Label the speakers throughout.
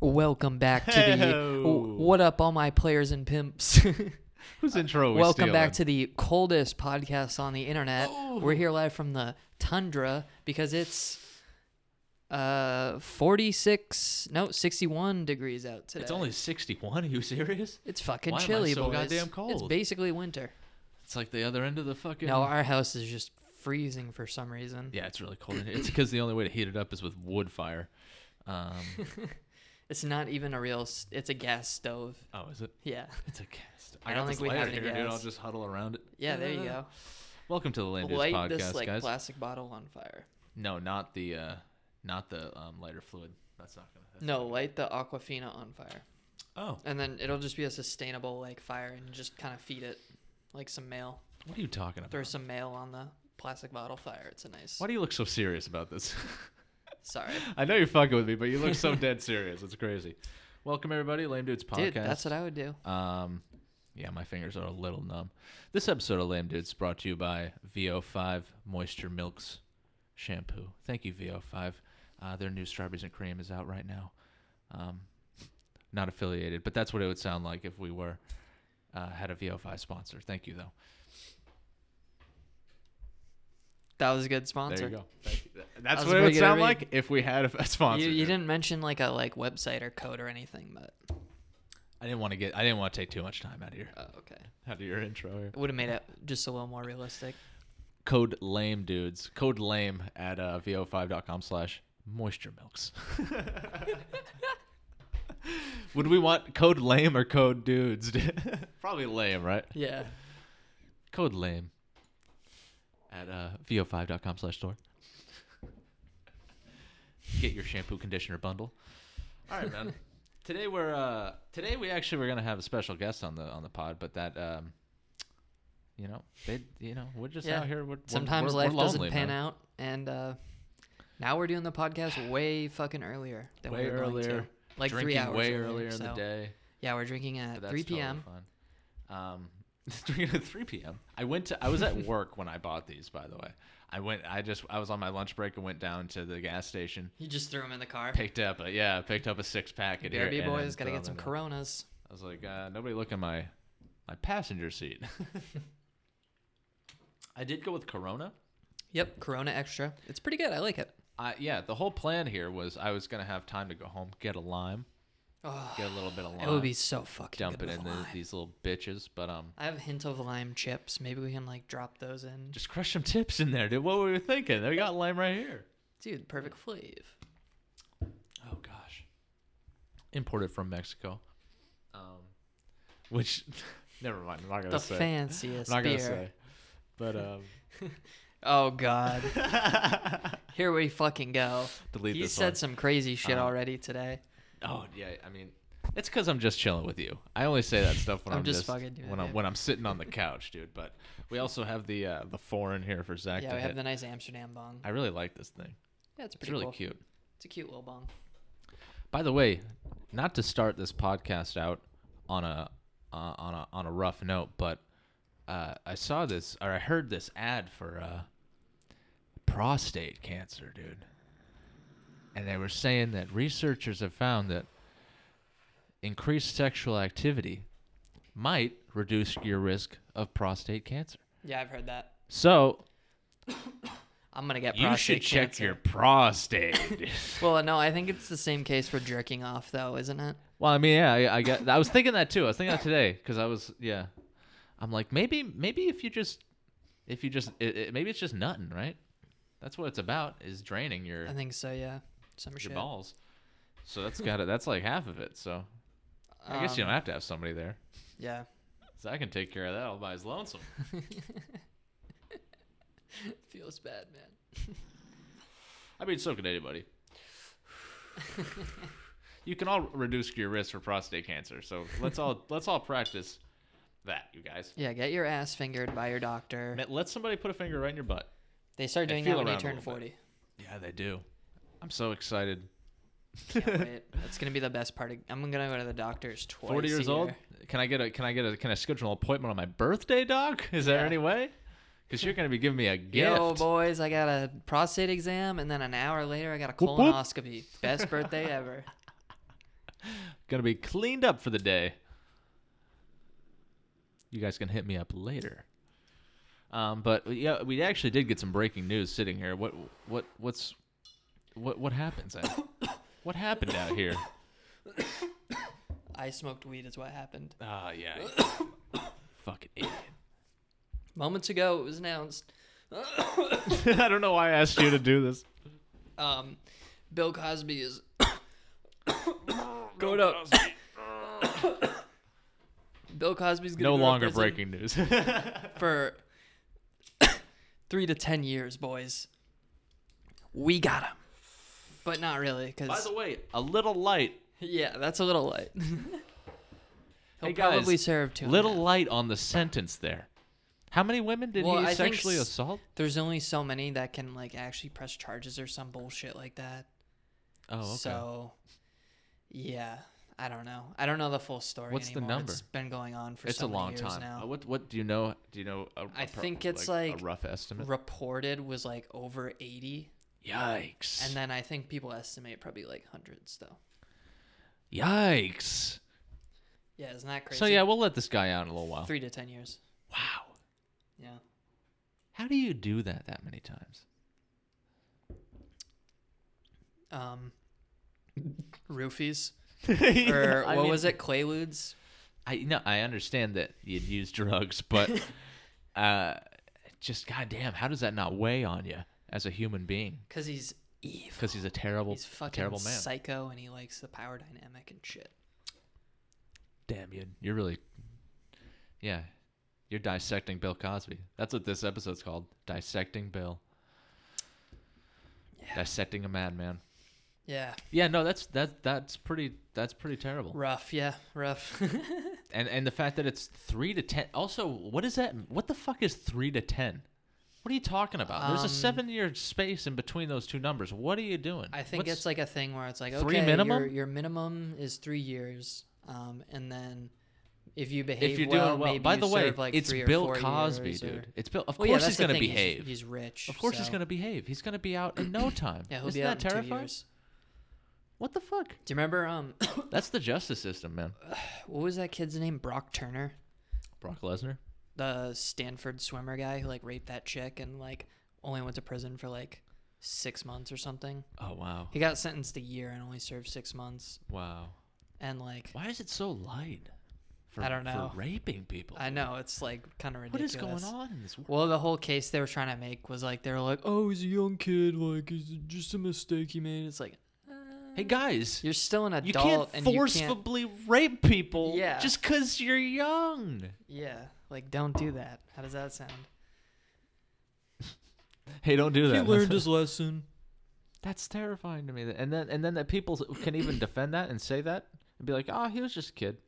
Speaker 1: Welcome back to the
Speaker 2: Hey-o.
Speaker 1: what up, all my players and pimps.
Speaker 2: Whose intro? are we
Speaker 1: Welcome back to
Speaker 2: stealing?
Speaker 1: the
Speaker 2: Oh.
Speaker 1: coldest podcast on the internet. We're here live from the tundra because it's uh 46 no 61 degrees out today.
Speaker 2: It's only 61. Are you serious?
Speaker 1: it's fucking
Speaker 2: Why am I
Speaker 1: chilly,
Speaker 2: so
Speaker 1: boys.
Speaker 2: goddamn
Speaker 1: It's
Speaker 2: cold?
Speaker 1: basically winter.
Speaker 2: It's like the other end of the fucking.
Speaker 1: No, our house is just freezing for some reason.
Speaker 2: yeah, it's really cold. in here. It's because the only way to heat it up is with wood fire. Um,
Speaker 1: It's not even a real. s- It's a gas stove.
Speaker 2: oh, is it?
Speaker 1: Yeah.
Speaker 2: It's a cast.
Speaker 1: I don't
Speaker 2: got this
Speaker 1: think we
Speaker 2: lighter
Speaker 1: have any
Speaker 2: here, dude.
Speaker 1: gas.
Speaker 2: I'll just huddle around it.
Speaker 1: Yeah. There you go.
Speaker 2: Welcome to the Land Dudes
Speaker 1: Light
Speaker 2: podcast,
Speaker 1: this like
Speaker 2: guys.
Speaker 1: plastic bottle on fire.
Speaker 2: no, not the, uh, not the um, lighter fluid. That's not gonna. That's
Speaker 1: No, light the Aquafina on fire,
Speaker 2: Oh,
Speaker 1: and then it'll just be a sustainable like fire, and just kind of feed it like some mail.
Speaker 2: what are you talking about?
Speaker 1: Throw some mail on the plastic bottle fire. It's a nice.
Speaker 2: Why do you look so serious about this?
Speaker 1: Sorry,
Speaker 2: I know you're fucking with me, but you look so dead serious. It's crazy. Welcome everybody, Lame Dudes podcast.
Speaker 1: dude. That's what I would do.
Speaker 2: Um, yeah, my fingers are a little numb. This episode of Lame Dudes brought to you by VO5 Moisture Milks Shampoo. Thank you, VO5. Uh, their new Strawberries and Cream is out right now. Um, not affiliated, but that's what it would sound like if we were uh, had a VO5 sponsor. Thank you, though.
Speaker 1: That was a good sponsor.
Speaker 2: There you go. Thank you. That's
Speaker 1: was
Speaker 2: what it
Speaker 1: pretty
Speaker 2: would
Speaker 1: good
Speaker 2: sound
Speaker 1: at
Speaker 2: like if we had a, a sponsor.
Speaker 1: You, you didn't mention like a like website or code or anything, but
Speaker 2: I didn't want to get. I didn't want to take too much time out of your
Speaker 1: oh, okay.
Speaker 2: out of your intro here.
Speaker 1: It would have made it just a little more realistic.
Speaker 2: code lame dudes code lame at uh, vo5.com slash moisture milks would we want code lame or code dudes probably lame right
Speaker 1: Yeah.
Speaker 2: code lame at uh, vo5.com slash store get your shampoo conditioner bundle all right man today we're uh today we actually were gonna have a special guest on the on the pod but that um you know they you know we're just
Speaker 1: Yeah.
Speaker 2: out here we're, we're-
Speaker 1: Sometimes
Speaker 2: we're-
Speaker 1: life
Speaker 2: we're
Speaker 1: doesn't
Speaker 2: lonely,
Speaker 1: pan
Speaker 2: man.
Speaker 1: out, and uh, now we're doing the podcast way fucking earlier than
Speaker 2: way
Speaker 1: we were going to.
Speaker 2: earlier,
Speaker 1: like
Speaker 2: drinking
Speaker 1: three hours
Speaker 2: way
Speaker 1: earlier,
Speaker 2: earlier in the
Speaker 1: so-
Speaker 2: day.
Speaker 1: Yeah, we're drinking
Speaker 2: but
Speaker 1: at
Speaker 2: that's
Speaker 1: 3 p.m.
Speaker 2: Totally fun. Um, drinking at 3 p.m. I went to I was at work when I bought these. By the way, I went. I just I was on my lunch break and went down to the gas station.
Speaker 1: You just threw them in the car.
Speaker 2: Picked up a yeah, picked up a six pack of here.
Speaker 1: Derby
Speaker 2: and
Speaker 1: boys,
Speaker 2: then
Speaker 1: gotta
Speaker 2: threw
Speaker 1: get some
Speaker 2: them in.
Speaker 1: Coronas.
Speaker 2: I was like, uh, nobody look in my my passenger seat. I did go with Corona.
Speaker 1: Yep, Corona Extra. It's pretty good. I like it.
Speaker 2: I, yeah, the whole plan here was I was gonna have time to go home, get a lime,
Speaker 1: Oh,
Speaker 2: get a little bit of lime,
Speaker 1: it would be so fucking
Speaker 2: dump
Speaker 1: good
Speaker 2: it
Speaker 1: with
Speaker 2: in the,
Speaker 1: lime.
Speaker 2: these little bitches. But um,
Speaker 1: I have a hint of lime chips. Maybe we can like drop those in.
Speaker 2: Just crush some tips in there, dude. What were we thinking? They got lime right here.
Speaker 1: Dude, perfect flavor.
Speaker 2: Oh gosh. Imported from Mexico. Um, which, never mind. I'm not gonna
Speaker 1: The
Speaker 2: say.
Speaker 1: fanciest
Speaker 2: I'm not
Speaker 1: beer.
Speaker 2: gonna say. But um,
Speaker 1: Oh god. Here we fucking go.
Speaker 2: delete
Speaker 1: he
Speaker 2: this
Speaker 1: said
Speaker 2: one.
Speaker 1: some crazy shit
Speaker 2: Um,
Speaker 1: already today.
Speaker 2: oh yeah, I mean, it's because I'm just chilling with you. I only say that stuff when I'm,
Speaker 1: I'm just fucking doing
Speaker 2: when
Speaker 1: it,
Speaker 2: I'm
Speaker 1: dude.
Speaker 2: when I'm sitting on the couch, dude. But we also have the uh, the foreign here for Zach.
Speaker 1: Yeah,
Speaker 2: to
Speaker 1: we have
Speaker 2: hit.
Speaker 1: the nice Amsterdam bong.
Speaker 2: I really like this thing.
Speaker 1: Yeah, it's pretty
Speaker 2: It's really
Speaker 1: cool.
Speaker 2: cute.
Speaker 1: It's a cute little bong.
Speaker 2: By the way, not to start this podcast out on a uh, on a on a rough note, but uh, I saw this or I heard this ad for uh, prostate cancer, dude, and they were saying that researchers have found that increased sexual activity might reduce your risk of prostate cancer.
Speaker 1: Yeah, I've heard that.
Speaker 2: So
Speaker 1: I'm gonna get.
Speaker 2: you should
Speaker 1: prostate
Speaker 2: check
Speaker 1: cancer.
Speaker 2: your prostate.
Speaker 1: Well, no, I think it's the same case for jerking off, though, isn't it?
Speaker 2: Well, I mean, yeah, I, I got. I was thinking that too. I was thinking that today because I was, yeah. I'm like, maybe, maybe if you just, if you just, it, it- maybe it's just nutting, right? That's what it's about is draining your
Speaker 1: I think so. Yeah, some
Speaker 2: your
Speaker 1: shit.
Speaker 2: balls. So that's got it. That's like half of it. So I guess you
Speaker 1: Um,
Speaker 2: don't have to have somebody there.
Speaker 1: Yeah,
Speaker 2: So I can take care of that all by his lonesome.
Speaker 1: feels bad, man.
Speaker 2: I mean, so could anybody. you can all reduce your risk for prostate cancer. So let's all let's all practice that, you guys.
Speaker 1: Yeah, get your ass fingered by your doctor.
Speaker 2: Let somebody put a finger right in your butt.
Speaker 1: They start
Speaker 2: They
Speaker 1: doing
Speaker 2: feel
Speaker 1: that when you
Speaker 2: around a
Speaker 1: turn
Speaker 2: little bit.
Speaker 1: forty.
Speaker 2: Yeah, they do. I'm so excited.
Speaker 1: Can't wait. That's gonna be the best part. Of, I'm gonna go to the doctors twice.
Speaker 2: Forty years
Speaker 1: a
Speaker 2: old.
Speaker 1: year.
Speaker 2: Can I get a can I get a can I schedule an appointment on my birthday, doc? Is there
Speaker 1: Yeah.
Speaker 2: any way? Because you're gonna be giving me a gift.
Speaker 1: Yo, boys, I got a prostate exam, and then an hour later, I got a
Speaker 2: Whoop, whoop.
Speaker 1: colonoscopy. Best birthday ever.
Speaker 2: Gonna be cleaned up for the day. You guys can hit me up later. Um, but yeah, we actually did get some breaking news sitting here. What what what's what what happens? out- what happened out here?
Speaker 1: I smoked weed is what happened.
Speaker 2: Ah, yeah. Fucking idiot.
Speaker 1: Moments ago, it was announced
Speaker 2: I don't know why I asked you to do this.
Speaker 1: um, Bill Cosby is going up. Bill Cosby's gonna
Speaker 2: No
Speaker 1: go to
Speaker 2: longer
Speaker 1: prison
Speaker 2: breaking news.
Speaker 1: for three to ten years, boys. We got him, but not really,
Speaker 2: By
Speaker 1: because
Speaker 2: the way, a little light,
Speaker 1: yeah, that's a little light. He'll
Speaker 2: Hey, guys,
Speaker 1: probably serve two. and a
Speaker 2: little
Speaker 1: half.
Speaker 2: light on the sentence there. How many women did
Speaker 1: Well,
Speaker 2: he
Speaker 1: I think
Speaker 2: sexually
Speaker 1: s-
Speaker 2: assault?
Speaker 1: There's only so many that can like actually press charges or some bullshit like that.
Speaker 2: Oh, okay.
Speaker 1: So, yeah, I don't know. I don't know the full story.
Speaker 2: What's the
Speaker 1: anymore.
Speaker 2: number?
Speaker 1: It's been going on for
Speaker 2: it's
Speaker 1: so
Speaker 2: a
Speaker 1: many
Speaker 2: long
Speaker 1: years
Speaker 2: time. Uh,
Speaker 1: now.
Speaker 2: What what do you know? Do you know? I
Speaker 1: I think it's like
Speaker 2: a rough estimate.
Speaker 1: Reported was like over 80,
Speaker 2: Yikes!
Speaker 1: and then I think people estimate probably like hundreds though.
Speaker 2: Yikes!
Speaker 1: Yeah, isn't that crazy?
Speaker 2: So yeah, we'll let this guy out in a little while.
Speaker 1: three to ten years.
Speaker 2: Wow!
Speaker 1: Yeah,
Speaker 2: How do you do that that many times?
Speaker 1: um, roofies or
Speaker 2: Yeah,
Speaker 1: what was it? Quaaludes.
Speaker 2: I no, I understand that you'd use drugs, but uh, just goddamn, how does that not weigh on you as a human being?
Speaker 1: Because he's evil.
Speaker 2: Because he's a terrible,
Speaker 1: He's fucking
Speaker 2: terrible man.
Speaker 1: psycho, and he likes the power dynamic and shit.
Speaker 2: Damn you, you're really, yeah, you're dissecting Bill Cosby. That's what this episode's called, dissecting Bill.
Speaker 1: Yeah.
Speaker 2: Dissecting a madman.
Speaker 1: Yeah,
Speaker 2: Yeah, no, that's that that's pretty that's pretty terrible.
Speaker 1: rough. Yeah, rough.
Speaker 2: And and the fact that it's three to ten. Also, what is that? What the fuck is three to ten? What are you talking about? There's
Speaker 1: Um,
Speaker 2: a seven year space in between those two numbers. What are you doing?
Speaker 1: I think
Speaker 2: What's-
Speaker 1: it's like a thing where it's like
Speaker 2: Three
Speaker 1: okay, Your,
Speaker 2: minimum?
Speaker 1: your minimum is three years, um, and then if you behave,
Speaker 2: if you're
Speaker 1: well,
Speaker 2: doing well.
Speaker 1: maybe
Speaker 2: By
Speaker 1: you
Speaker 2: the way,
Speaker 1: serve, like
Speaker 2: it's
Speaker 1: three or
Speaker 2: Bill
Speaker 1: four
Speaker 2: Cosby,
Speaker 1: years, or-
Speaker 2: dude. It's Bill. Of
Speaker 1: Well,
Speaker 2: course
Speaker 1: yeah, that's
Speaker 2: he's
Speaker 1: the
Speaker 2: gonna
Speaker 1: thing, he's-
Speaker 2: behave.
Speaker 1: He's, rich.
Speaker 2: of course he's
Speaker 1: so-
Speaker 2: gonna behave. He's gonna be out in no time.
Speaker 1: Yeah, he'll
Speaker 2: Isn't
Speaker 1: be out
Speaker 2: that
Speaker 1: in two
Speaker 2: terrifying?
Speaker 1: years.
Speaker 2: What the fuck?
Speaker 1: Do you remember um,
Speaker 2: That's the justice system, man.
Speaker 1: what was that kid's name? Brock Turner,
Speaker 2: Brock Lesnar.
Speaker 1: the Stanford swimmer guy who like raped that chick and like only went to prison for like six months or something.
Speaker 2: Oh wow,
Speaker 1: He got sentenced a year and only served six months.
Speaker 2: wow.
Speaker 1: And like,
Speaker 2: Why is it so light? For,
Speaker 1: I don't know.
Speaker 2: For raping people.
Speaker 1: I know it's like kind of
Speaker 2: What
Speaker 1: ridiculous.
Speaker 2: is going on in this world?
Speaker 1: Well, the whole case they were trying to make was like they were like, "Oh, he's a young kid. Like, it's just a mistake he made." It's like "Uh,
Speaker 2: Hey guys,
Speaker 1: you're still an
Speaker 2: You
Speaker 1: adult and
Speaker 2: can't
Speaker 1: you can't.
Speaker 2: forcibly rape people
Speaker 1: Yeah.
Speaker 2: just because you're young.
Speaker 1: Yeah, like don't do that. How does that sound?
Speaker 2: Hey, don't do that.
Speaker 1: lesson.
Speaker 2: That's terrifying to me. And then and then that people can even defend that and say that and be like, "Oh, he was just a kid."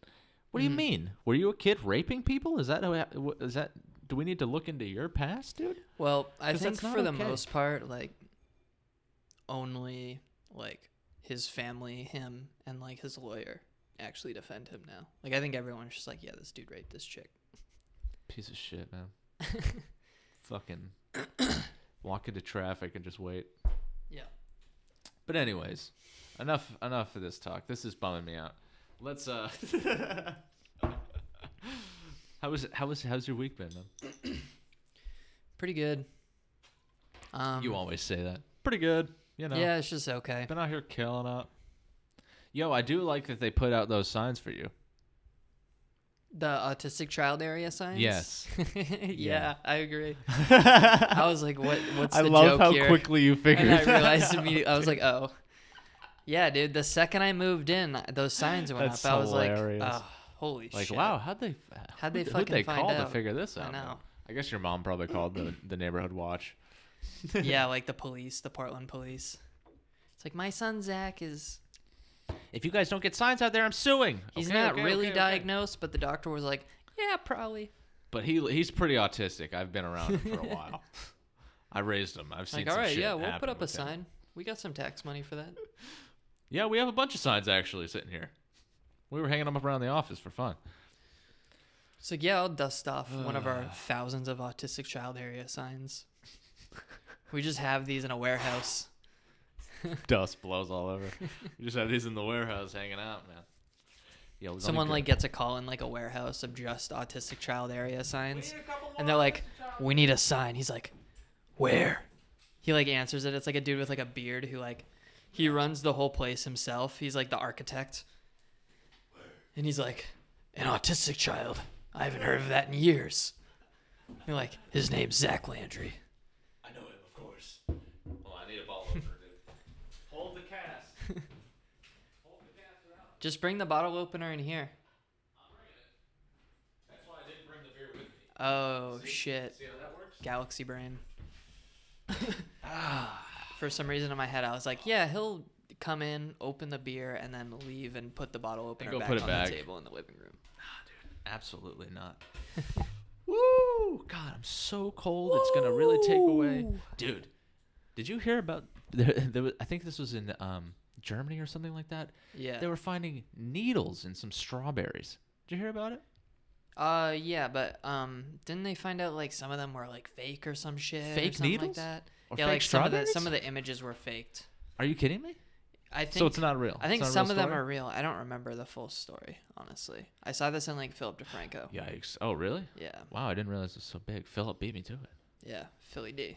Speaker 2: What do you mean? Were you a kid raping people? Is that how wha- is that do we need to look into your past, dude?
Speaker 1: Well, I
Speaker 2: 'Cause
Speaker 1: think
Speaker 2: that's not
Speaker 1: for the
Speaker 2: okay.
Speaker 1: most part, like only like his family, him, and like his lawyer actually defend him now. Like I think everyone's just like, "Yeah, this dude raped this chick."
Speaker 2: Piece of shit, man. Fucking walk into traffic and just wait.
Speaker 1: Yeah.
Speaker 2: But anyways, enough enough of this talk. This is bumming me out. Let's uh How was it how was how's your week been, man?
Speaker 1: Pretty good. Um,
Speaker 2: you always say that. Pretty good, you know.
Speaker 1: Yeah, it's just okay.
Speaker 2: Been out here killing up. Yo, I do like that they put out those signs for you.
Speaker 1: The autistic child area signs.
Speaker 2: Yes.
Speaker 1: yeah, I agree. I was like, "What? What's the joke here?"
Speaker 2: you
Speaker 1: and I realized immediately. I was like, "Oh, yeah, dude." The second I moved in, those signs went
Speaker 2: That's
Speaker 1: up. I was
Speaker 2: hilarious.
Speaker 1: like, "Oh, holy
Speaker 2: like,
Speaker 1: shit!"
Speaker 2: wow, how'd they
Speaker 1: How'd they
Speaker 2: who'd- who'd
Speaker 1: fucking
Speaker 2: they
Speaker 1: find
Speaker 2: call to
Speaker 1: out?
Speaker 2: figure this
Speaker 1: I
Speaker 2: out? man?
Speaker 1: know.
Speaker 2: I guess your mom probably called the, the neighborhood watch.
Speaker 1: yeah, like the police, the Portland police. It's like my son Zach is.
Speaker 2: If you guys don't get signs out there, I'm suing.
Speaker 1: He's
Speaker 2: Okay,
Speaker 1: not
Speaker 2: okay,
Speaker 1: really
Speaker 2: okay, okay.
Speaker 1: diagnosed, but the doctor was like, "Yeah, probably."
Speaker 2: But he he's pretty autistic. I've been around him for a while. I raised him. I've seen.
Speaker 1: Like,
Speaker 2: some
Speaker 1: all right,
Speaker 2: shit
Speaker 1: yeah, we'll
Speaker 2: happen
Speaker 1: put up a
Speaker 2: with him."
Speaker 1: sign. We got some tax money for that.
Speaker 2: Yeah, we have a bunch of signs actually sitting here. We were hanging them up around the office for fun.
Speaker 1: So yeah, I'll dust off one of our thousands of autistic child area signs. we just have these in a warehouse.
Speaker 2: Dust blows all over. We just had these in the warehouse hanging out, man. Yeah, it was only
Speaker 1: Someone
Speaker 2: good-
Speaker 1: like gets a call in like a warehouse of just autistic child area signs, and they're like, "We need a sign." He's like, "Where?" He like answers it. It's like a dude with like a beard who like he runs the whole place himself. He's like the architect, and he's like, "An autistic child. I haven't heard of that in years." And You're like, "His name's Zach Landry."
Speaker 2: I know him, of course. Well, I need a ball opener, dude. Hold the cast. Hold the cast around.
Speaker 1: Just bring the bottle opener in here.
Speaker 2: That's why I didn't bring the beer with me.
Speaker 1: Oh shit,
Speaker 2: See how that works?
Speaker 1: galaxy brain. For some reason in my head, I was like, "Yeah, he'll come in, open the beer, and then leave and put the bottle opener
Speaker 2: go
Speaker 1: back
Speaker 2: put it
Speaker 1: on
Speaker 2: back.
Speaker 1: the table in the living room."
Speaker 2: Absolutely not. Woo! God, I'm so cold. It's gonna really take away,
Speaker 1: Woo!
Speaker 2: dude. Did you hear about? There, there was, I think this was in um, Germany or something like that.
Speaker 1: Yeah.
Speaker 2: They were finding needles in some strawberries. Did you hear about it?
Speaker 1: Uh, yeah, but um, didn't they find out like some of them were like fake or some shit? or
Speaker 2: Fake
Speaker 1: something
Speaker 2: needles?
Speaker 1: Like that?
Speaker 2: Or
Speaker 1: yeah,
Speaker 2: fake
Speaker 1: like some of the
Speaker 2: strawberries?
Speaker 1: some of the images were faked.
Speaker 2: Are you kidding me?
Speaker 1: I think
Speaker 2: so it's not real.
Speaker 1: I think
Speaker 2: It's not
Speaker 1: some
Speaker 2: a real
Speaker 1: of them
Speaker 2: story?
Speaker 1: are real. I don't remember the full story, honestly. I saw this in like Philip DeFranco.
Speaker 2: Yikes! Oh, really?
Speaker 1: Yeah,
Speaker 2: Wow, I didn't realize it was so big. Philip beat me to it.
Speaker 1: yeah, Philly D,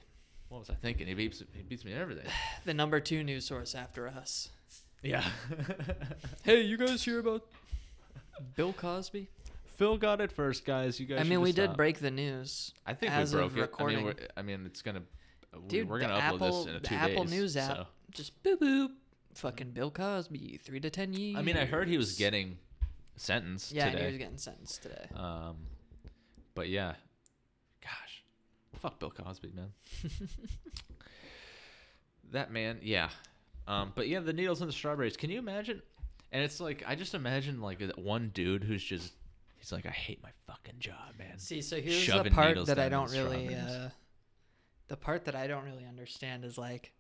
Speaker 2: What was I thinking? He beats he beats me in everything.
Speaker 1: the number two news source after us.
Speaker 2: yeah.
Speaker 1: Hey, you guys hear about Bill Cosby?
Speaker 2: Phil got it first, guys. You guys.
Speaker 1: I
Speaker 2: should
Speaker 1: mean, we
Speaker 2: just
Speaker 1: did
Speaker 2: stop.
Speaker 1: break the news.
Speaker 2: I think
Speaker 1: as
Speaker 2: we broke
Speaker 1: of
Speaker 2: it.
Speaker 1: recording.
Speaker 2: I mean, we're, I mean, it's gonna. we-
Speaker 1: Dude,
Speaker 2: we're
Speaker 1: the
Speaker 2: gonna upload
Speaker 1: Apple,
Speaker 2: this in a
Speaker 1: the
Speaker 2: two
Speaker 1: Apple
Speaker 2: days,
Speaker 1: News app
Speaker 2: so.
Speaker 1: just boop boop. Fucking Bill Cosby, three to ten years.
Speaker 2: I mean, I heard he was getting sentenced
Speaker 1: Yeah, I knew
Speaker 2: today.
Speaker 1: he was getting sentenced today.
Speaker 2: um, but yeah, gosh, fuck Bill Cosby, man. that man, yeah. Um, but yeah, the needles and the strawberries. Can you imagine? And it's like I just imagine like that one dude who's just he's like I hate my fucking job, man.
Speaker 1: See, so here's the
Speaker 2: shoving
Speaker 1: part
Speaker 2: needles
Speaker 1: that I
Speaker 2: down
Speaker 1: don't
Speaker 2: those
Speaker 1: really,
Speaker 2: strawberries.
Speaker 1: uh, the part that I don't really understand is like,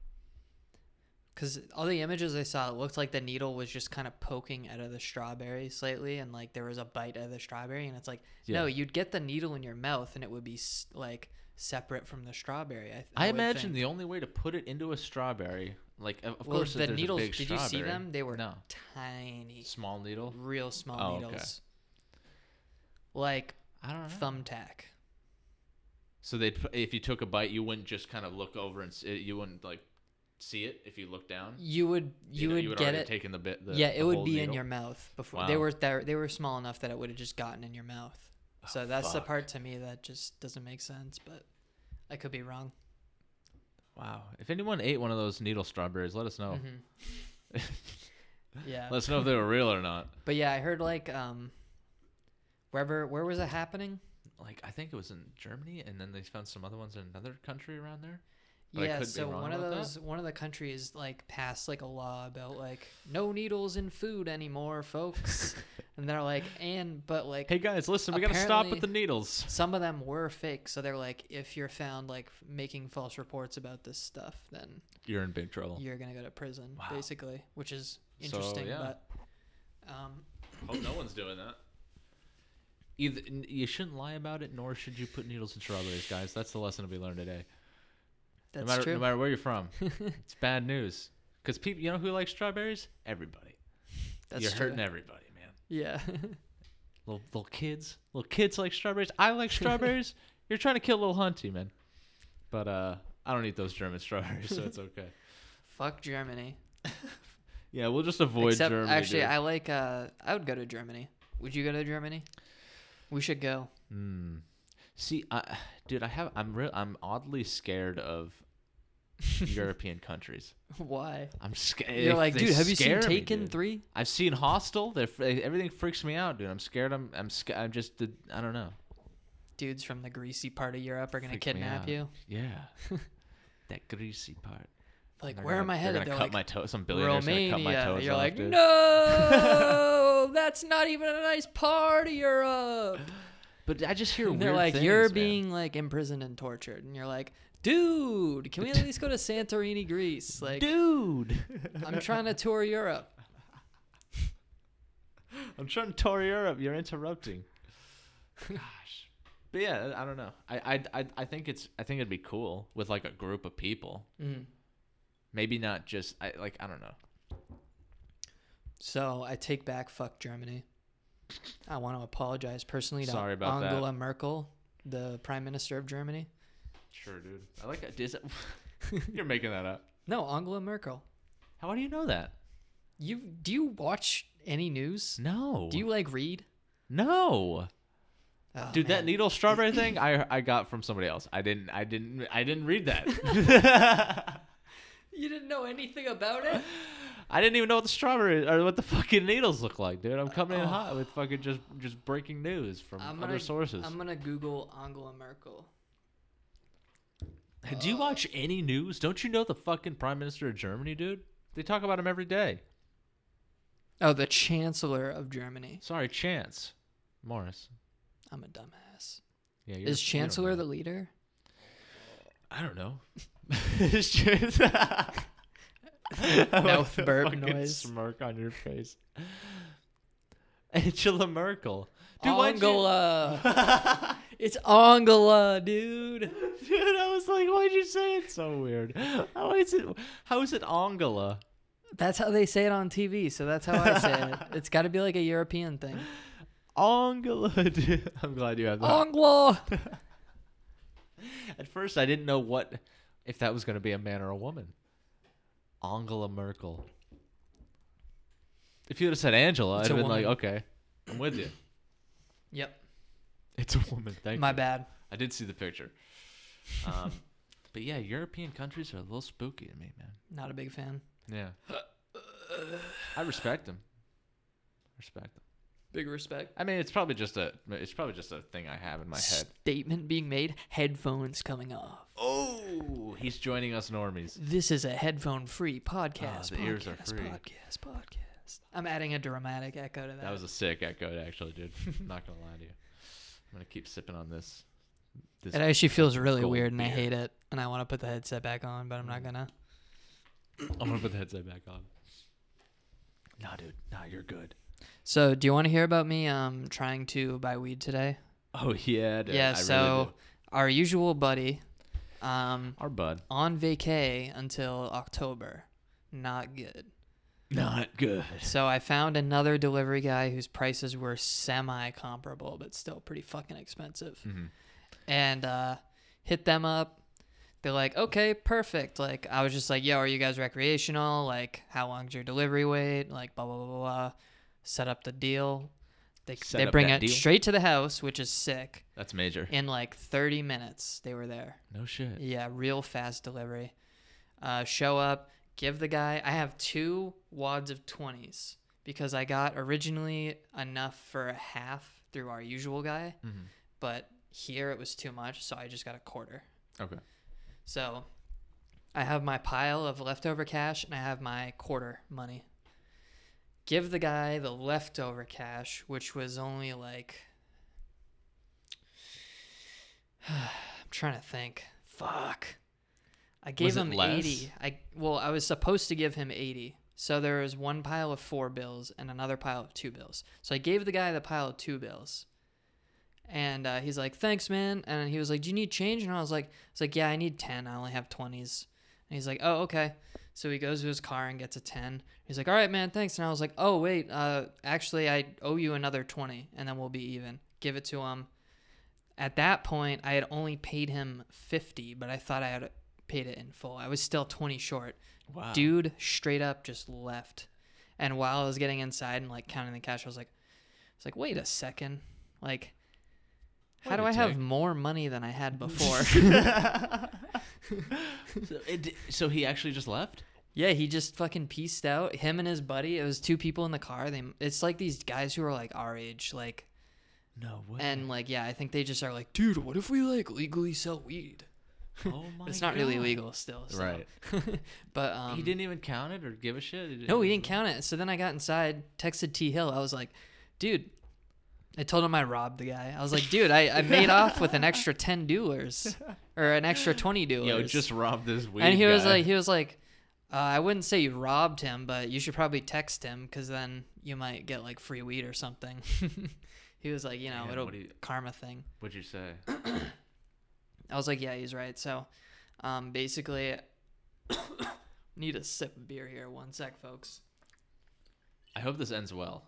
Speaker 1: because all the images I saw, it looked like the needle was just kind of poking out of the strawberry slightly, and like there was a bite out of the strawberry, and it's like, no,
Speaker 2: Yeah.
Speaker 1: you'd get the needle in your mouth, and it would be s- like separate from the strawberry. I, th-
Speaker 2: I
Speaker 1: would
Speaker 2: imagine
Speaker 1: think.
Speaker 2: the only way to put it into a strawberry, like of of
Speaker 1: Well,
Speaker 2: course, if
Speaker 1: the
Speaker 2: there's a
Speaker 1: needles.
Speaker 2: big
Speaker 1: Did you see
Speaker 2: strawberry-
Speaker 1: them? They were
Speaker 2: no
Speaker 1: tiny,
Speaker 2: small needle.
Speaker 1: real small
Speaker 2: Oh, okay. Uh-huh.
Speaker 1: needles, like
Speaker 2: I don't know.
Speaker 1: thumbtack.
Speaker 2: So they, would if you took a bite, you wouldn't just kind of look over and see, you wouldn't like see it if you looked down.
Speaker 1: You would you,
Speaker 2: know,
Speaker 1: would,
Speaker 2: you would
Speaker 1: get
Speaker 2: already
Speaker 1: it.
Speaker 2: taken the bit. The,
Speaker 1: yeah,
Speaker 2: the
Speaker 1: it would
Speaker 2: whole
Speaker 1: be in
Speaker 2: needle.
Speaker 1: your mouth before they
Speaker 2: Wow.
Speaker 1: were th- they were small enough that it would have just gotten in your mouth. So that's the
Speaker 2: Oh, fuck.
Speaker 1: part to me that just doesn't make sense, but I could be wrong.
Speaker 2: Wow. If anyone ate one of those needle strawberries, let us know.
Speaker 1: Mhm. yeah,
Speaker 2: Oh. Let us know if they were real or not.
Speaker 1: but yeah, I heard like um, wherever where was it happening?
Speaker 2: Like I think it was in Germany, and then they found some other ones in another country around there. But I
Speaker 1: yeah,
Speaker 2: could be
Speaker 1: so
Speaker 2: wrong
Speaker 1: one of
Speaker 2: about that.
Speaker 1: those one of the countries like passed like a law about like no needles in food anymore, folks, and they're like and but like
Speaker 2: Hey guys, listen, we gotta stop with
Speaker 1: Apparently-
Speaker 2: the needles.
Speaker 1: some of them were fake so they're like if you're found like making false reports about this stuff then
Speaker 2: You're in big trouble.
Speaker 1: you're gonna go to prison
Speaker 2: Wow.
Speaker 1: basically which is
Speaker 2: So,
Speaker 1: interesting
Speaker 2: yeah.
Speaker 1: but um
Speaker 2: Hope Oh, no one's doing that. Either n- you shouldn't lie about it, nor should you put needles in strawberries, guys. That's the lesson to be learned today.
Speaker 1: that's
Speaker 2: no matter,
Speaker 1: true
Speaker 2: No matter where you're from, it's bad news. Because people, you know who likes strawberries? Everybody.
Speaker 1: that's
Speaker 2: you're
Speaker 1: true.
Speaker 2: hurting everybody, man.
Speaker 1: yeah
Speaker 2: Little, little kids, little kids like strawberries. I like strawberries. you're trying to kill little Hunty, man. But uh, I don't eat those German strawberries, so it's okay.
Speaker 1: fuck germany
Speaker 2: Yeah, we'll just avoid
Speaker 1: except
Speaker 2: Germany.
Speaker 1: actually
Speaker 2: dude.
Speaker 1: i like uh i would go to germany would you go to germany we should go
Speaker 2: Hmm. See, I, dude, I have. I'm real. I'm oddly scared of European countries.
Speaker 1: why
Speaker 2: I'm scared.
Speaker 1: you're like dude have you seen taken three
Speaker 2: I've seen Hostel. They're, fr- everything freaks me out, dude. I'm scared. I'm I'm scared. I'm just the- I don't know.
Speaker 1: dudes from the greasy part of europe are gonna
Speaker 2: Freak me
Speaker 1: kidnap
Speaker 2: out.
Speaker 1: you
Speaker 2: Yeah, that greasy part.
Speaker 1: like
Speaker 2: They're
Speaker 1: where
Speaker 2: gonna-
Speaker 1: am i headed
Speaker 2: They're gonna cut
Speaker 1: like,
Speaker 2: my toe. Some billionaire's
Speaker 1: Romania.
Speaker 2: gonna cut my toes
Speaker 1: You're
Speaker 2: off,
Speaker 1: like,
Speaker 2: dude.
Speaker 1: no, that's not even a nice part of Europe.
Speaker 2: But I just hear
Speaker 1: And they're
Speaker 2: weird
Speaker 1: like,
Speaker 2: things,
Speaker 1: you're
Speaker 2: man.
Speaker 1: being like imprisoned and tortured, and you're like, dude, can we at least go to Santorini, Greece? Like,
Speaker 2: dude.
Speaker 1: I'm trying to tour Europe.
Speaker 2: I'm trying to tour Europe. You're interrupting. Gosh. But yeah, I don't know. I I I I think it's I think it'd be cool with like a group of people.
Speaker 1: Mm.
Speaker 2: Maybe not just I like I don't know.
Speaker 1: So I take back fuck Germany. I want to apologize personally to
Speaker 2: Sorry about that.
Speaker 1: Angela Merkel, the Prime Minister of Germany.
Speaker 2: Sure, dude. I like that. Is it- You're making that up.
Speaker 1: No, Angela Merkel.
Speaker 2: How do you know that?
Speaker 1: You do you watch any news?
Speaker 2: No.
Speaker 1: Do you like read?
Speaker 2: No.
Speaker 1: Oh,
Speaker 2: Dude, that
Speaker 1: man.
Speaker 2: needle strawberry thing, I I got from somebody else. I didn't I didn't I didn't read that.
Speaker 1: you didn't know anything about it.
Speaker 2: I didn't even know what the strawberry or what the fucking needles look like, dude. I'm coming in
Speaker 1: Oh.
Speaker 2: hot with fucking just just breaking news from
Speaker 1: I'm
Speaker 2: other
Speaker 1: gonna-
Speaker 2: sources.
Speaker 1: I'm gonna Google Angela Merkel.
Speaker 2: Do you watch any news? Don't you know the fucking prime minister of Germany, dude? They talk about him every day.
Speaker 1: Oh, the Chancellor of Germany.
Speaker 2: Sorry, Chance Morris.
Speaker 1: I'm a dumbass.
Speaker 2: Yeah, you're,
Speaker 1: Is
Speaker 2: you don't
Speaker 1: Chancellor
Speaker 2: know.
Speaker 1: the leader?
Speaker 2: I don't know. Is Chance?
Speaker 1: Mouth
Speaker 2: the
Speaker 1: burp
Speaker 2: fucking
Speaker 1: noise.
Speaker 2: Smirk on your face. Angela Merkel. Dude, why'd you-
Speaker 1: Angela. it's Angela, dude.
Speaker 2: Dude, I was like, why'd you say it so weird? How is it? How is it Angola?
Speaker 1: That's how they say it on TV, so that's how I say it. It's got to be like a European thing.
Speaker 2: Angola. Dude, I'm glad you have that.
Speaker 1: Angela.
Speaker 2: At first, I didn't know what if that was going to be a man or a woman. Angela Merkel. If you would have said Angela,
Speaker 1: It's
Speaker 2: I'd
Speaker 1: a
Speaker 2: have been like,
Speaker 1: woman.
Speaker 2: okay, I'm with you.
Speaker 1: Yep.
Speaker 2: It's a woman. Thank
Speaker 1: My
Speaker 2: you.
Speaker 1: bad.
Speaker 2: I did see the picture. Um, but yeah, European countries are a little spooky to me, man.
Speaker 1: Not a big fan.
Speaker 2: Yeah. I respect them. Respect them.
Speaker 1: Big respect.
Speaker 2: I mean, it's probably just a it's probably just a thing I have in my head.
Speaker 1: Statement being made. Headphones coming off.
Speaker 2: Oh, he's joining us normies.
Speaker 1: This is a headphone-free podcast.
Speaker 2: Ah, the
Speaker 1: podcast,
Speaker 2: ears are free.
Speaker 1: Podcast. Podcast. I'm adding a dramatic echo to that.
Speaker 2: That was a sick echo, actually, dude. I'm not gonna lie to you. I'm gonna keep sipping on this. This
Speaker 1: it actually feels really
Speaker 2: gold
Speaker 1: weird, and I
Speaker 2: beer. Mm.
Speaker 1: hate it. And I want to put the headset back on, but I'm not gonna.
Speaker 2: I'm gonna put the headset back on. Nah, dude. Nah, you're good.
Speaker 1: So, do you want to hear about me um trying to buy weed today?
Speaker 2: Oh yeah, dude.
Speaker 1: yeah.
Speaker 2: I really
Speaker 1: so,
Speaker 2: do.
Speaker 1: our usual buddy, um,
Speaker 2: our bud,
Speaker 1: on vacay until October. Not good.
Speaker 2: not good.
Speaker 1: So I found another delivery guy whose prices were semi comparable, but still pretty fucking expensive.
Speaker 2: Mhm.
Speaker 1: And uh, hit them up. They're like, okay, perfect. Like, I was just like, yo, are you guys recreational? Like, how long's your delivery wait? Like, blah, blah, blah, blah, blah. Set up the deal. They,
Speaker 2: Set
Speaker 1: they
Speaker 2: up
Speaker 1: bring
Speaker 2: that
Speaker 1: it
Speaker 2: deal?
Speaker 1: straight to the house, which is sick.
Speaker 2: That's major.
Speaker 1: In like 30 minutes, they were there.
Speaker 2: No shit.
Speaker 1: Yeah, real fast delivery. Uh, show up, give the guy. I have two wads of 20s because I got originally enough for half through our usual guy, but here it was too much, so I just got a quarter.
Speaker 2: Okay.
Speaker 1: So I have my pile of leftover cash and I have my quarter money. Give the guy the leftover cash, which was only like. I'm trying to think. Fuck. I gave
Speaker 2: Was it
Speaker 1: him
Speaker 2: less?
Speaker 1: 80. I well, I was supposed to give him 80. So there was one pile of 4 bills and another pile of 2 bills. So I gave the guy the pile of 2 bills. And uh, he's like, "Thanks, man." And he was like, "Do you need change?" And I was like, "I was like, yeah, I need ten. I only have 20s. And he's like, "Oh, okay." So he goes to his car and gets a ten. He's like, "All right, man, thanks." And I was like, "Oh, wait, uh, actually, I owe you another twenty, and then we'll be even." Give it to him. At that point, I had only paid him fifty, but I thought I had paid it in full. I was still twenty short.
Speaker 2: Wow.
Speaker 1: Dude, straight up just left. And while I was getting inside and like counting the cash, I was like, "It's like, wait a second, like." How
Speaker 2: Wait
Speaker 1: do
Speaker 2: a
Speaker 1: I have
Speaker 2: tick.
Speaker 1: more money than I had before?
Speaker 2: so, it, so he actually just left.
Speaker 1: Yeah, he just fucking pieced out. Him and his buddy. It was two people in the car. They. It's like these guys who are like our age, like,
Speaker 2: No way.
Speaker 1: and like, yeah, I think they just are like, dude, what if we like legally sell weed?
Speaker 2: oh my
Speaker 1: It's not really
Speaker 2: God.
Speaker 1: legal still, so.
Speaker 2: Right.
Speaker 1: but um,
Speaker 2: he didn't even count it or give a shit.
Speaker 1: No, we didn't count it. So then I got inside, texted T Hill. I was like, dude, I told him I robbed the guy. I was like, dude, I, I made off with an extra ten doers or an extra twenty doers.
Speaker 2: Yo, just robbed this weed.
Speaker 1: and he was
Speaker 2: guy.
Speaker 1: like he was like uh, i wouldn't say you robbed him but you should probably text him because then you might get like free weed or something he was like you know
Speaker 2: Man,
Speaker 1: it'll
Speaker 2: what do you-
Speaker 1: karma thing
Speaker 2: "What'd you say?"
Speaker 1: i was like yeah he's right so um, basically Need a sip of beer here. One sec, folks.
Speaker 2: I hope this ends well.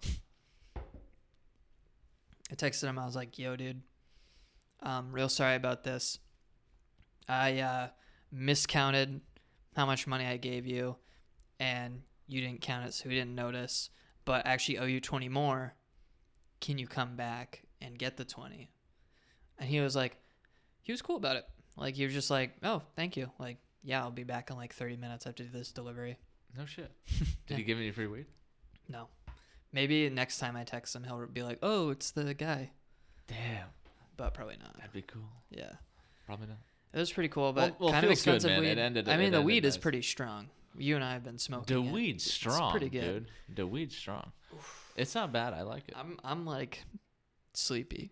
Speaker 1: I texted him. I was like, "Yo, dude, um, real sorry about this. I uh, miscounted how much money I gave you, and you didn't count it, so we didn't notice. But I actually owe you twenty more. Can you come back and get the twenty? And he was like, he was cool about it. Like he was just like, "Oh, thank you. Like, yeah, I'll be back in like thirty minutes. I have to do this delivery.
Speaker 2: No shit. Did he give any free weed?
Speaker 1: No, maybe next time I text him, he'll be like, "Oh, it's the guy,"
Speaker 2: Damn,
Speaker 1: but probably not.
Speaker 2: that'd be cool.
Speaker 1: Yeah.
Speaker 2: Probably not.
Speaker 1: It was pretty cool, but
Speaker 2: well,
Speaker 1: kind of
Speaker 2: feels good,
Speaker 1: expensive
Speaker 2: man.
Speaker 1: weed.
Speaker 2: It ended-
Speaker 1: I
Speaker 2: it
Speaker 1: mean, the
Speaker 2: ended
Speaker 1: weed is
Speaker 2: nice.
Speaker 1: pretty strong. You and I have been smoking.
Speaker 2: The
Speaker 1: it.
Speaker 2: weed's strong,
Speaker 1: pretty good.
Speaker 2: dude. The weed's strong. It's not bad. I like it.
Speaker 1: I'm I'm like sleepy.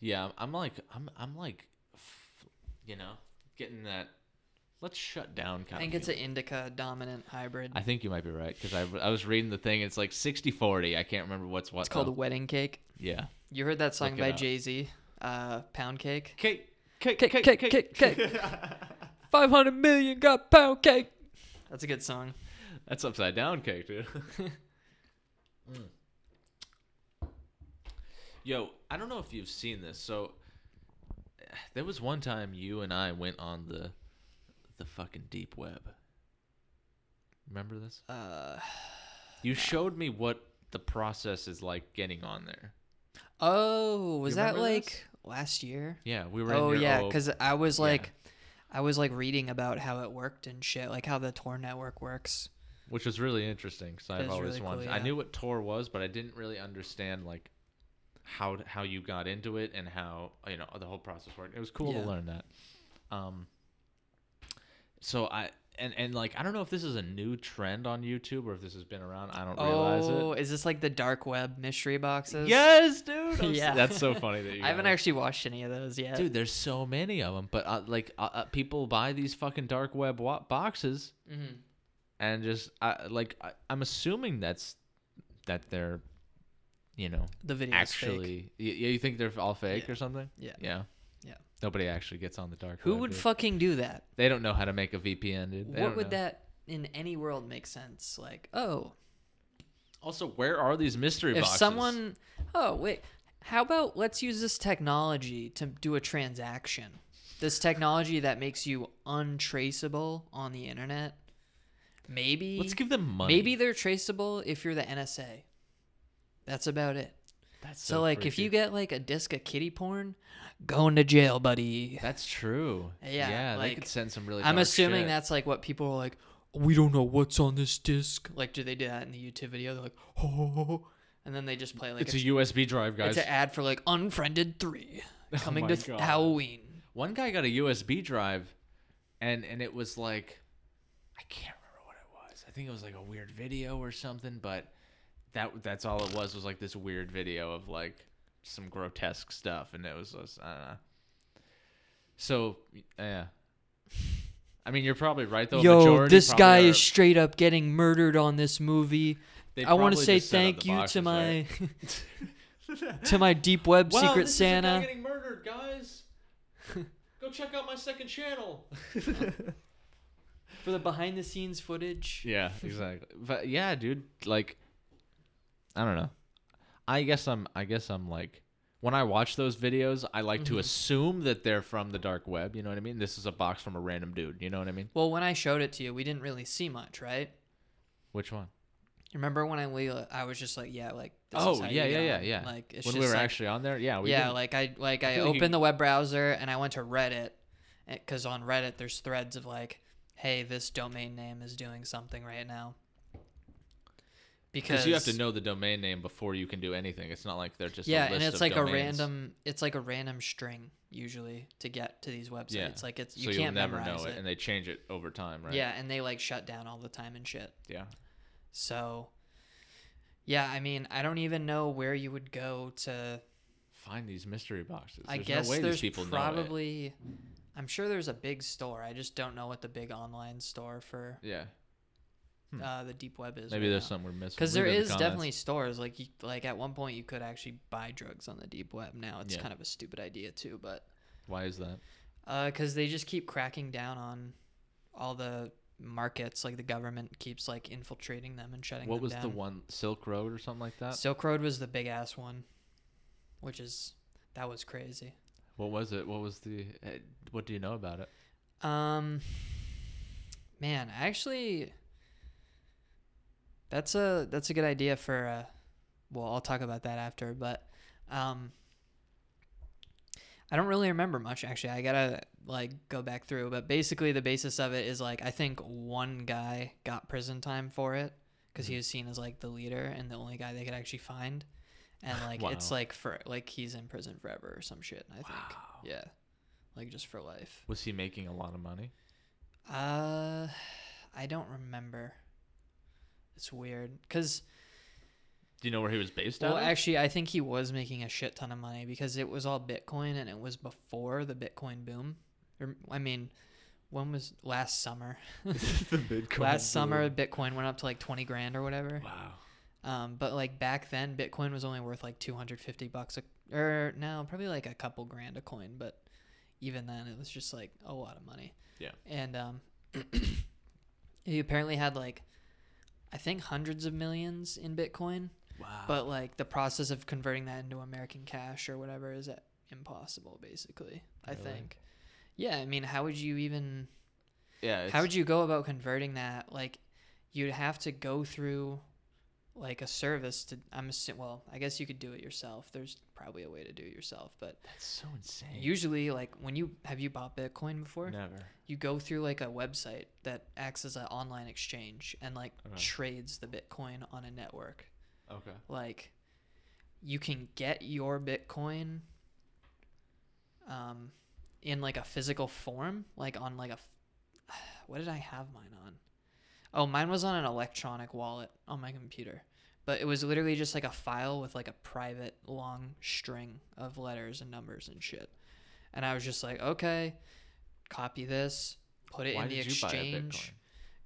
Speaker 2: Yeah, I'm- I'm like, I'm, I'm like, f- you know, getting that. Let's shut down. Kind
Speaker 1: I think
Speaker 2: of
Speaker 1: it's an indica dominant hybrid.
Speaker 2: I think you might be right because I, I was reading the thing. It's like 60-40. I can't remember what's what.
Speaker 1: it's called
Speaker 2: though.
Speaker 1: wedding cake.
Speaker 2: yeah.
Speaker 1: You heard that song
Speaker 2: Look it
Speaker 1: by
Speaker 2: up.
Speaker 1: Jay Z, uh, Pound Cake.
Speaker 2: Cake, cake,
Speaker 1: Cake, cake, cake, cake. Five hundred million got pound cake. That's a good song.
Speaker 2: That's upside down cake, dude. Mm. Yo, I don't know if you've seen this. So eh, there was one time you and I went on the the fucking deep web. Remember this?
Speaker 1: Uh,
Speaker 2: You showed me what the process is like getting on there.
Speaker 1: oh, was
Speaker 2: You
Speaker 1: that
Speaker 2: remember
Speaker 1: like
Speaker 2: this?
Speaker 1: last year?
Speaker 2: Yeah, we were.
Speaker 1: Oh
Speaker 2: in your
Speaker 1: yeah,
Speaker 2: old-
Speaker 1: because I was
Speaker 2: yeah.
Speaker 1: like, I was like reading about how it worked and shit, like how the Tor network works.
Speaker 2: which was really interesting because
Speaker 1: is
Speaker 2: I've always
Speaker 1: really
Speaker 2: wanted.
Speaker 1: cool,
Speaker 2: I
Speaker 1: yeah.
Speaker 2: knew what Tor was, but I didn't really understand like how how you got into it and how you know the whole process worked. It was cool
Speaker 1: Yeah.
Speaker 2: to learn that. Um. So I and and like I don't know if this is a new trend on YouTube or if this has been around. I don't realize
Speaker 1: Oh,
Speaker 2: it.
Speaker 1: is this like the dark web mystery boxes?
Speaker 2: Yes, dude. I'm s-
Speaker 1: Yeah.
Speaker 2: that's so funny that you.
Speaker 1: I haven't
Speaker 2: got it.
Speaker 1: actually watched any of those yet.
Speaker 2: Dude, there's so many of them, but uh, like uh, uh, people buy these fucking dark web wa- boxes
Speaker 1: Mhm.
Speaker 2: and just I, like I, I'm assuming that's that they're, you know,
Speaker 1: the video actually.
Speaker 2: actually. Y- Yeah, you think they're all fake
Speaker 1: Yeah.
Speaker 2: or something?
Speaker 1: Yeah.
Speaker 2: Yeah.
Speaker 1: Yeah.
Speaker 2: Nobody actually gets on the dark.
Speaker 1: Who
Speaker 2: web,
Speaker 1: would
Speaker 2: dude.
Speaker 1: fucking do that?
Speaker 2: They don't know how to make a VPN, dude. They
Speaker 1: What
Speaker 2: don't
Speaker 1: would
Speaker 2: know.
Speaker 1: that in any world make sense? Like, oh,
Speaker 2: Also, where are these mystery
Speaker 1: if
Speaker 2: boxes?
Speaker 1: someone, oh wait, how about let's use this technology to do a transaction? This technology that makes you untraceable on the internet. Maybe
Speaker 2: Let's give them money.
Speaker 1: maybe they're traceable if you're the NSA. That's about it.
Speaker 2: that's
Speaker 1: So, like, if you get like a disc of kitty porn, going to jail, buddy.
Speaker 2: that's true.
Speaker 1: Yeah,
Speaker 2: Yeah. they
Speaker 1: like,
Speaker 2: could send some really.
Speaker 1: I'm
Speaker 2: dark
Speaker 1: assuming
Speaker 2: shit.
Speaker 1: that's like what people are like. We don't know what's on this disc. Like, do they do that in the YouTube video? They're like, oh, and then they just play like
Speaker 2: it's a USB drive, guys. Oh
Speaker 1: it's an ad for like Unfriended Three coming
Speaker 2: my
Speaker 1: to th-
Speaker 2: God.
Speaker 1: Halloween.
Speaker 2: One guy got a USB drive, and and it was like, I can't remember what it was. I think it was like a weird video or something, but that that's all it was was like this weird video of like some grotesque stuff, and it was just, I don't know. So yeah, I mean you're probably right though.
Speaker 1: Yo,
Speaker 2: Majority
Speaker 1: this
Speaker 2: probably
Speaker 1: guy
Speaker 2: are-
Speaker 1: is straight up getting murdered on this movie.
Speaker 2: they
Speaker 1: I want to
Speaker 2: probably
Speaker 1: say
Speaker 2: just sent out
Speaker 1: thank
Speaker 2: the
Speaker 1: you to
Speaker 2: boxes,
Speaker 1: my
Speaker 2: right?
Speaker 1: to my deep web
Speaker 2: Wow,
Speaker 1: secret
Speaker 2: this Is a guy
Speaker 1: Santa.
Speaker 2: getting murdered, guys. Go check out my second channel.
Speaker 1: for the behind the scenes footage.
Speaker 2: Yeah, exactly. but yeah, dude, like I don't know. I guess I'm I guess I'm like when I watch those videos, I like to assume that they're from the dark web, you know what I mean? This is a box from a random dude, you know what I mean?
Speaker 1: Well, when I showed it to you, we didn't really see much, right?
Speaker 2: Which one?
Speaker 1: Remember when I we, I was just like, yeah, like this is how
Speaker 2: Oh, yeah,
Speaker 1: you
Speaker 2: yeah,
Speaker 1: get
Speaker 2: yeah,
Speaker 1: on.
Speaker 2: yeah.
Speaker 1: Like it's
Speaker 2: when
Speaker 1: just
Speaker 2: we were
Speaker 1: like,
Speaker 2: actually on there? Yeah, we
Speaker 1: yeah,
Speaker 2: didn't-
Speaker 1: like I like I,
Speaker 2: feel like you-
Speaker 1: opened the web browser and I went to Reddit because on Reddit there's threads of like, hey, this domain name is doing something right now. Because
Speaker 2: because you have to know the domain name before you can do anything. It's not like they're just
Speaker 1: yeah,
Speaker 2: a list
Speaker 1: and
Speaker 2: of
Speaker 1: it's like a
Speaker 2: domains.
Speaker 1: random, it's like a random string usually to get to these websites.
Speaker 2: yeah.
Speaker 1: Like it's
Speaker 2: so
Speaker 1: you
Speaker 2: you'll
Speaker 1: can't
Speaker 2: never
Speaker 1: memorize
Speaker 2: know
Speaker 1: it.
Speaker 2: and they change it over time, right?
Speaker 1: Yeah, and they like shut down all the time and shit.
Speaker 2: yeah.
Speaker 1: So, yeah, I mean, I don't even know where you would go to.
Speaker 2: Find these mystery boxes.
Speaker 1: I
Speaker 2: There's
Speaker 1: guess
Speaker 2: no way
Speaker 1: there's
Speaker 2: these people know it.
Speaker 1: probably. I'm sure there's a big store. I just don't know what the big online store for
Speaker 2: Yeah,
Speaker 1: uh, the deep web is.
Speaker 2: Hmm. maybe there's something we're missing.
Speaker 1: Because
Speaker 2: Leave
Speaker 1: there
Speaker 2: it in the
Speaker 1: is
Speaker 2: comments.
Speaker 1: definitely stores like you, like at one point you could actually buy drugs on the deep web. Now it's
Speaker 2: Yeah.
Speaker 1: kind of a stupid idea too, but uh,
Speaker 2: Why is that?
Speaker 1: because they just keep cracking down on all the markets. Like the government keeps like infiltrating them and shutting.
Speaker 2: What
Speaker 1: them
Speaker 2: was
Speaker 1: down.
Speaker 2: the one Silk Road or something like that?
Speaker 1: Silk Road was the big ass one, which is that was crazy.
Speaker 2: What was it? What was the? eh, What do you know about it?
Speaker 1: Um, man, I actually, that's a that's a good idea for. Uh, well, I'll talk about that after, but um, I don't really remember much actually. I gotta like go back through, but basically the basis of it is like I think one guy got prison time for it because he was seen as like the leader and the only guy they could actually find, and like it's
Speaker 2: Wow.
Speaker 1: like for like he's in prison forever or some shit. I think yeah, like just for life.
Speaker 2: Was he making a lot of money?
Speaker 1: Uh, I don't remember. It's weird because
Speaker 2: Do you know where he was based
Speaker 1: well,
Speaker 2: out? of?
Speaker 1: actually, I think he was making a shit ton of money because it was all Bitcoin and it was before the Bitcoin boom. Or, I mean, when was last summer?
Speaker 2: the Bitcoin.
Speaker 1: last summer, Bitcoin went up to like twenty grand or whatever.
Speaker 2: Wow.
Speaker 1: Um, but like back then, Bitcoin was only worth like two hundred fifty bucks, a, or now probably like a couple grand a coin. But even then, it was just like a lot of money.
Speaker 2: Yeah.
Speaker 1: And um, he apparently had like, I think hundreds of millions in Bitcoin,
Speaker 2: Wow.
Speaker 1: but like the process of converting that into American cash or whatever is uh, impossible, basically. I
Speaker 2: Really?
Speaker 1: think. Yeah, I mean, how would you even?
Speaker 2: yeah.
Speaker 1: How would you go about converting that? Like, you'd have to go through like a service to. I'm assu- well, I guess you could do it yourself. There's probably a way to do it yourself, but
Speaker 2: That's so insane.
Speaker 1: usually, like when you have you bought Bitcoin before,
Speaker 2: never.
Speaker 1: you go through like a website that acts as an online exchange and like
Speaker 2: Okay.
Speaker 1: trades the Bitcoin on a network.
Speaker 2: Okay.
Speaker 1: Like, you can get your Bitcoin. Um, in like a physical form, like on like a. f- What did I have mine on? Oh, mine was on an electronic wallet on my computer. But it was literally just like a file with like a private long string of letters and numbers and shit. And I was just like, okay, copy this, put it
Speaker 2: Why
Speaker 1: in the
Speaker 2: did you buy a Bitcoin?
Speaker 1: exchange.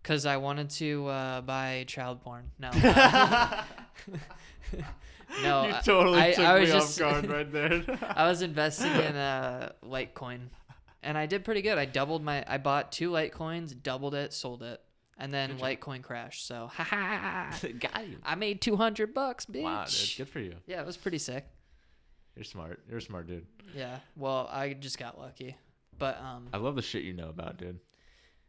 Speaker 1: Because I wanted to uh, buy child porn. No. uh, no. I- I, I was just,
Speaker 2: right there.
Speaker 1: I was investing in uh, Litecoin, and I did pretty good. I doubled my. I bought two Litecoins, doubled it, sold it, and then
Speaker 2: Good job.
Speaker 1: Litecoin crashed. So ha ha!
Speaker 2: Got you.
Speaker 1: I made two hundred bucks, bitch.
Speaker 2: Wow, dude. Good for you.
Speaker 1: Yeah, it was pretty sick.
Speaker 2: You're smart. You're a smart dude.
Speaker 1: Yeah. Well, I just got lucky, but um,
Speaker 2: I love the shit you know about, dude.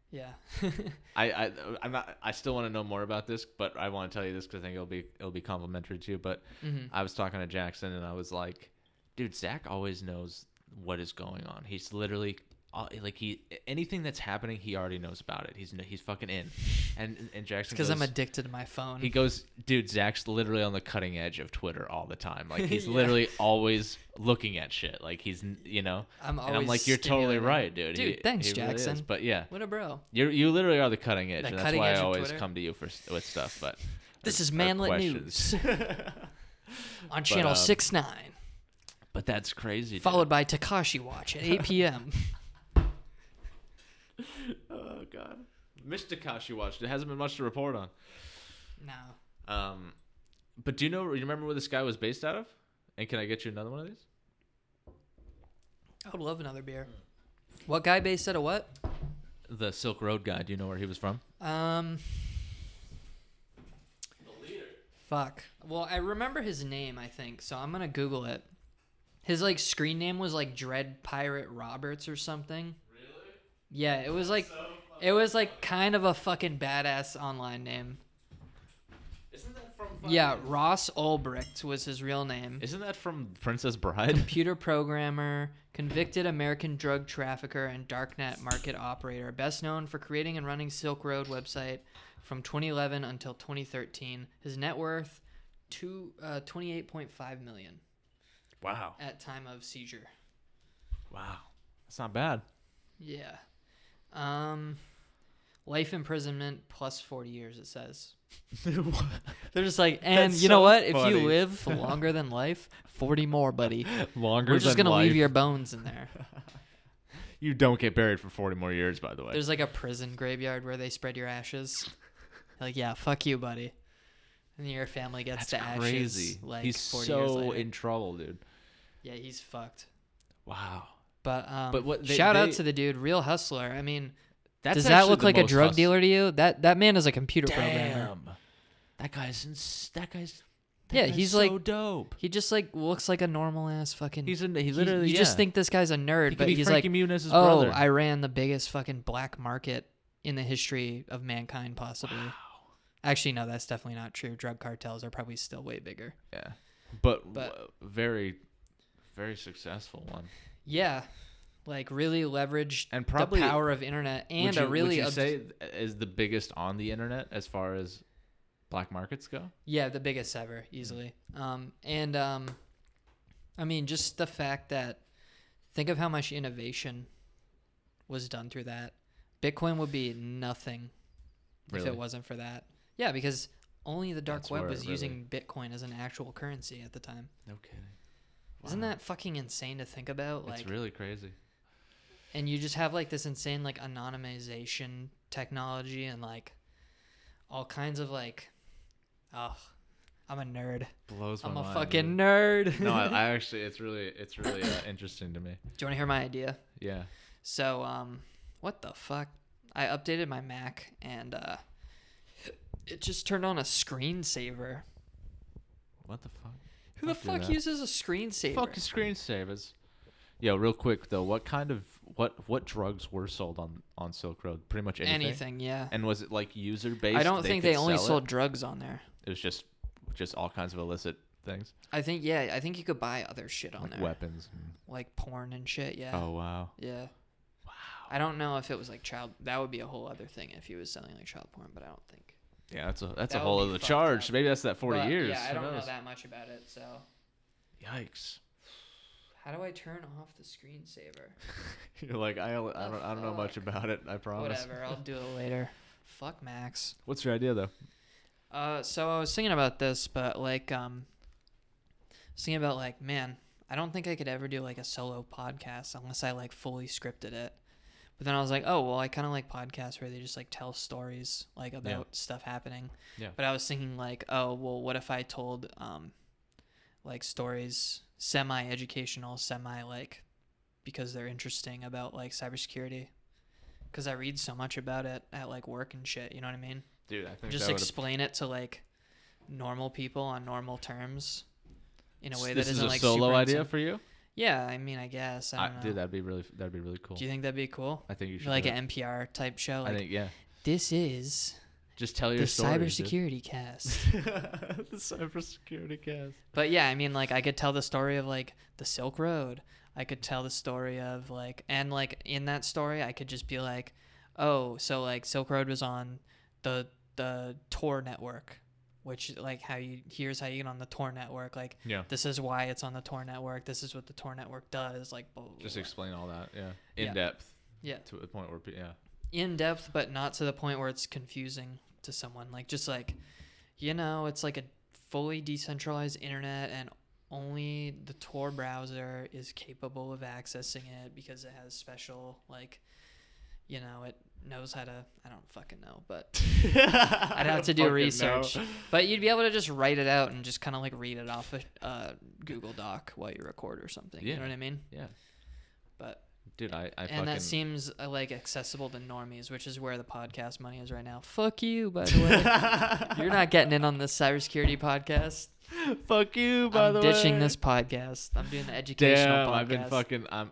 Speaker 1: yeah.
Speaker 2: I, I I'm not, I still want to know more about this, but I want to tell you this because I think it'll be it'll be complimentary to you. But
Speaker 1: Mhm.
Speaker 2: I was talking to Jackson and I was like, dude, Zach always knows what is going on. He's literally all- like he anything that's happening, he already knows about it. He's he's fucking in, and and Jackson
Speaker 1: Because I'm
Speaker 2: goes-
Speaker 1: addicted to my phone.
Speaker 2: He goes, dude, Zach's literally on the cutting edge of Twitter all the time. Like he's
Speaker 1: Yeah.
Speaker 2: literally always looking at shit. Like he's, you know,
Speaker 1: I'm always.
Speaker 2: and I'm like, you're totally
Speaker 1: stimulating.
Speaker 2: right, dude.
Speaker 1: Dude,
Speaker 2: He-
Speaker 1: thanks,
Speaker 2: he really is."
Speaker 1: Jackson.
Speaker 2: But yeah,
Speaker 1: What a bro.
Speaker 2: you you literally are the cutting edge,
Speaker 1: The
Speaker 2: and that's
Speaker 1: cutting
Speaker 2: why
Speaker 1: edge
Speaker 2: I
Speaker 1: of
Speaker 2: always
Speaker 1: Twitter.
Speaker 2: come to you for s- with stuff. But
Speaker 1: This
Speaker 2: or-
Speaker 1: is
Speaker 2: or
Speaker 1: Manlet
Speaker 2: questions.
Speaker 1: On channel
Speaker 2: um,
Speaker 1: six nine,
Speaker 2: but that's crazy.
Speaker 1: followed by Takashi Watch at 8 p.m.
Speaker 2: by oh god, missed Takashi watched. It hasn't been much to report on.
Speaker 1: no.
Speaker 2: Um, but do you know? You remember where this guy was based out of? And can I get you another one of these?
Speaker 1: I would love another beer. What guy based out of what?
Speaker 2: The Silk Road guy. Do you know where he was from?
Speaker 1: Um. Fuck. Well, I remember his name, I think, so I'm gonna Google it. His like screen name was like Dread Pirate Roberts or something. Really? Yeah, it was like it was like kind of a fucking badass online name.
Speaker 2: Isn't that from?
Speaker 1: Yeah, Ross Ulbricht was his real name.
Speaker 2: Isn't that from Princess Bride?
Speaker 1: computer programmer, convicted American drug trafficker, and darknet market operator, best known for creating and running Silk Road website from 2011 until 2013. His net worth, two, uh, 28.5 million
Speaker 2: wow.
Speaker 1: at time of seizure.
Speaker 2: Wow. That's not bad.
Speaker 1: Yeah. Um, life imprisonment plus 40 years, it says. They're just like, and
Speaker 2: That's
Speaker 1: you know
Speaker 2: so
Speaker 1: what? If
Speaker 2: funny.
Speaker 1: you live longer than life, 40 more, buddy.
Speaker 2: Longer
Speaker 1: We're just
Speaker 2: than
Speaker 1: going to leave
Speaker 2: life.
Speaker 1: your bones in there.
Speaker 2: You don't get buried for 40 more years, by the way.
Speaker 1: There's like a prison graveyard where they spread your ashes. Like, yeah, fuck you, buddy. And your family gets
Speaker 2: That's
Speaker 1: to
Speaker 2: crazy.
Speaker 1: ashes. Like
Speaker 2: He's
Speaker 1: 40 years
Speaker 2: so
Speaker 1: later.
Speaker 2: in trouble, dude.
Speaker 1: yeah, he's fucked.
Speaker 2: Wow.
Speaker 1: But um,
Speaker 2: But what they-
Speaker 1: shout out
Speaker 2: they-
Speaker 1: to the dude, real hustler. I mean,
Speaker 2: That's
Speaker 1: Does that
Speaker 2: actually
Speaker 1: look
Speaker 2: the
Speaker 1: like a
Speaker 2: most
Speaker 1: drug
Speaker 2: hus-
Speaker 1: dealer to you? That that man is a computer programmer.
Speaker 2: Damn. That guy's ins- that guy's that
Speaker 1: Yeah,
Speaker 2: guy's
Speaker 1: he's
Speaker 2: so
Speaker 1: like-
Speaker 2: dope.
Speaker 1: He just like looks like a normal ass fucking.
Speaker 2: He's in he literally
Speaker 1: You just
Speaker 2: yeah.
Speaker 1: think this guy's a nerd,
Speaker 2: he could
Speaker 1: but
Speaker 2: be
Speaker 1: he's
Speaker 2: Frankie
Speaker 1: like,
Speaker 2: Muniz as his
Speaker 1: oh,
Speaker 2: brother.
Speaker 1: I ran the biggest fucking black market in the history of mankind, possibly. Actually, no, that's definitely not true. Drug cartels are probably still way bigger.
Speaker 2: yeah. But,
Speaker 1: But-
Speaker 2: w- very very successful one.
Speaker 1: Yeah, like really leveraged
Speaker 2: And probably-
Speaker 1: the power of internet and
Speaker 2: would you,
Speaker 1: a really
Speaker 2: would you
Speaker 1: obs-
Speaker 2: say is the biggest on the internet as far as black markets go?
Speaker 1: Yeah, the biggest
Speaker 2: Mm.
Speaker 1: ever, easily. Um, and um, I mean, just the fact that think of how much innovation was done through that. Bitcoin would be nothing if
Speaker 2: Really?
Speaker 1: it wasn't for that. Yeah, because only the dark
Speaker 2: That's
Speaker 1: web
Speaker 2: where
Speaker 1: was
Speaker 2: it really-
Speaker 1: using Bitcoin as an actual currency at the time.
Speaker 2: No kidding.
Speaker 1: Isn't
Speaker 2: Wow.
Speaker 1: that fucking insane to think about? Like,
Speaker 2: it's really crazy.
Speaker 1: and you just have like this insane like anonymization technology and like all kinds of like, oh, I'm a nerd.
Speaker 2: Blows my
Speaker 1: I'm a
Speaker 2: mind.
Speaker 1: fucking nerd.
Speaker 2: no, I, I actually it's really it's really uh, interesting to me.
Speaker 1: Do you want to hear my idea?
Speaker 2: Yeah.
Speaker 1: So, um, what the fuck? I updated my Mac and uh, it just turned on a screensaver.
Speaker 2: What the fuck?
Speaker 1: Who the
Speaker 2: Don't do
Speaker 1: fuck
Speaker 2: that.
Speaker 1: uses a screensaver?
Speaker 2: Fuck screensavers. Yo, real quick though, what kind of what what drugs were sold on on Silk Road? Pretty much anything.
Speaker 1: anything? yeah.
Speaker 2: And was it like user based?
Speaker 1: I don't think they only sold
Speaker 2: It?
Speaker 1: drugs on there.
Speaker 2: it was just just all kinds of illicit things,
Speaker 1: I think yeah. I think you could buy other shit on
Speaker 2: like
Speaker 1: there,
Speaker 2: weapons. and-
Speaker 1: like porn and shit. Oh, Yeah.
Speaker 2: Oh wow.
Speaker 1: Yeah. I don't know if it was like child. That would be a whole other thing if he was selling like child porn, but I don't think.
Speaker 2: Yeah, that's a that's
Speaker 1: That
Speaker 2: a
Speaker 1: would
Speaker 2: whole
Speaker 1: be
Speaker 2: other
Speaker 1: fucked
Speaker 2: charge.
Speaker 1: up.
Speaker 2: Maybe that's that forty
Speaker 1: But,
Speaker 2: years.
Speaker 1: Yeah, I
Speaker 2: who
Speaker 1: don't know
Speaker 2: knows?
Speaker 1: that much about it. So,
Speaker 2: Yikes.
Speaker 1: how do I turn off the screensaver?
Speaker 2: You're like I, don't- I
Speaker 1: The
Speaker 2: don't I don't know much
Speaker 1: fuck?
Speaker 2: about it. I promise.
Speaker 1: Whatever, I'll do it later. Fuck Max.
Speaker 2: What's your idea though?
Speaker 1: Uh, so I was thinking about this, but like, um, I was thinking about like, man, I don't think I could ever do like a solo podcast unless I like fully scripted it. But then I was like, oh well, I kind of like podcasts where they just like tell stories like about stuff happening.
Speaker 2: Yeah.
Speaker 1: But I was thinking like, oh well, what if I told um, like stories semi educational, semi like because they're interesting about like cybersecurity. Because I read so much about it at like work and shit. You know what I mean?
Speaker 2: Dude, I think
Speaker 1: just
Speaker 2: that would've-
Speaker 1: explain it to like normal people on normal terms in a way
Speaker 2: this
Speaker 1: that
Speaker 2: is
Speaker 1: isn't
Speaker 2: a
Speaker 1: like
Speaker 2: solo
Speaker 1: super
Speaker 2: idea
Speaker 1: insen-
Speaker 2: for you.
Speaker 1: yeah, I mean, I guess. I
Speaker 2: I,
Speaker 1: don't know.
Speaker 2: dude, that'd be really that'd be really cool.
Speaker 1: Do you think that'd be cool?
Speaker 2: I think you should
Speaker 1: Like
Speaker 2: do it.
Speaker 1: an NPR type show. Like
Speaker 2: I think yeah.
Speaker 1: this is
Speaker 2: Just tell
Speaker 1: the
Speaker 2: your story.
Speaker 1: cybersecurity cast.
Speaker 2: the cybersecurity cast.
Speaker 1: But yeah, I mean, like I could tell the story of like the Silk Road. I could tell the story of like, and like in that story, I could just be like, oh, so like Silk Road was on the the Tor network, which like how you here's how you get on the Tor network. Like
Speaker 2: Yeah.
Speaker 1: this is why it's on the Tor network. This is what the Tor network does. Like blah, blah, blah,
Speaker 2: Just
Speaker 1: blah.
Speaker 2: explain all that. Yeah. In
Speaker 1: Yeah.
Speaker 2: depth.
Speaker 1: Yeah.
Speaker 2: To the point where pe- yeah.
Speaker 1: in depth, but not to the point where it's confusing to someone. Like just like, you know, it's like a fully decentralized internet, and only the Tor browser is capable of accessing it because it has special like, you know, it knows how to. I don't fucking know, but
Speaker 2: I'd
Speaker 1: I'd have to do research. But you'd be able to just write it out and just kind of like read it off a uh, Google Doc while you record or something. You
Speaker 2: Yeah.
Speaker 1: know what I mean?
Speaker 2: Yeah.
Speaker 1: But
Speaker 2: Dude, I, I
Speaker 1: and
Speaker 2: fucking
Speaker 1: that seems uh, like accessible to normies, which is where the podcast money is right now. Fuck you, by the way. You're not getting in on this cybersecurity podcast.
Speaker 2: fuck you by
Speaker 1: I'm
Speaker 2: the way.
Speaker 1: ditching this podcast. I'm doing the educational
Speaker 2: Damn,
Speaker 1: podcast.
Speaker 2: I've been fucking I'm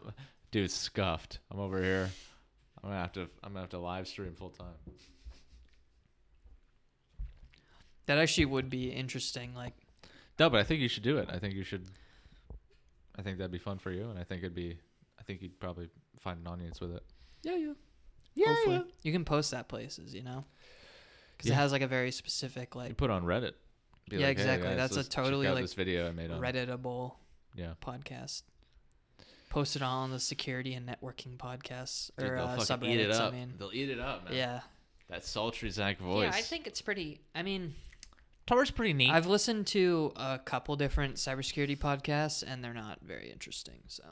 Speaker 2: dude scuffed. I'm over here. I'm gonna have to I'm gonna have to live stream full time.
Speaker 1: That actually would be interesting. Like,
Speaker 2: No, but I think you should do it. I think you should. I think that'd be fun for you, and I think it'd be. I think you'd probably find an audience with it.
Speaker 1: yeah, yeah.
Speaker 2: Yeah,
Speaker 1: Hopefully.
Speaker 2: yeah.
Speaker 1: You can post that places, you know? Because
Speaker 2: Yeah.
Speaker 1: it has like a very specific,
Speaker 2: You
Speaker 1: like,
Speaker 2: put it on Reddit. Be
Speaker 1: Yeah, exactly.
Speaker 2: guys,
Speaker 1: That's a
Speaker 2: let's check
Speaker 1: totally,
Speaker 2: out
Speaker 1: like,
Speaker 2: this video I made on
Speaker 1: Redditable
Speaker 2: Yeah,
Speaker 1: podcast. Posted on the security and networking podcasts
Speaker 2: Dude,
Speaker 1: or
Speaker 2: they'll
Speaker 1: uh,
Speaker 2: fucking eat it
Speaker 1: subreddits. I
Speaker 2: up.
Speaker 1: mean,
Speaker 2: They'll eat it up, man.
Speaker 1: yeah.
Speaker 2: That sultry Zach voice.
Speaker 1: Yeah, I think it's pretty. I mean,
Speaker 2: Tor's pretty neat.
Speaker 1: I've listened to a couple different cybersecurity podcasts, and they're not very interesting. So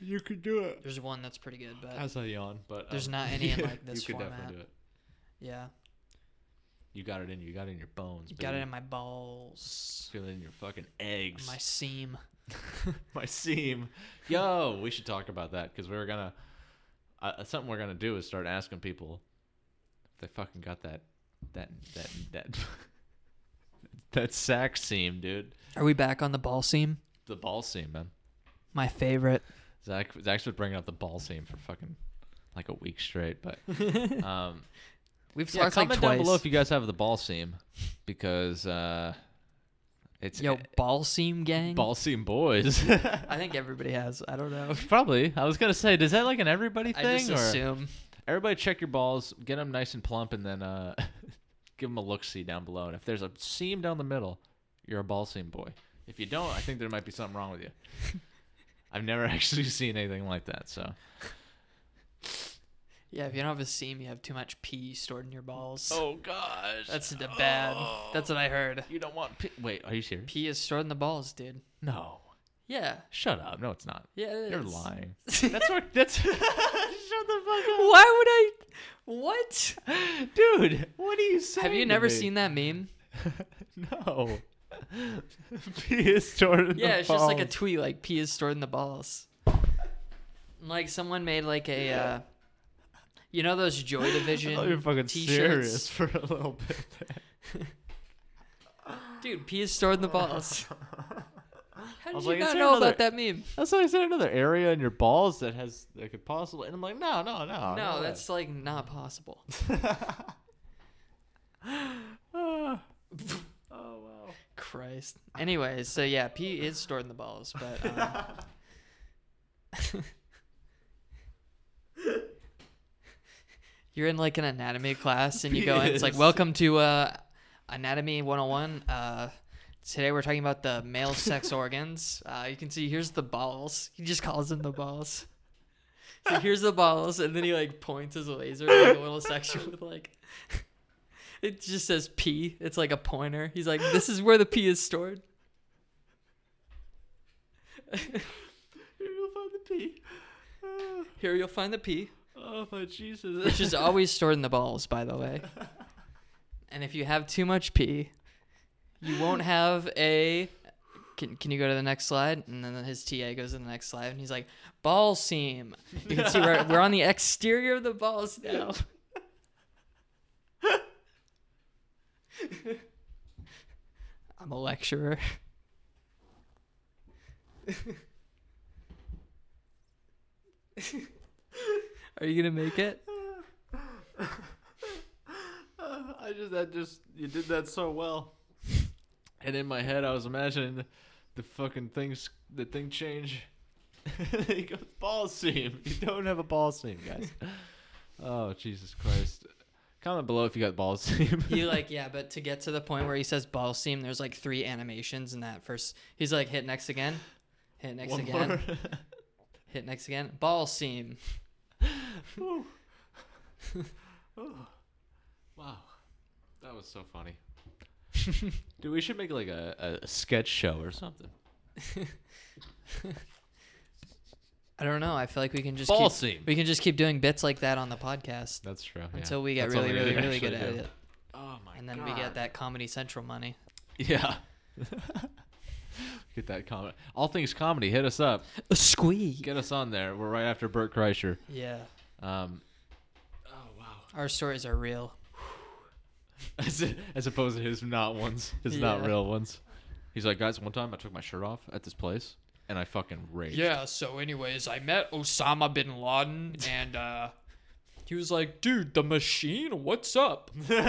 Speaker 2: you could do it.
Speaker 1: there's one that's pretty good, but
Speaker 2: As I yawn, but
Speaker 1: There's
Speaker 2: um,
Speaker 1: not any in, like, this
Speaker 2: You could
Speaker 1: format.
Speaker 2: definitely do it.
Speaker 1: yeah,
Speaker 2: You got it in. You You got it in your bones.
Speaker 1: you got it
Speaker 2: baby.
Speaker 1: in my balls,
Speaker 2: Feel it in your fucking eggs.
Speaker 1: my seam.
Speaker 2: my seam. Yo, we should talk about that because we were gonna. uh, something we're gonna do is start asking people if they fucking got that that that that that sack seam, dude.
Speaker 1: Are we back on the ball seam?
Speaker 2: The ball seam, man.
Speaker 1: My favorite.
Speaker 2: Zach Zach's been bringing up the ball seam for fucking like a week straight, but um,
Speaker 1: We've
Speaker 2: yeah,
Speaker 1: talked like
Speaker 2: comment
Speaker 1: twice.
Speaker 2: down below if you guys have the ball seam because uh, it's
Speaker 1: Yo, ball seam gang.
Speaker 2: ball seam boys.
Speaker 1: I think everybody has. I don't know.
Speaker 2: Probably. I was gonna say, does that like an everybody thing
Speaker 1: I just
Speaker 2: or
Speaker 1: assume.
Speaker 2: everybody check your balls, get them nice and plump, and then uh, give them a look see down below. And if there's a seam down the middle, you're a ball seam boy. If you don't, I think there might be something wrong with you. I've never actually seen anything like that, so.
Speaker 1: Yeah, if you don't have a seam, you have too much pee stored in your balls.
Speaker 2: Oh gosh. Oh.
Speaker 1: That's the bad. That's what I heard.
Speaker 2: you don't want. P- Wait, are you serious?
Speaker 1: Pee is stored in the balls, dude.
Speaker 2: No.
Speaker 1: Yeah.
Speaker 2: Shut up. No, it's not.
Speaker 1: Yeah. it
Speaker 2: You're
Speaker 1: is.
Speaker 2: lying. That's where. That's. Shut the fuck up,
Speaker 1: Why would I? What?
Speaker 2: dude. What are you saying?
Speaker 1: Have you never seen that meme?
Speaker 2: no. P is stored in
Speaker 1: Yeah,
Speaker 2: the
Speaker 1: it's just like a
Speaker 2: balls.
Speaker 1: tweet like pee is stored in the balls. And, Like someone made like a, uh, you know those Joy Division
Speaker 2: Oh, you're fucking
Speaker 1: t-shirts.
Speaker 2: serious for a little bit. There.
Speaker 1: Dude, pee is stored in the balls. How did
Speaker 2: was
Speaker 1: you
Speaker 2: like, is
Speaker 1: not
Speaker 2: there
Speaker 1: know
Speaker 2: another-
Speaker 1: about that meme?
Speaker 2: That's why I said another area in your balls that has that could possibly. And I'm like, no, no, no.
Speaker 1: No,
Speaker 2: way.
Speaker 1: that's like not possible.
Speaker 2: Ah. oh wow.
Speaker 1: Christ. Anyways, so yeah, pee is stored in the balls, but um, you're in like an anatomy class and you go in, it's like,
Speaker 2: Pee is-
Speaker 1: welcome to uh, Anatomy 101. Uh, today we're talking about the male sex organs. Uh, you can see here's the balls. He just calls them the balls. So here's the balls, and then he like points his laser at like, a little section with like. It just says P. It's like a pointer. He's like, this is where the P is stored.
Speaker 2: Here you'll find the pee. Ah.
Speaker 1: Here you'll find the P,
Speaker 2: Oh my Jesus!
Speaker 1: which is always stored in the balls, by the way. And if you have too much P, you won't have a. Can, can you go to the next slide? And then his TA goes to the next slide, and he's like, ball seam. You can see we're, we're on the exterior of the balls now. I'm a lecturer. Are you gonna make it?
Speaker 2: Uh, I just that just you did that so well. And in my head, I was imagining the, the fucking things the thing change. he goes ball seam. You don't have a ball seam, guys. oh Jesus Christ! Comment below if you got ball seam.
Speaker 1: he like yeah but to get to the point where he says ball seam there's like three animations in that first he's like hit next again hit next
Speaker 2: One
Speaker 1: again
Speaker 2: more.
Speaker 1: hit next again ball seam
Speaker 2: Whew. Oh. Wow, that was so funny. Dude, we should make like a, a sketch show or something.
Speaker 1: i don't know i feel like we can just
Speaker 2: Ball
Speaker 1: keep,
Speaker 2: seam.
Speaker 1: we can just keep doing bits like that on the podcast
Speaker 2: That's true.
Speaker 1: until we get really really really good at it
Speaker 2: Oh my
Speaker 1: and then we get that comedy central money
Speaker 2: Yeah. get that comment. All things comedy. Hit us up.
Speaker 1: a squeak
Speaker 2: Get us on there. We're right after Bert Kreischer.
Speaker 1: yeah
Speaker 2: Um. Oh wow.
Speaker 1: our stories are real
Speaker 2: As, as opposed to his not ones, his not
Speaker 1: Yeah.
Speaker 2: real ones. He's like, guys, one time I took my shirt off at this place and I fucking raged.
Speaker 1: Yeah, so anyways, I met Osama bin Laden and uh he was like, "Dude, the machine, what's up?" and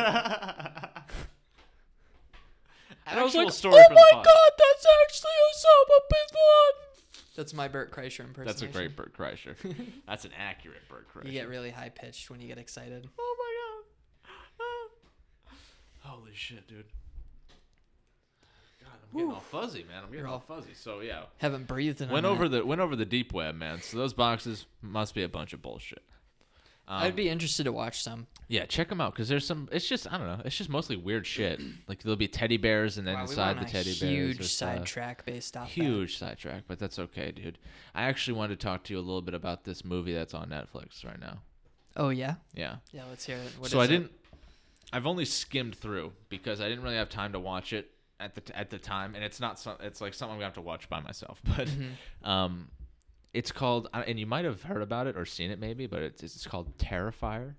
Speaker 1: I was
Speaker 2: Actual
Speaker 1: like,
Speaker 2: story
Speaker 1: "Oh
Speaker 2: for the
Speaker 1: my
Speaker 2: pod."
Speaker 1: god, that's actually Osama bin Laden." That's my Bert Kreischer impersonation.
Speaker 2: That's a great Bert Kreischer. That's an accurate Bert Kreischer.
Speaker 1: You get really high pitched when you get excited.
Speaker 2: Oh my god. Holy shit, dude. God, I'm getting all fuzzy, man. I'm getting all Mm-hmm. fuzzy. So yeah.
Speaker 1: Haven't breathed in. a
Speaker 2: Went
Speaker 1: minute.
Speaker 2: over the went over the deep web, man. So those boxes must be a bunch of bullshit.
Speaker 1: I'd be interested to watch some.
Speaker 2: Yeah, check them out because there's some. It's just I don't know. It's just mostly weird shit. Like there'll be teddy bears and then
Speaker 1: Wow, we
Speaker 2: inside
Speaker 1: went
Speaker 2: the
Speaker 1: on a
Speaker 2: teddy bears.
Speaker 1: huge
Speaker 2: there's, uh,
Speaker 1: sidetrack based off. that.
Speaker 2: Huge sidetrack, but that's okay, dude. I actually wanted to talk to you a little bit about this movie that's on Netflix right now.
Speaker 1: Oh yeah,
Speaker 2: Yeah.
Speaker 1: yeah. Let's hear it. What
Speaker 2: so
Speaker 1: is
Speaker 2: I
Speaker 1: it?
Speaker 2: didn't. I've only skimmed through because I didn't really have time to watch it
Speaker 1: Mm-hmm.
Speaker 2: at the t- at the time, and it's not some. It's like something I'm gonna have to watch by myself. But, um, It's called, uh, and you might have heard about it or seen it maybe, but it's it's called Terrifier.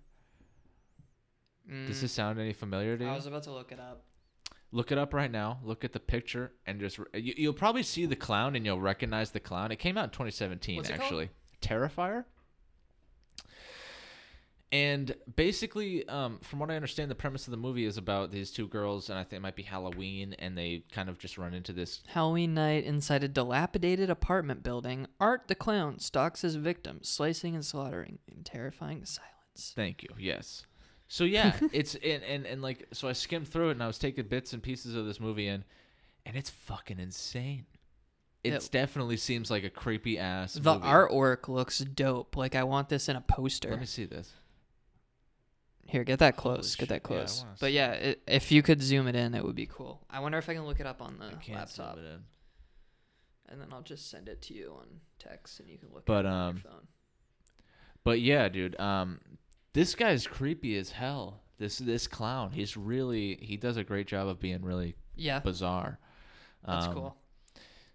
Speaker 2: Does this sound any familiar to you?
Speaker 1: Mm, I was about to look it up.
Speaker 2: Look it up right now. Look at the picture and just re- you, you'll probably see the clown and you'll recognize the clown. It came out in 2017
Speaker 1: What's it called?
Speaker 2: actually. Terrifier. And basically, um, from what I understand, the premise of the movie is about these two girls, and I think it might be Halloween, and they kind of just run into this
Speaker 1: Halloween night inside a dilapidated apartment building, Art the clown stalks his victims, slicing and slaughtering in terrifying silence.
Speaker 2: Thank you. Yes. So yeah, it's and, and and like so I skimmed through it and I was taking bits and pieces of this movie in, and it's fucking insane. It
Speaker 1: It-
Speaker 2: definitely seems like a creepy ass.
Speaker 1: The
Speaker 2: movie.
Speaker 1: artwork looks dope. Like I want this in a poster.
Speaker 2: Let me see this.
Speaker 1: Here, get that
Speaker 2: Holy
Speaker 1: close. Get
Speaker 2: shit,
Speaker 1: that
Speaker 2: yeah, I
Speaker 1: close.
Speaker 2: wanna
Speaker 1: but
Speaker 2: see
Speaker 1: yeah, i if you could zoom it in, it would be cool. I wonder if I can look it up on
Speaker 2: I
Speaker 1: the
Speaker 2: can't
Speaker 1: Uh, laptop,
Speaker 2: zoom it in.
Speaker 1: and then I'll just send it to you on text, and you can look.
Speaker 2: But,
Speaker 1: it up on
Speaker 2: um,
Speaker 1: your phone.
Speaker 2: But yeah, dude. Um, this guy's creepy as hell. This this clown. He's really he does a great job of being really
Speaker 1: yeah,
Speaker 2: bizarre.
Speaker 1: that's
Speaker 2: Um,
Speaker 1: cool.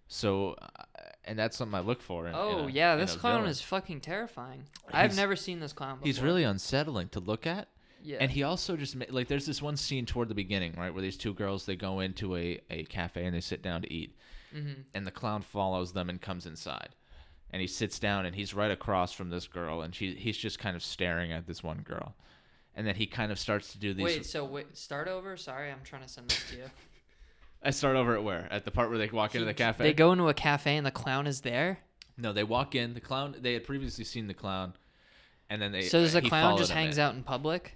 Speaker 2: So, uh, and that's something I look for. In, in
Speaker 1: Oh
Speaker 2: a-
Speaker 1: yeah,
Speaker 2: in
Speaker 1: this
Speaker 2: a
Speaker 1: clown
Speaker 2: villain.
Speaker 1: is fucking terrifying. I've
Speaker 2: He's-
Speaker 1: never seen this clown. Before.
Speaker 2: He's really unsettling to look at.
Speaker 1: yeah.
Speaker 2: And he also just ma- like there's this one scene toward the beginning, right, where these two girls they go into a, a cafe and they sit down to eat,
Speaker 1: Mhm.
Speaker 2: and the clown follows them and comes inside, and he sits down and he's right across from this girl, and she he's just kind of staring at this one girl, and then he kind of starts to do these.
Speaker 1: Wait, so wait, start over. Sorry, I'm trying to send this to you.
Speaker 2: I start over at where at the part where they walk into the cafe.
Speaker 1: They go into a cafe and the clown is there.
Speaker 2: no, they walk in. The clown they had previously seen the clown, and then they uh,
Speaker 1: so there's a
Speaker 2: he
Speaker 1: clown
Speaker 2: followed
Speaker 1: just
Speaker 2: him in.
Speaker 1: hangs out in public.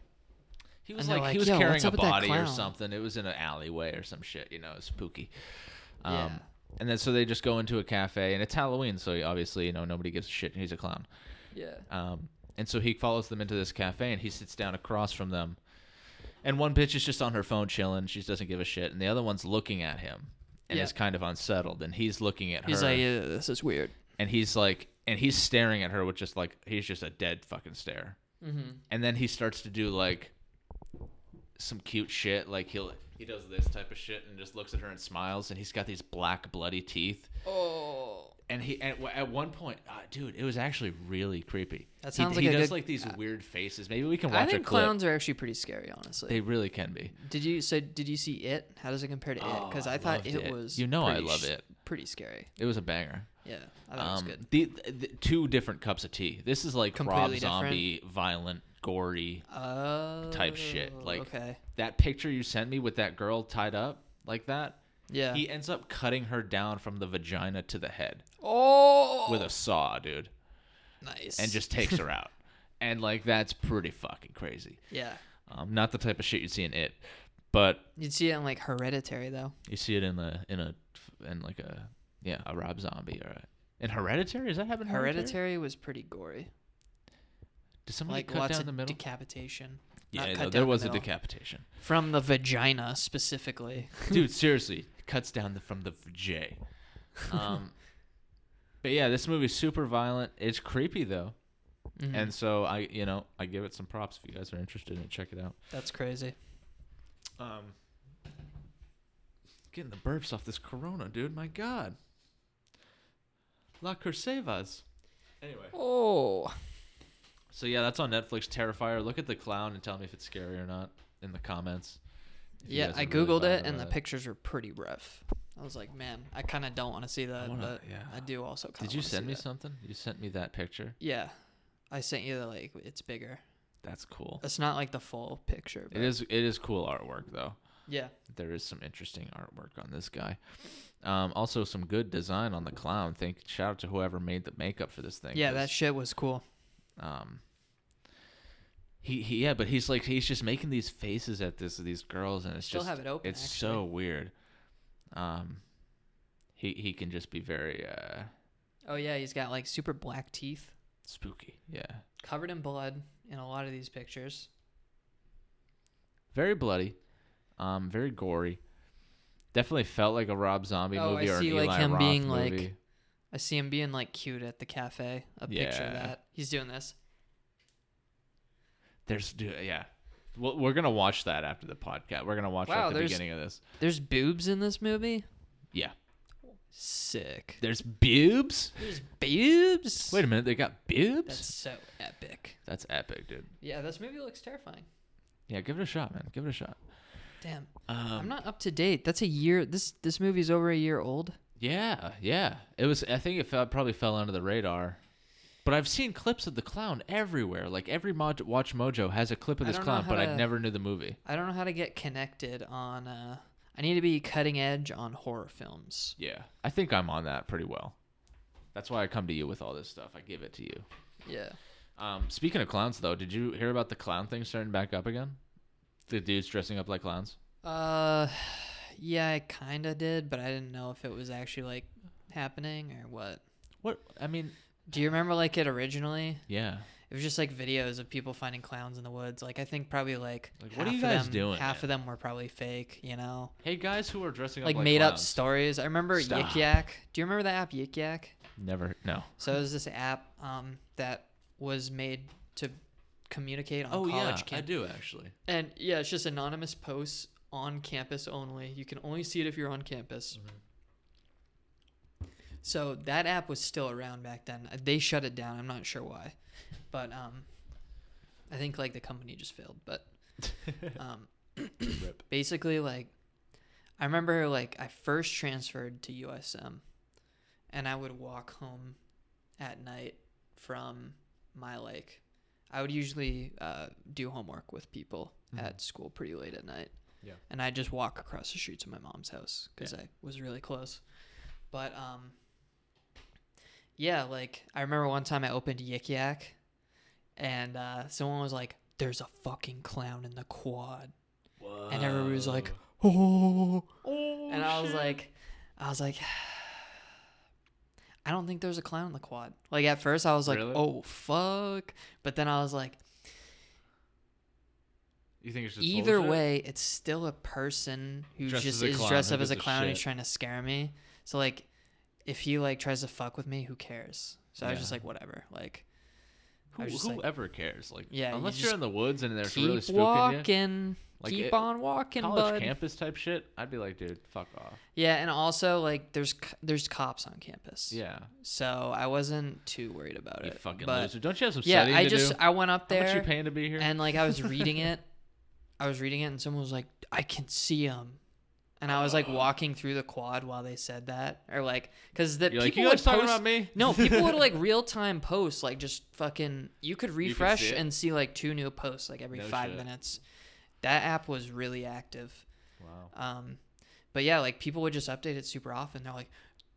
Speaker 2: He was
Speaker 1: And they're
Speaker 2: like,
Speaker 1: like,
Speaker 2: he was
Speaker 1: "Yo, what's
Speaker 2: carrying a
Speaker 1: up with that
Speaker 2: body or
Speaker 1: clown?"
Speaker 2: something. It was in an alleyway or some shit, you know, it's spooky. Um,
Speaker 1: Yeah.
Speaker 2: And then so they just go into a cafe, and it's Halloween, so obviously you know nobody gives a shit. and He's a clown.
Speaker 1: Yeah.
Speaker 2: Um, and so he follows them into this cafe, and he sits down across from them. And one bitch is just on her phone chilling; she doesn't give a shit. And the other one's looking at him, and
Speaker 1: Yeah.
Speaker 2: is kind of unsettled. And he's looking at
Speaker 1: He's
Speaker 2: her,
Speaker 1: like, yeah, this is weird.
Speaker 2: and he's like, and he's staring at her with just like he's just a dead fucking stare
Speaker 1: Mm-hmm.
Speaker 2: and then he starts to do like some cute shit like he'll he does this type of shit and just looks at her and smiles and he's got these black bloody teeth
Speaker 1: Oh.
Speaker 2: and he at, at one point uh, dude it was actually really creepy
Speaker 1: That
Speaker 2: He-
Speaker 1: sounds
Speaker 2: he,
Speaker 1: like a
Speaker 2: does
Speaker 1: good-
Speaker 2: like these weird faces maybe we can watch
Speaker 1: I think
Speaker 2: a clip
Speaker 1: clowns are actually pretty scary, honestly.
Speaker 2: they really can be
Speaker 1: did you so? Did you see it? How does it compare to it?
Speaker 2: Oh,
Speaker 1: Because I,
Speaker 2: I
Speaker 1: thought
Speaker 2: loved
Speaker 1: it,
Speaker 2: it.
Speaker 1: was.
Speaker 2: You know I
Speaker 1: pretty
Speaker 2: love
Speaker 1: s-
Speaker 2: it.
Speaker 1: Pretty scary.
Speaker 2: it was a banger
Speaker 1: Yeah, I thought
Speaker 2: um
Speaker 1: it was good.
Speaker 2: the, the two different cups of tea this is like Rob
Speaker 1: Completely different.
Speaker 2: Zombie violent gory
Speaker 1: Oh.
Speaker 2: Um, type shit, like-
Speaker 1: okay.
Speaker 2: that picture you sent me with that girl tied up like that
Speaker 1: Yeah.
Speaker 2: he ends up cutting her down from the vagina to the head
Speaker 1: oh.
Speaker 2: with a saw, dude,
Speaker 1: nice.
Speaker 2: and just takes her out. And like that's pretty fucking crazy.
Speaker 1: yeah.
Speaker 2: Um, not the type of shit you'd see in it, but
Speaker 1: You'd see it in like Hereditary though.
Speaker 2: you see it in the in a in like a yeah a Rob Zombie or a, in Hereditary. Is that happening?
Speaker 1: Hereditary was pretty gory.
Speaker 2: Did somebody
Speaker 1: Like
Speaker 2: cut
Speaker 1: lots
Speaker 2: down
Speaker 1: of
Speaker 2: the middle?
Speaker 1: decapitation. Not
Speaker 2: yeah,
Speaker 1: cut
Speaker 2: no,
Speaker 1: down
Speaker 2: there
Speaker 1: the
Speaker 2: was a
Speaker 1: middle.
Speaker 2: decapitation.
Speaker 1: from the vagina specifically.
Speaker 2: dude seriously cuts down the, from the j um but yeah this movie's super violent it's creepy though
Speaker 1: Mhm.
Speaker 2: and so i you know i give it some props if you guys are interested in it check it out
Speaker 1: That's crazy.
Speaker 2: um getting the burps off this corona dude my god la curcevas anyway
Speaker 1: Oh.
Speaker 2: so yeah that's on netflix terrifier look at the clown and tell me if it's scary or not in the comments if you
Speaker 1: Yeah,
Speaker 2: guys
Speaker 1: I
Speaker 2: are really
Speaker 1: googled
Speaker 2: vibing
Speaker 1: it and the
Speaker 2: with
Speaker 1: pictures were pretty rough. I was like, man, I kind of don't want to see that,
Speaker 2: wanna-
Speaker 1: but
Speaker 2: yeah.
Speaker 1: I do also. Kinda
Speaker 2: did you
Speaker 1: wanna
Speaker 2: send
Speaker 1: see
Speaker 2: me
Speaker 1: that.
Speaker 2: something you sent me that picture
Speaker 1: Yeah, I sent you the like. It's bigger.
Speaker 2: that's cool
Speaker 1: It's not like the full picture. But
Speaker 2: It is it is cool artwork though.
Speaker 1: Yeah.
Speaker 2: There is some interesting artwork on this guy. Um, also some good design on the clown. Thank shout out to whoever made the makeup for this thing.
Speaker 1: Yeah,
Speaker 2: 'cause,
Speaker 1: that shit was cool.
Speaker 2: um. He, he yeah, but he's like he's just making these faces at this these girls, and it's
Speaker 1: Still
Speaker 2: just
Speaker 1: have it open,
Speaker 2: it's so weird. Um, he he can just be very uh
Speaker 1: Oh yeah, he's got like super black teeth,
Speaker 2: spooky. Yeah,
Speaker 1: covered in blood in a lot of these pictures.
Speaker 2: very bloody, um, very gory. Definitely felt like a Rob Zombie
Speaker 1: Oh, I
Speaker 2: movie or
Speaker 1: see,
Speaker 2: an
Speaker 1: like,
Speaker 2: Eli
Speaker 1: him
Speaker 2: Roth
Speaker 1: being, like,
Speaker 2: movie.
Speaker 1: I see him being like cute at the cafe. A picture
Speaker 2: Yeah.
Speaker 1: of that he's doing this.
Speaker 2: There's dude, yeah. Well, we're gonna watch that after the podcast. We're gonna watch
Speaker 1: Wow,
Speaker 2: like, the
Speaker 1: there's-
Speaker 2: beginning of this.
Speaker 1: There's boobs in this movie.
Speaker 2: Yeah,
Speaker 1: Sick.
Speaker 2: There's boobs.
Speaker 1: There's boobs.
Speaker 2: Wait a minute, they got boobs.
Speaker 1: That's so epic.
Speaker 2: That's epic, dude.
Speaker 1: Yeah, this movie looks terrifying.
Speaker 2: Yeah, give it a shot, man. Give it a shot.
Speaker 1: Damn. I'm
Speaker 2: Um,
Speaker 1: not up to date. That's a year. This this movie's over a year old.
Speaker 2: yeah, yeah. It was. I think it fell, probably fell under the radar. But I've seen clips of the clown everywhere. Like every Mod- Watch Mojo has a clip of
Speaker 1: I
Speaker 2: this
Speaker 1: don't know
Speaker 2: clown,
Speaker 1: how
Speaker 2: but I
Speaker 1: to-
Speaker 2: never knew the movie.
Speaker 1: I don't know how to get connected on. Uh, I need to be cutting edge on horror films.
Speaker 2: Yeah, I think I'm on that pretty well. That's why I come to you with all this stuff. I give it to you.
Speaker 1: Yeah.
Speaker 2: Um, speaking of clowns, though, did you hear about the clown thing starting back up again? The dudes dressing up like clowns.
Speaker 1: Uh, yeah, I kind of did, but I didn't know if it was actually like happening or what.
Speaker 2: What? I mean,
Speaker 1: Do you remember like it originally?
Speaker 2: yeah.
Speaker 1: It was just like videos of people finding clowns in the woods. Like I think probably like,
Speaker 2: Like, what are
Speaker 1: half
Speaker 2: you
Speaker 1: of
Speaker 2: guys
Speaker 1: them-
Speaker 2: doing,
Speaker 1: Half
Speaker 2: man?
Speaker 1: of them were probably fake, you know,
Speaker 2: Hey, guys who are dressing up
Speaker 1: like,
Speaker 2: like,
Speaker 1: made up
Speaker 2: clowns.
Speaker 1: stories. I remember
Speaker 2: Stop.
Speaker 1: Yik Yak. Do you remember the app Yik Yak?
Speaker 2: Never. No.
Speaker 1: So it was this app um, that was made to communicate on
Speaker 2: Oh yeah,
Speaker 1: college
Speaker 2: I
Speaker 1: campus.
Speaker 2: do actually.
Speaker 1: And yeah, it's just anonymous posts on campus only. You can only see it if you're on campus. So that app was still around back then. Uh, They shut it down. I'm not sure why, but um, I think like the company just failed. But um,
Speaker 2: Rip.
Speaker 1: basically, like I remember like I first transferred to USM, and I would walk home at night from my like I would usually uh, do homework with people at school pretty late at night.
Speaker 2: Mm-hmm. Yeah.
Speaker 1: And I just walk across the street to my mom's house because I was really close. But um, yeah, like I remember one time I opened Yik Yak, and uh, someone was like, "There's a fucking clown in the quad," and everybody was like, "Oh."
Speaker 2: oh,
Speaker 1: and I was like, I was like, I don't think there's a clown in the quad. Like at first, I was like,
Speaker 2: Really?
Speaker 1: oh fuck, but then I was like,
Speaker 2: you think it's just
Speaker 1: either
Speaker 2: bullshit?
Speaker 1: way, it's still a person who
Speaker 2: Dressed as
Speaker 1: just
Speaker 2: a
Speaker 1: is
Speaker 2: clown
Speaker 1: dressed
Speaker 2: who
Speaker 1: up as a
Speaker 2: gives a
Speaker 1: clown and he's
Speaker 2: shit.
Speaker 1: trying to scare me. So like, if he like tries to fuck with me, who cares? So I was
Speaker 2: Yeah.
Speaker 1: just like, whatever. Like, I
Speaker 2: Who,
Speaker 1: was just like,
Speaker 2: whoever cares? Like,
Speaker 1: Yeah, you
Speaker 2: unless
Speaker 1: just
Speaker 2: you're in the woods and there's
Speaker 1: keep
Speaker 2: really spooking you.
Speaker 1: walking,
Speaker 2: Like,
Speaker 1: keep
Speaker 2: it-
Speaker 1: on walking,
Speaker 2: College
Speaker 1: bud.
Speaker 2: campus type shit. I'd be like, dude, fuck off.
Speaker 1: Yeah, and also like, there's c- there's cops on campus.
Speaker 2: Yeah,
Speaker 1: So I wasn't too worried about
Speaker 2: you
Speaker 1: it.
Speaker 2: fucking
Speaker 1: but
Speaker 2: loser. Don't you have some
Speaker 1: yeah,
Speaker 2: studying
Speaker 1: I
Speaker 2: to
Speaker 1: just
Speaker 2: do?
Speaker 1: I went up there.
Speaker 2: How much you paying to be here?
Speaker 1: And like I was reading it, I was reading it, and someone was like, "I can see him," and I was like walking through the quad while they said that, or like, because the
Speaker 2: You're like,
Speaker 1: people
Speaker 2: you
Speaker 1: would
Speaker 2: guys talking
Speaker 1: post-
Speaker 2: about me?
Speaker 1: No, people would like real time post, like just fucking. You could
Speaker 2: see
Speaker 1: refresh
Speaker 2: it?
Speaker 1: and see like two new posts like every
Speaker 2: No
Speaker 1: five
Speaker 2: shit.
Speaker 1: minutes. That app was really active.
Speaker 2: Wow.
Speaker 1: Um, but yeah, like people would just update it super often. They're like,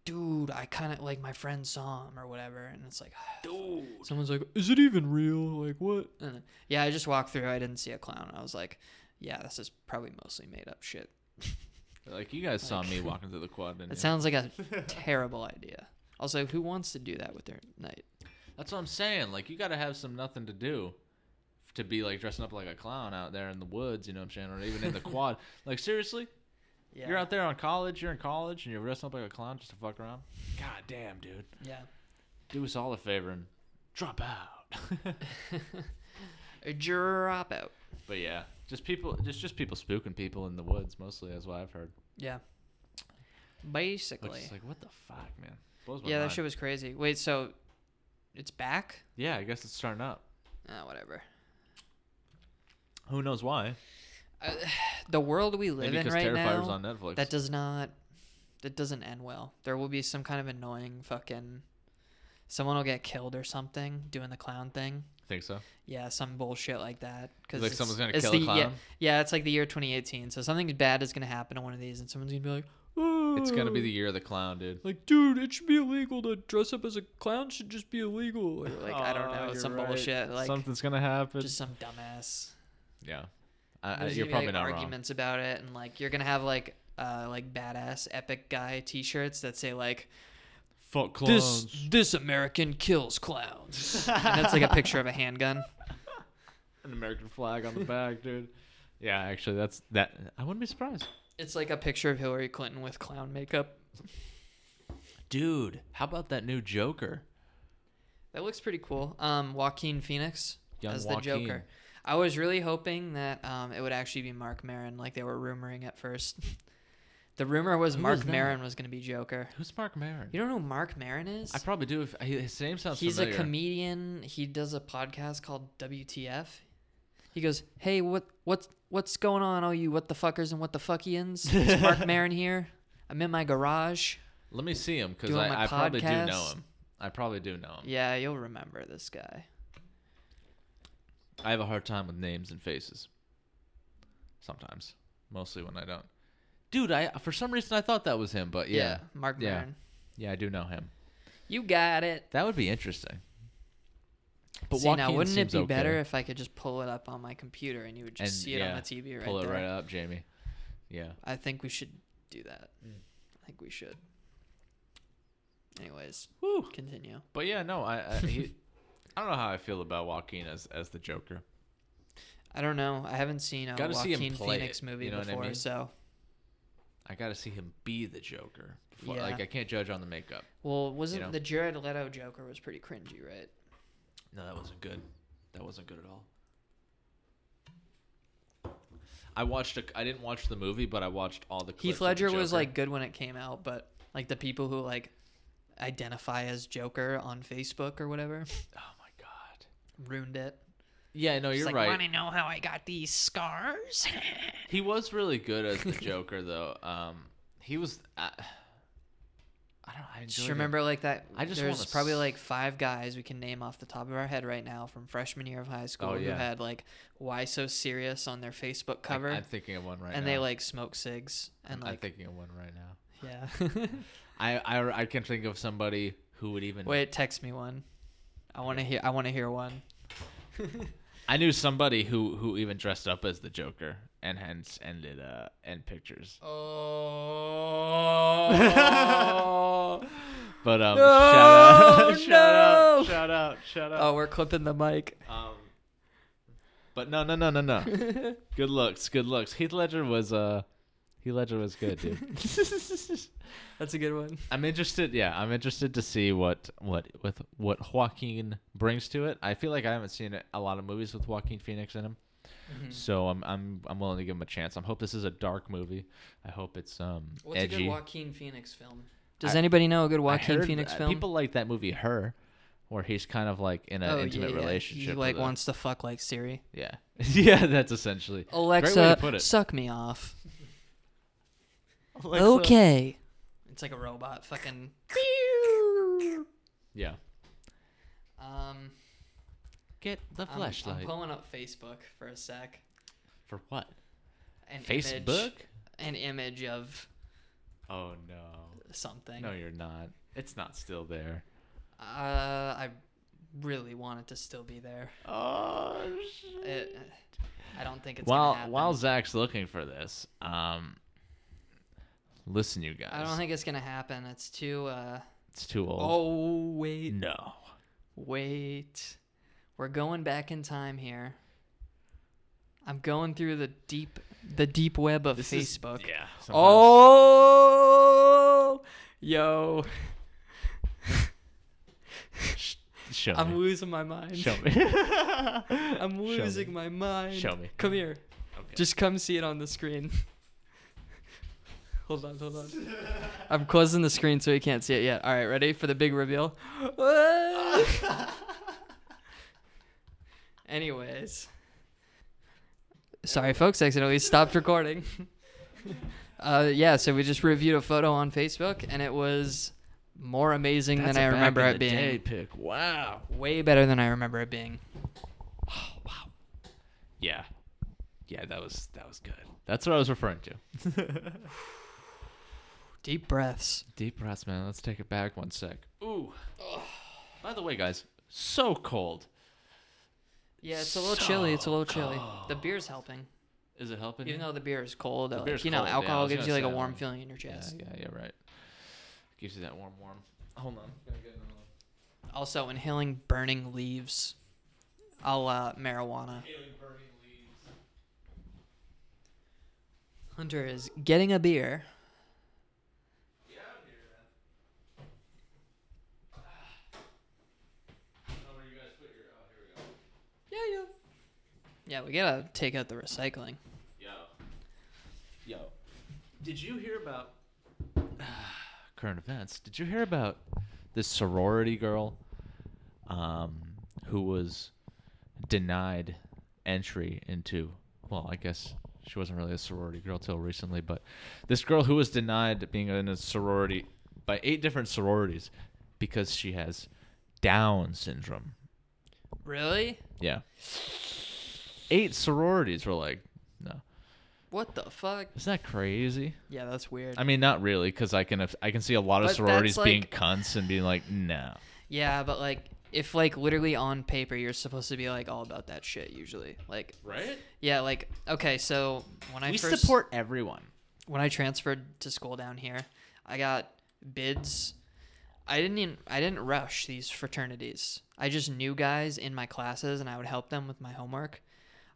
Speaker 1: "Dude, I kind of like my friend saw him or whatever," and it's like,
Speaker 2: Dude.
Speaker 1: Someone's like, "Is it even real? Like what?" And, yeah, I just walked through. I didn't see a clown. I was like, "Yeah, this is probably mostly made up shit."
Speaker 2: Like you guys saw
Speaker 1: Like-
Speaker 2: me walking through the quad. Didn't
Speaker 1: That
Speaker 2: you?
Speaker 1: sounds like a terrible idea. Also, who wants to do that with their night?
Speaker 2: That's what I'm saying. Like you got to have some nothing to do to be like dressing up like a clown out there in the woods. You know what I'm saying? Or even in the quad. Like seriously,
Speaker 1: Yeah,
Speaker 2: you're out there on college. You're in college and you're dressing up like a clown just to fuck around. God damn, dude.
Speaker 1: yeah.
Speaker 2: Do us all a favor and drop out.
Speaker 1: A dropout.
Speaker 2: but yeah, just people, just just people spooking people in the woods mostly. That's what I've heard.
Speaker 1: Yeah,
Speaker 2: Like,
Speaker 1: basically.
Speaker 2: it's like what the fuck, man. Blows my
Speaker 1: yeah,
Speaker 2: mind.
Speaker 1: that shit was crazy. Wait, so it's back?
Speaker 2: Yeah, I guess it's starting up.
Speaker 1: Ah, whatever.
Speaker 2: Who knows why?
Speaker 1: The world we live
Speaker 2: Maybe
Speaker 1: in
Speaker 2: because
Speaker 1: right now.
Speaker 2: Terrifier's on Netflix.
Speaker 1: That does not. That doesn't end well. There will be some kind of annoying fucking. Someone will get killed or something doing the clown thing.
Speaker 2: Think so?
Speaker 1: Yeah, some bullshit like that. Cause
Speaker 2: Like
Speaker 1: it's-
Speaker 2: someone's gonna
Speaker 1: it's
Speaker 2: kill a
Speaker 1: the, Yeah,
Speaker 2: clown?
Speaker 1: yeah, it's like the year 2018. So something bad is gonna happen to one of these, and someone's gonna be like, "Oh."
Speaker 2: It's gonna be the year of the clown, dude.
Speaker 1: like, dude, it should be illegal to dress up as a clown. Should just be illegal. Or like, I don't
Speaker 2: Oh,
Speaker 1: know,
Speaker 2: you're
Speaker 1: some
Speaker 2: right.
Speaker 1: bullshit. Like,
Speaker 2: something's gonna happen.
Speaker 1: just some dumbass.
Speaker 2: yeah, I, I,
Speaker 1: There's
Speaker 2: Uh, you're
Speaker 1: gonna be,
Speaker 2: probably
Speaker 1: like,
Speaker 2: not wrong.
Speaker 1: arguments about it, and like you're gonna have like uh like badass epic guy T-shirts that say like
Speaker 2: Fuck
Speaker 1: this this American kills clowns, and that's like a picture of a handgun.
Speaker 2: An American flag on the back, dude. Yeah, actually, that's that. I wouldn't be surprised,
Speaker 1: It's like a picture of Hillary Clinton with clown makeup.
Speaker 2: dude. How about that new Joker?
Speaker 1: That looks pretty cool. Um, Joaquin Phoenix
Speaker 2: Young
Speaker 1: as the
Speaker 2: Joaquin.
Speaker 1: Joker. I was really hoping that um, it would actually be Mark Maron, like they were rumoring at first. The rumor was
Speaker 2: Who
Speaker 1: Mark
Speaker 2: is that?
Speaker 1: Maron was going to be Joker.
Speaker 2: Who's Mark Maron?
Speaker 1: You don't know who Mark Maron is?
Speaker 2: I probably do. If he- his name sounds
Speaker 1: He's
Speaker 2: familiar.
Speaker 1: a comedian. He does a podcast called WTF. He goes, "Hey, what what's what's going on, all you what the fuckers and what the fuckians? It's Mark Maron here. I'm in my garage.
Speaker 2: Let me see him because
Speaker 1: doing
Speaker 2: I,
Speaker 1: my
Speaker 2: I probably do know
Speaker 1: podcast.
Speaker 2: him. I probably do know him.
Speaker 1: Yeah, you'll remember this guy.
Speaker 2: I have a hard time with names and faces. Sometimes, mostly when I don't. Dude, I for some reason I thought that was him, but yeah,
Speaker 1: Mark
Speaker 2: Yeah.
Speaker 1: Maron.
Speaker 2: yeah, I do know him.
Speaker 1: You got it.
Speaker 2: That would be interesting.
Speaker 1: But
Speaker 2: But
Speaker 1: see, now
Speaker 2: Joaquin
Speaker 1: wouldn't it
Speaker 2: seems
Speaker 1: be
Speaker 2: okay.
Speaker 1: better if I could just pull it up on my computer and you would just
Speaker 2: And,
Speaker 1: see it on
Speaker 2: yeah,
Speaker 1: the TV right
Speaker 2: Pull it
Speaker 1: there?
Speaker 2: right up, Jamie. Yeah.
Speaker 1: I think we should do that.
Speaker 2: Hmm.
Speaker 1: I think we should. Anyways,
Speaker 2: Woo.
Speaker 1: continue.
Speaker 2: But yeah, no, I I, he, I don't know how I feel about Joaquin as as the Joker.
Speaker 1: I don't know. I haven't seen a
Speaker 2: Gotta see him
Speaker 1: Joaquin
Speaker 2: play
Speaker 1: Phoenix
Speaker 2: it,
Speaker 1: movie
Speaker 2: you know what I
Speaker 1: before,
Speaker 2: mean?
Speaker 1: so
Speaker 2: I got to see him be the Joker. Before,
Speaker 1: Yeah.
Speaker 2: Like I can't judge on the makeup.
Speaker 1: well, wasn't
Speaker 2: know?
Speaker 1: the Jared Leto Joker was pretty cringy, right?
Speaker 2: No, that wasn't good. That wasn't good at all. I watched. A, I didn't watch the movie, but I watched all the. Clips
Speaker 1: Heath
Speaker 2: of the
Speaker 1: Ledger was
Speaker 2: Joker.
Speaker 1: like good when it came out, but like the people who like identify as Joker on Facebook or whatever
Speaker 2: Oh my god.
Speaker 1: ruined it.
Speaker 2: Yeah, no,
Speaker 1: It's
Speaker 2: you're
Speaker 1: like,
Speaker 2: right.
Speaker 1: Want to know how I got these scars?
Speaker 2: He was really good as the Joker, though. Um, he was. I, I don't. I enjoyed
Speaker 1: just
Speaker 2: it.
Speaker 1: remember like that.
Speaker 2: I just
Speaker 1: there's
Speaker 2: wanna
Speaker 1: probably
Speaker 2: s-
Speaker 1: like five guys we can name off the top of our head right now from freshman year of high school who
Speaker 2: Oh, yeah.
Speaker 1: had like "Why so serious" on their Facebook
Speaker 2: I-
Speaker 1: cover,
Speaker 2: I'm thinking of one right now.
Speaker 1: and they like smoke cigs and
Speaker 2: I'm, I'm
Speaker 1: like
Speaker 2: thinking of one right now.
Speaker 1: yeah.
Speaker 2: I, I I can think of somebody who would even.
Speaker 1: Wait, text me one. I want to hear. I want to hear one.
Speaker 2: I knew somebody who who even dressed up as the Joker and hence ended uh end pictures.
Speaker 1: Oh.
Speaker 2: But um,
Speaker 1: No,
Speaker 2: shout out,
Speaker 1: no.
Speaker 2: shout out, shout out,
Speaker 1: oh, we're clipping the mic.
Speaker 2: shout out. Um, but no, no, no, no, no. good looks, good looks. Heath Ledger was uh, Heath Ledger was good, dude.
Speaker 1: That's a good one.
Speaker 2: I'm interested. Yeah, I'm interested to see what what with what Joaquin brings to it. I feel like I haven't seen a lot of movies with Joaquin Phoenix in them,
Speaker 1: Mm-hmm.
Speaker 2: so I'm I'm I'm willing to give him a chance. I hope this is a dark movie. I hope it's um
Speaker 1: What's
Speaker 2: edgy.
Speaker 1: a good Joaquin Phoenix film? Does anybody know a good
Speaker 2: I
Speaker 1: Joaquin
Speaker 2: heard
Speaker 1: Phoenix
Speaker 2: that-
Speaker 1: film?
Speaker 2: People like that movie Her, where he's kind of like in an
Speaker 1: Oh,
Speaker 2: intimate relationship.
Speaker 1: He
Speaker 2: with
Speaker 1: like
Speaker 2: a-
Speaker 1: wants to fuck like Siri.
Speaker 2: Yeah, yeah, that's essentially. Great way to put
Speaker 1: Alexa,
Speaker 2: it.
Speaker 1: suck me off.
Speaker 2: Alexa-
Speaker 1: Okay. It's like a robot. Fucking.
Speaker 2: Yeah.
Speaker 1: Um,
Speaker 2: Get the
Speaker 1: I'm, I'm
Speaker 2: flashlight
Speaker 1: pulling up Facebook for a sec.
Speaker 2: for what?
Speaker 1: An
Speaker 2: Facebook?
Speaker 1: Image, an image of
Speaker 2: Oh no,
Speaker 1: something.
Speaker 2: no, you're not. It's not still there.
Speaker 1: Uh, I really want it to still be there.
Speaker 2: Oh
Speaker 1: It, I don't think it's
Speaker 2: While
Speaker 1: gonna happen.
Speaker 2: while Zach's looking for this, um, listen, you guys.
Speaker 1: I don't think it's gonna happen. It's too. Uh,
Speaker 2: it's too old.
Speaker 1: oh wait,
Speaker 2: no.
Speaker 1: wait. We're going back in time here. I'm going through the deep, the deep web of Facebook.
Speaker 2: yeah. sometimes-
Speaker 1: oh, yo,
Speaker 2: Sh- show
Speaker 1: I'm
Speaker 2: me.
Speaker 1: losing my mind.
Speaker 2: Show me.
Speaker 1: I'm
Speaker 2: Show me.
Speaker 1: losing my mind.
Speaker 2: Show me.
Speaker 1: Come here.
Speaker 2: Okay.
Speaker 1: Just come see it on the screen. hold on, hold on. I'm closing the screen so you can't see it yet. All right, ready for the big reveal? Anyways. Sorry, folks, accidentally stopped recording. uh, yeah, so we just reviewed a photo on Facebook, and it was more amazing
Speaker 2: That's
Speaker 1: than I
Speaker 2: a back
Speaker 1: remember
Speaker 2: in
Speaker 1: it
Speaker 2: the
Speaker 1: being.
Speaker 2: day pick. Wow.
Speaker 1: Way better than I remember it being.
Speaker 2: Yeah. Yeah, that was that was good. That's what I was referring to.
Speaker 1: Deep breaths.
Speaker 2: Deep breaths, man. Let's take it back one sec. Ooh. By the way, guys, so cold.
Speaker 1: Yeah, it's a little chilly. It's a little chilly. The beer's helping,
Speaker 2: Is it helping?
Speaker 1: even
Speaker 2: you?
Speaker 1: though the beer is cold. uh, like,
Speaker 2: Mm-hmm. beer's
Speaker 1: you know,
Speaker 2: cold, yeah, I
Speaker 1: alcohol
Speaker 2: was
Speaker 1: gives
Speaker 2: gonna
Speaker 1: you like a
Speaker 2: say,
Speaker 1: warm
Speaker 2: um,
Speaker 1: feeling in your
Speaker 2: yeah,
Speaker 1: chest.
Speaker 2: yeah, yeah, right. Gives you that warm, warm. Hold on. I'm gonna get another
Speaker 1: Also, inhaling burning leaves, a la marijuana. Hunter is getting a beer. Yeah, yeah. Yeah, we gotta take out the recycling.
Speaker 2: Yo. Yo. Did you hear about current events? Did you hear about this sorority girl um, who was denied entry into? Well, I guess she wasn't really a sorority girl till recently, but this girl who was denied being in a sorority by eight different sororities because she has Down syndrome.
Speaker 1: Really?
Speaker 2: Yeah. Eight sororities were like, no.
Speaker 1: What the fuck?
Speaker 2: Isn't that crazy?
Speaker 1: Yeah, that's weird.
Speaker 2: I mean, not really, because I can I can see a lot
Speaker 1: But
Speaker 2: of
Speaker 1: that's
Speaker 2: sororities being
Speaker 1: like-
Speaker 2: cunts and being like, no.
Speaker 1: yeah, but like if like literally on paper you're supposed to be like all about that shit usually. Like
Speaker 2: Right?
Speaker 1: yeah, like okay, so when I
Speaker 2: we
Speaker 1: first
Speaker 2: support everyone.
Speaker 1: when I transferred to school down here, I got bids. I didn't even, I didn't rush these fraternities. I just knew guys in my classes and I would help them with my homework.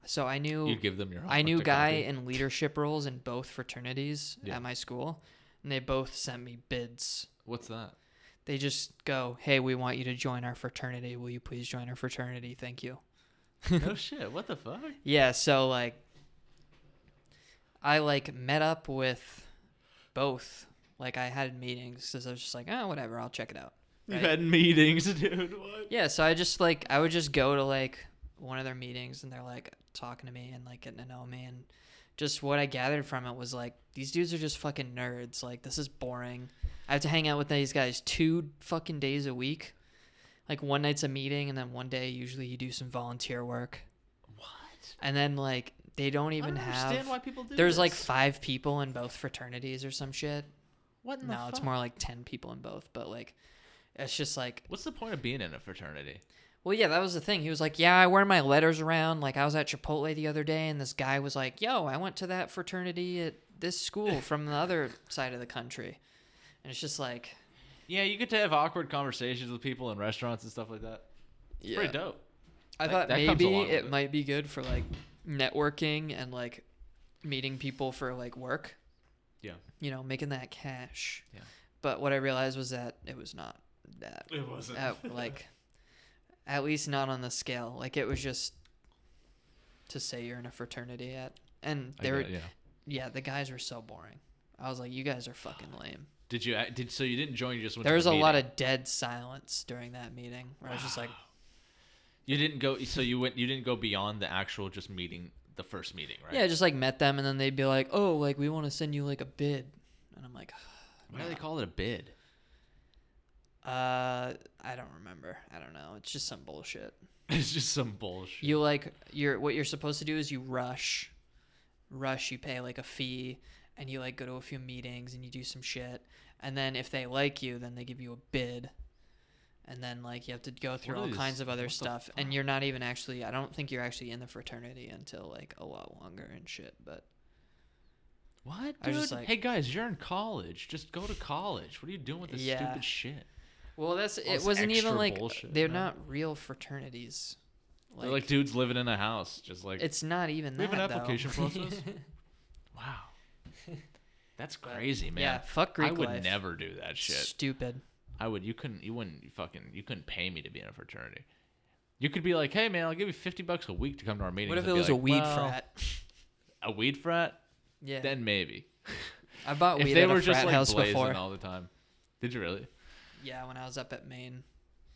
Speaker 1: So I knew
Speaker 2: You give them your.
Speaker 1: I knew
Speaker 2: homework to
Speaker 1: guy
Speaker 2: copy.
Speaker 1: in leadership roles in both fraternities
Speaker 2: Yeah.
Speaker 1: at my school, and they both sent me bids.
Speaker 2: What's that?
Speaker 1: They just go, "Hey, we want you to join our fraternity. Will you please join our fraternity? Thank you."
Speaker 2: no shit. What the fuck?
Speaker 1: Yeah, so like I like met up with both. Like I had meetings cuz I was just like, "Oh, whatever, I'll check it out." Right?
Speaker 2: You had meetings, dude. What?
Speaker 1: Yeah, so I just like I would just go to like one of their meetings and they're like talking to me and like getting to know me and just what I gathered from it was like these dudes are just fucking nerds. Like this is boring. I have to hang out with these guys two fucking days a week. Like one night's a meeting and then one day usually you do some volunteer work.
Speaker 2: What?
Speaker 1: And then like they don't even
Speaker 2: I don't
Speaker 1: have
Speaker 2: understand why people do.
Speaker 1: There's
Speaker 2: this.
Speaker 1: like five people in both fraternities or some shit.
Speaker 2: What in the
Speaker 1: No, it's
Speaker 2: fuck?
Speaker 1: more like ten people in both, but like it's just like
Speaker 2: What's the point of being in a fraternity?
Speaker 1: well yeah, that was the thing. He was like, Yeah, I wear my letters around. Like I was at Chipotle the other day and this guy was like, Yo, I went to that fraternity at this school from the other side of the country. And it's just like
Speaker 2: Yeah, you get to have awkward conversations with people in restaurants and stuff like that. It's pretty dope.
Speaker 1: I
Speaker 2: That-
Speaker 1: thought
Speaker 2: that comes
Speaker 1: maybe
Speaker 2: along with
Speaker 1: it,
Speaker 2: it.
Speaker 1: might be good for like networking and like meeting people for like work.
Speaker 2: Yeah.
Speaker 1: You know, making that cash.
Speaker 2: Yeah.
Speaker 1: But what I realized was that it was not that.
Speaker 2: It wasn't.
Speaker 1: at, like at least not on the scale. Like it was just to say you're in a fraternity at and they were yeah.
Speaker 2: yeah.
Speaker 1: the guys were so boring. I was like, you guys are fucking lame.
Speaker 2: Did you act- did so you didn't join? You just went.
Speaker 1: There
Speaker 2: to
Speaker 1: was
Speaker 2: the
Speaker 1: a lot
Speaker 2: meeting.
Speaker 1: of dead silence during that meeting where I was just like,
Speaker 2: You didn't go. So you went. You didn't go beyond the actual just meeting. The first meeting, right?
Speaker 1: yeah, I just like met them and then they'd be like, oh, like we want to send you like a bid, and I'm like,
Speaker 2: Why do they call it a bid?
Speaker 1: uh, I don't remember. I don't know. It's just some bullshit.
Speaker 2: It's just some bullshit.
Speaker 1: you like you're what you're supposed to do is you rush rush you pay like a fee and you like go to a few meetings and you do some shit and then if they like you then they give you a bid and then like you have to go through all
Speaker 2: is-
Speaker 1: kinds of other
Speaker 2: what the
Speaker 1: stuff and you're not even actually I don't think you're actually in the fraternity until like a lot longer and shit but
Speaker 2: what,
Speaker 1: I was
Speaker 2: dude?
Speaker 1: just like-
Speaker 2: hey guys, you're in college. Just go to college. What are you doing with this
Speaker 1: Yeah.
Speaker 2: stupid shit?
Speaker 1: well that's it
Speaker 2: this
Speaker 1: wasn't even
Speaker 2: extra
Speaker 1: like
Speaker 2: bullshit,
Speaker 1: they're
Speaker 2: yeah.
Speaker 1: not real fraternities
Speaker 2: They're like dudes living in a house, just like
Speaker 1: it's not even
Speaker 2: we
Speaker 1: that
Speaker 2: have an
Speaker 1: though.
Speaker 2: application process. wow, that's crazy, man.
Speaker 1: yeah fuck Greek
Speaker 2: I would
Speaker 1: life.
Speaker 2: never do that shit.
Speaker 1: stupid
Speaker 2: I would. You couldn't. You wouldn't. You fucking. You couldn't pay me to be in a fraternity. You could be like, hey man, I'll give you fifty bucks a week to come to our meetings.
Speaker 1: what if
Speaker 2: I'd
Speaker 1: it
Speaker 2: be
Speaker 1: was a
Speaker 2: like,
Speaker 1: weed
Speaker 2: "Well,
Speaker 1: frat
Speaker 2: A weed frat?
Speaker 1: yeah
Speaker 2: Then maybe.
Speaker 1: I bought
Speaker 2: if
Speaker 1: weed
Speaker 2: they
Speaker 1: at
Speaker 2: were
Speaker 1: a frat
Speaker 2: just like
Speaker 1: house
Speaker 2: blazing
Speaker 1: before.
Speaker 2: all the time. Did you really?
Speaker 1: Yeah, when I was up at Maine.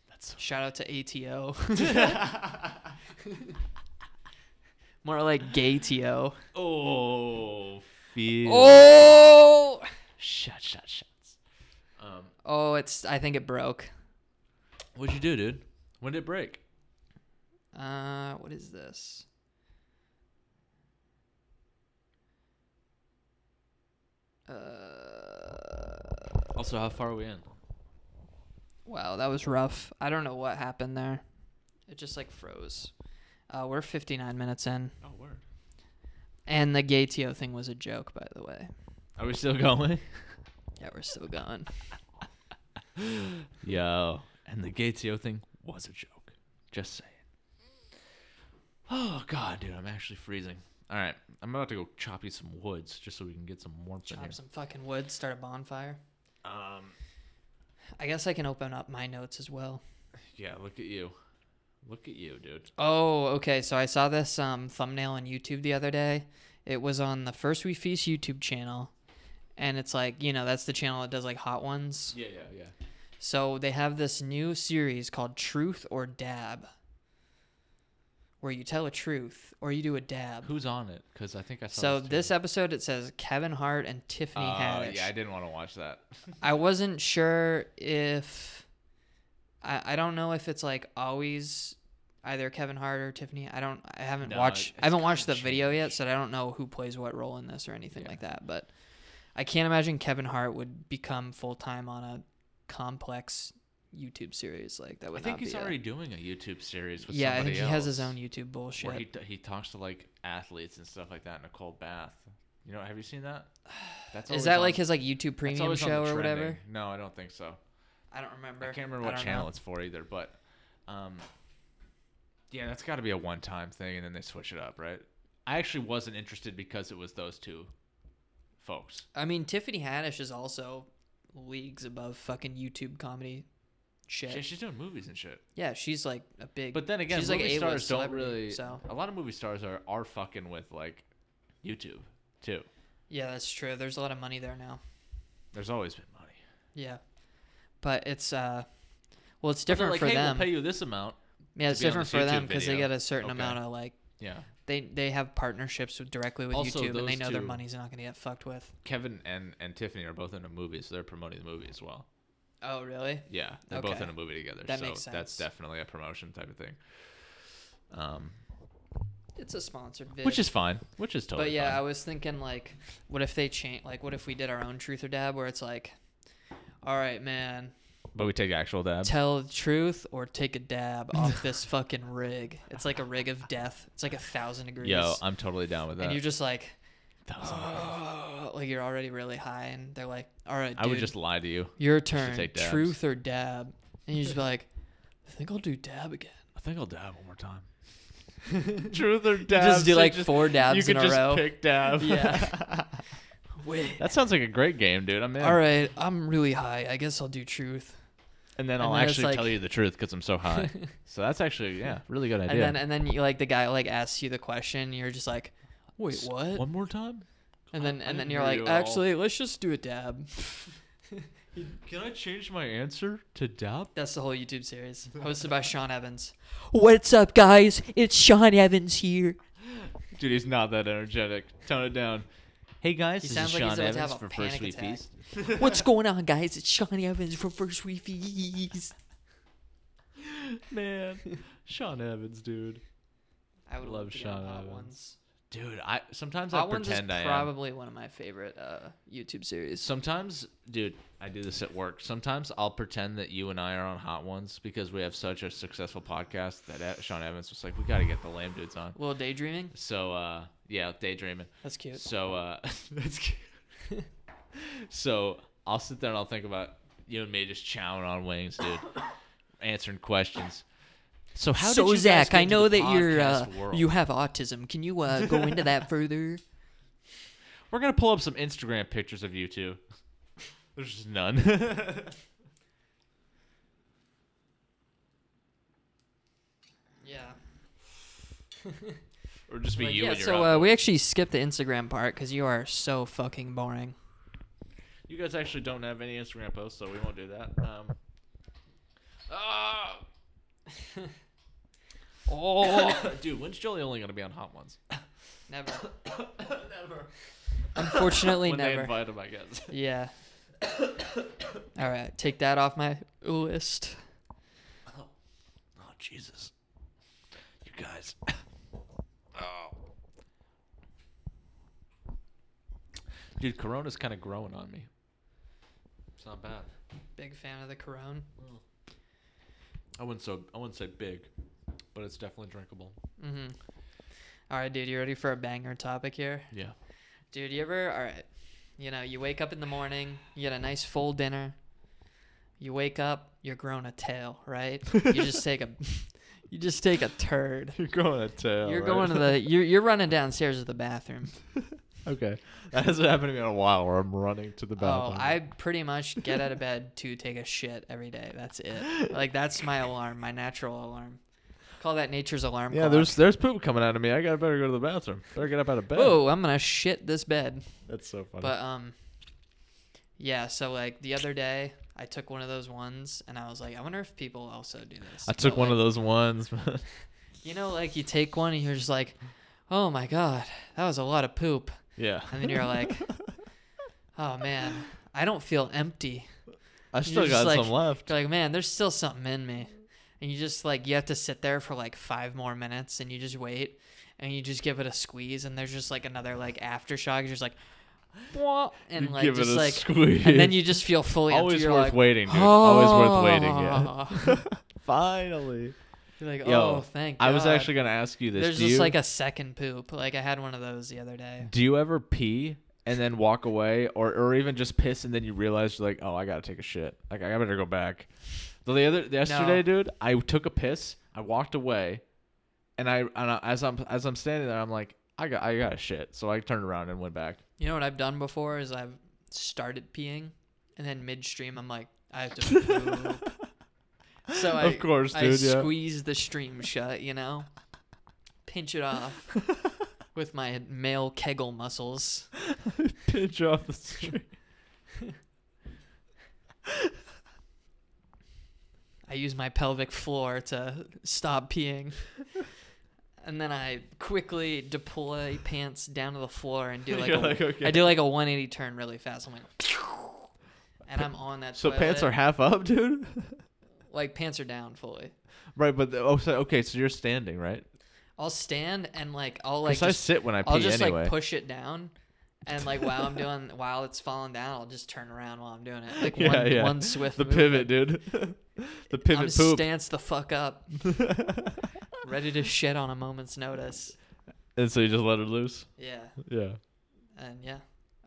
Speaker 2: That's so
Speaker 1: Shout out to ATO. More like gay TO.
Speaker 2: Oh, feel.
Speaker 1: Oh,
Speaker 2: Shut, shut, shuts. Um,
Speaker 1: oh, it's. I think it broke.
Speaker 2: what'd you do, dude? When did it break?
Speaker 1: Uh, what is this? Uh,
Speaker 2: Also, how far are we in?
Speaker 1: wow, that was rough. I don't know what happened there. It just like froze. Uh, we're 59 minutes in,
Speaker 2: Oh, word.
Speaker 1: and the gay TO thing was a joke, by the way.
Speaker 2: Are we still going?
Speaker 1: Yeah, we're still going.
Speaker 2: Yo, and the Gatesio thing was a joke. Just saying. Oh God, dude, I'm actually freezing. All right, I'm about to go chop you some woods just so we can get some warmth in here.
Speaker 1: Chop some fucking wood, start a bonfire.
Speaker 2: Um,
Speaker 1: I guess I can open up my notes as well.
Speaker 2: yeah, look at you, look at you, dude.
Speaker 1: Oh, okay. So I saw this um, thumbnail on YouTube the other day. It was on the First We Feast YouTube channel, and it's like you know that's the channel that does like hot ones.
Speaker 2: Yeah, yeah, yeah.
Speaker 1: So they have this new series called Truth or Dab, where you tell a truth or you do a dab.
Speaker 2: Who's on it? Because I think I saw.
Speaker 1: So
Speaker 2: too.
Speaker 1: this episode it says Kevin Hart and Tiffany
Speaker 2: Uh,
Speaker 1: Haddish.
Speaker 2: yeah, I didn't want to watch that.
Speaker 1: I wasn't sure if I, I don't know if it's like always either Kevin Hart or Tiffany. I don't I haven't
Speaker 2: No,
Speaker 1: watched
Speaker 2: it's
Speaker 1: I haven't watched the
Speaker 2: kinda
Speaker 1: video yet,
Speaker 2: changed.
Speaker 1: so I don't know who plays what role in this or anything
Speaker 2: Yeah.
Speaker 1: like that. But I can't imagine Kevin Hart would become full time on a complex YouTube series like that.
Speaker 2: I
Speaker 1: Would
Speaker 2: think
Speaker 1: not
Speaker 2: he's
Speaker 1: be a-
Speaker 2: already doing a YouTube series with
Speaker 1: yeah. I think
Speaker 2: somebody
Speaker 1: he has his
Speaker 2: else,
Speaker 1: own YouTube bullshit.
Speaker 2: Where he t- he talks to like athletes and stuff like that. Nicole Bath. You know, have you seen that? That's
Speaker 1: Is
Speaker 2: always
Speaker 1: that
Speaker 2: on-
Speaker 1: like his like YouTube
Speaker 2: that's
Speaker 1: premium
Speaker 2: always on the
Speaker 1: show or
Speaker 2: trending.
Speaker 1: whatever?
Speaker 2: No, I don't think so.
Speaker 1: I don't remember.
Speaker 2: I can't remember
Speaker 1: I
Speaker 2: what
Speaker 1: don't
Speaker 2: channel
Speaker 1: know.
Speaker 2: it's for either, but um, yeah, that's got to be a one-time thing, and then they switch it up, right? I actually wasn't interested because it was those two folks.
Speaker 1: I mean, Tiffany Haddish is also leagues above fucking YouTube comedy shit.
Speaker 2: She- she's doing movies and shit.
Speaker 1: yeah, she's like a big.
Speaker 2: But then again,
Speaker 1: she's
Speaker 2: movie
Speaker 1: like a
Speaker 2: stars don't
Speaker 1: celebrity,
Speaker 2: really.
Speaker 1: So
Speaker 2: A lot of movie stars are are fucking with like YouTube too.
Speaker 1: yeah, that's true. There's a lot of money there now.
Speaker 2: There's always been money.
Speaker 1: Yeah, but it's uh, well, it's
Speaker 2: They're
Speaker 1: different
Speaker 2: like,
Speaker 1: for
Speaker 2: hey,
Speaker 1: them.
Speaker 2: We'll pay you this amount.
Speaker 1: yeah, it's
Speaker 2: be on
Speaker 1: different
Speaker 2: this
Speaker 1: for them
Speaker 2: YouTube
Speaker 1: because they
Speaker 2: video.
Speaker 1: get a certain
Speaker 2: Okay.
Speaker 1: amount of like
Speaker 2: Yeah,
Speaker 1: they they have partnerships with, directly with
Speaker 2: Also,
Speaker 1: YouTube and they
Speaker 2: those
Speaker 1: know their
Speaker 2: two-
Speaker 1: money's not gonna get fucked with.
Speaker 2: Kevin and and Tiffany are both in a movie, so they're promoting the movie as well.
Speaker 1: Oh really?
Speaker 2: Yeah, they're both
Speaker 1: Okay.
Speaker 2: in a movie together.
Speaker 1: That
Speaker 2: so
Speaker 1: makes
Speaker 2: that's
Speaker 1: sense.
Speaker 2: definitely a promotion type of thing. Um,
Speaker 1: It's a sponsored video.
Speaker 2: which is fine. Which is totally.
Speaker 1: but yeah, I
Speaker 2: fine.
Speaker 1: was thinking like, what if they change? Like, what if we did our own truth or dab, where it's like, all right, man,
Speaker 2: but we take actual dab.
Speaker 1: tell the truth or take a dab off this fucking rig. It's like a rig of death. It's like a thousand degrees.
Speaker 2: Yo, I'm totally down with that.
Speaker 1: and you're just like,
Speaker 2: Thousand degrees.
Speaker 1: oh, like you're already really high, and they're like, all right, dude,
Speaker 2: I would just lie to you.
Speaker 1: your turn,
Speaker 2: take dabs.
Speaker 1: truth or dab, and you just be like, I think I'll do dab again.
Speaker 2: I think I'll dab one more time. Truth or
Speaker 1: You
Speaker 2: dab?
Speaker 1: just do like four dabs
Speaker 2: you
Speaker 1: in
Speaker 2: could
Speaker 1: a
Speaker 2: just
Speaker 1: row.
Speaker 2: pick dab.
Speaker 1: Yeah. Wait.
Speaker 2: That sounds like a great game, dude. I'm in.
Speaker 1: All right, I'm really high. I guess I'll do truth.
Speaker 2: And then
Speaker 1: And
Speaker 2: I'll
Speaker 1: then it's
Speaker 2: actually
Speaker 1: like-
Speaker 2: tell you the truth because I'm so high. so that's actually, yeah, really good idea.
Speaker 1: And then and then you like the guy like asks you the question, you're just like, wait,
Speaker 2: S-
Speaker 1: what?
Speaker 2: One more time?
Speaker 1: And then
Speaker 2: I
Speaker 1: and then
Speaker 2: didn't
Speaker 1: you're
Speaker 2: hear
Speaker 1: like,
Speaker 2: you at all.
Speaker 1: actually, let's just do a dab.
Speaker 2: Can I change my answer to dab?
Speaker 1: That's the whole YouTube series, hosted by Sean Evans. What's up, guys? It's Sean Evans here.
Speaker 2: Dude, he's not that energetic. Tone it down. Hey guys,
Speaker 1: He
Speaker 2: this
Speaker 1: sounds
Speaker 2: is
Speaker 1: like he's
Speaker 2: Sean
Speaker 1: about to have
Speaker 2: Evans
Speaker 1: a
Speaker 2: for
Speaker 1: panic
Speaker 2: First Week
Speaker 1: attack.
Speaker 2: Feast.
Speaker 1: What's going on, guys? It's Sean Evans from First We Feast.
Speaker 2: Man, Sean Evans, dude.
Speaker 1: I would
Speaker 2: Love
Speaker 1: love, to Sean
Speaker 2: Sean
Speaker 1: Hot
Speaker 2: Evans.
Speaker 1: Ones.
Speaker 2: Dude, I sometimes I
Speaker 1: Hot Ones is
Speaker 2: pretend I am.
Speaker 1: probably one of my favorite uh, YouTube series.
Speaker 2: Sometimes, dude, I do this at work. Sometimes I'll pretend that you and I are on Hot Ones because we have such a successful podcast that uh, Sean Evans was like, "We got to get the lame dudes on."
Speaker 1: Little daydreaming.
Speaker 2: So, uh, yeah, daydreaming.
Speaker 1: That's cute.
Speaker 2: So uh, that's cute. so I'll sit there and I'll think about you and me just chowing on wings, dude, answering questions. So how did
Speaker 1: so
Speaker 2: you guys
Speaker 1: Zach,
Speaker 2: get
Speaker 1: I
Speaker 2: into
Speaker 1: know
Speaker 2: the
Speaker 1: that you're uh,
Speaker 2: podcast world?
Speaker 1: you have autism. Can you uh, go into that further?
Speaker 2: We're gonna pull up some Instagram pictures of you two. There's just none.
Speaker 1: Yeah.
Speaker 2: or just be
Speaker 1: Like,
Speaker 2: you
Speaker 1: yeah,
Speaker 2: and your
Speaker 1: so
Speaker 2: other-
Speaker 1: uh, we actually skipped the Instagram part because you are so fucking boring. uh,
Speaker 2: You guys actually don't have any Instagram posts, so we won't do that. Um, Ah!
Speaker 1: Oh,
Speaker 2: dude, when's Jolie only gonna be on Hot Ones?
Speaker 1: never.
Speaker 2: never.
Speaker 1: Unfortunately,
Speaker 2: when they
Speaker 1: never.
Speaker 2: invite him, I guess.
Speaker 1: Yeah. All right, take that off my list.
Speaker 2: Oh Jesus! You guys. oh. Dude, Corona's kind of growing on me. It's not bad.
Speaker 1: Big fan of the Corona.
Speaker 2: I wouldn't so I wouldn't say big, but it's definitely drinkable.
Speaker 1: Mhm. All right, dude, you ready for a banger topic here?
Speaker 2: Yeah.
Speaker 1: Dude, you ever all right? You know, you wake up in the morning, you get a nice full dinner. You wake up, you're growing a tail, right? You just take a, you just take a turd.
Speaker 2: You're growing a tail.
Speaker 1: You're going to the, you're you're running downstairs to the bathroom.
Speaker 2: Okay, that hasn't happened to me in a while. Where I'm running to the
Speaker 1: Oh, I pretty much get out of bed to take a shit every day. That's it. Like that's my alarm, my natural alarm. Call that nature's alarm.
Speaker 2: yeah,
Speaker 1: clock.
Speaker 2: there's there's poop coming out of me. I gotta better go to the bathroom. Better get up out of bed.
Speaker 1: Whoa, I'm gonna shit this bed.
Speaker 2: That's so funny.
Speaker 1: But um, Yeah, so like the other day I took one of those ones and I was like, I wonder if people also do this.
Speaker 2: I
Speaker 1: But,
Speaker 2: took one
Speaker 1: like,
Speaker 2: of those ones.
Speaker 1: You know, like you take one and you're just like, Oh my god, that was a lot of poop.
Speaker 2: yeah.
Speaker 1: And then you're like, Oh man, I don't feel empty.
Speaker 2: I still
Speaker 1: just
Speaker 2: got
Speaker 1: like-
Speaker 2: some left.
Speaker 1: You're like, man, there's still something in me. And you just like you have to sit there for like five more minutes and you just wait and you just give it a squeeze and there's just like another like aftershock. You're just like Wah, and
Speaker 2: You
Speaker 1: like
Speaker 2: give it
Speaker 1: just
Speaker 2: a
Speaker 1: like
Speaker 2: squeeze.
Speaker 1: and then you just feel fully empty.
Speaker 2: always
Speaker 1: You're
Speaker 2: worth
Speaker 1: like, "Oh."
Speaker 2: waiting, dude. Always worth waiting. Yeah.
Speaker 1: Yeah.
Speaker 2: Finally.
Speaker 1: You're like,
Speaker 2: Yo,
Speaker 1: oh, thank God.
Speaker 2: I was actually gonna ask you this.
Speaker 1: There's
Speaker 2: do
Speaker 1: just
Speaker 2: you,
Speaker 1: like a second poop. Like I had one of those the other day.
Speaker 2: do you ever pee and then walk away, or or even just piss and then you realize you're like, oh, I gotta take a shit. Like I better go back. The the other yesterday, dude, I took a piss. I walked away, and I, and I as I'm as I'm standing there, I'm like, I got I got a shit. So I turned around and went back.
Speaker 1: You know what I've done before is I've started peeing, and then midstream I'm like, I have to poop. so I,
Speaker 2: of course,
Speaker 1: I
Speaker 2: dude. yeah.
Speaker 1: squeeze the stream shut, you know, pinch it off with my male kegel muscles.
Speaker 2: Pinch off the street.
Speaker 1: I use my pelvic floor to stop peeing. And then I quickly deploy pants down to the floor and do like,
Speaker 2: You're
Speaker 1: a,
Speaker 2: like, okay.
Speaker 1: I do like a 180 turn really fast. I'm like, and I'm on that.
Speaker 2: So pants are
Speaker 1: toilet.
Speaker 2: half up, dude.
Speaker 1: like pants are down fully.
Speaker 2: right, but the, oh, so, okay. So you're standing, right?
Speaker 1: I'll stand and like I'll like
Speaker 2: Because I
Speaker 1: just,
Speaker 2: sit when I pee
Speaker 1: I'll just
Speaker 2: anyway.
Speaker 1: like push it down, and like while I'm doing while it's falling down, I'll just turn around while I'm doing it. Like
Speaker 2: Yeah,
Speaker 1: one
Speaker 2: yeah.
Speaker 1: one swift.
Speaker 2: the pivot,
Speaker 1: movement.
Speaker 2: dude. the
Speaker 1: I'm
Speaker 2: pivot poop.
Speaker 1: stance the fuck up, ready to shit on a moment's notice.
Speaker 2: and so you just let it loose.
Speaker 1: Yeah.
Speaker 2: Yeah,
Speaker 1: And yeah,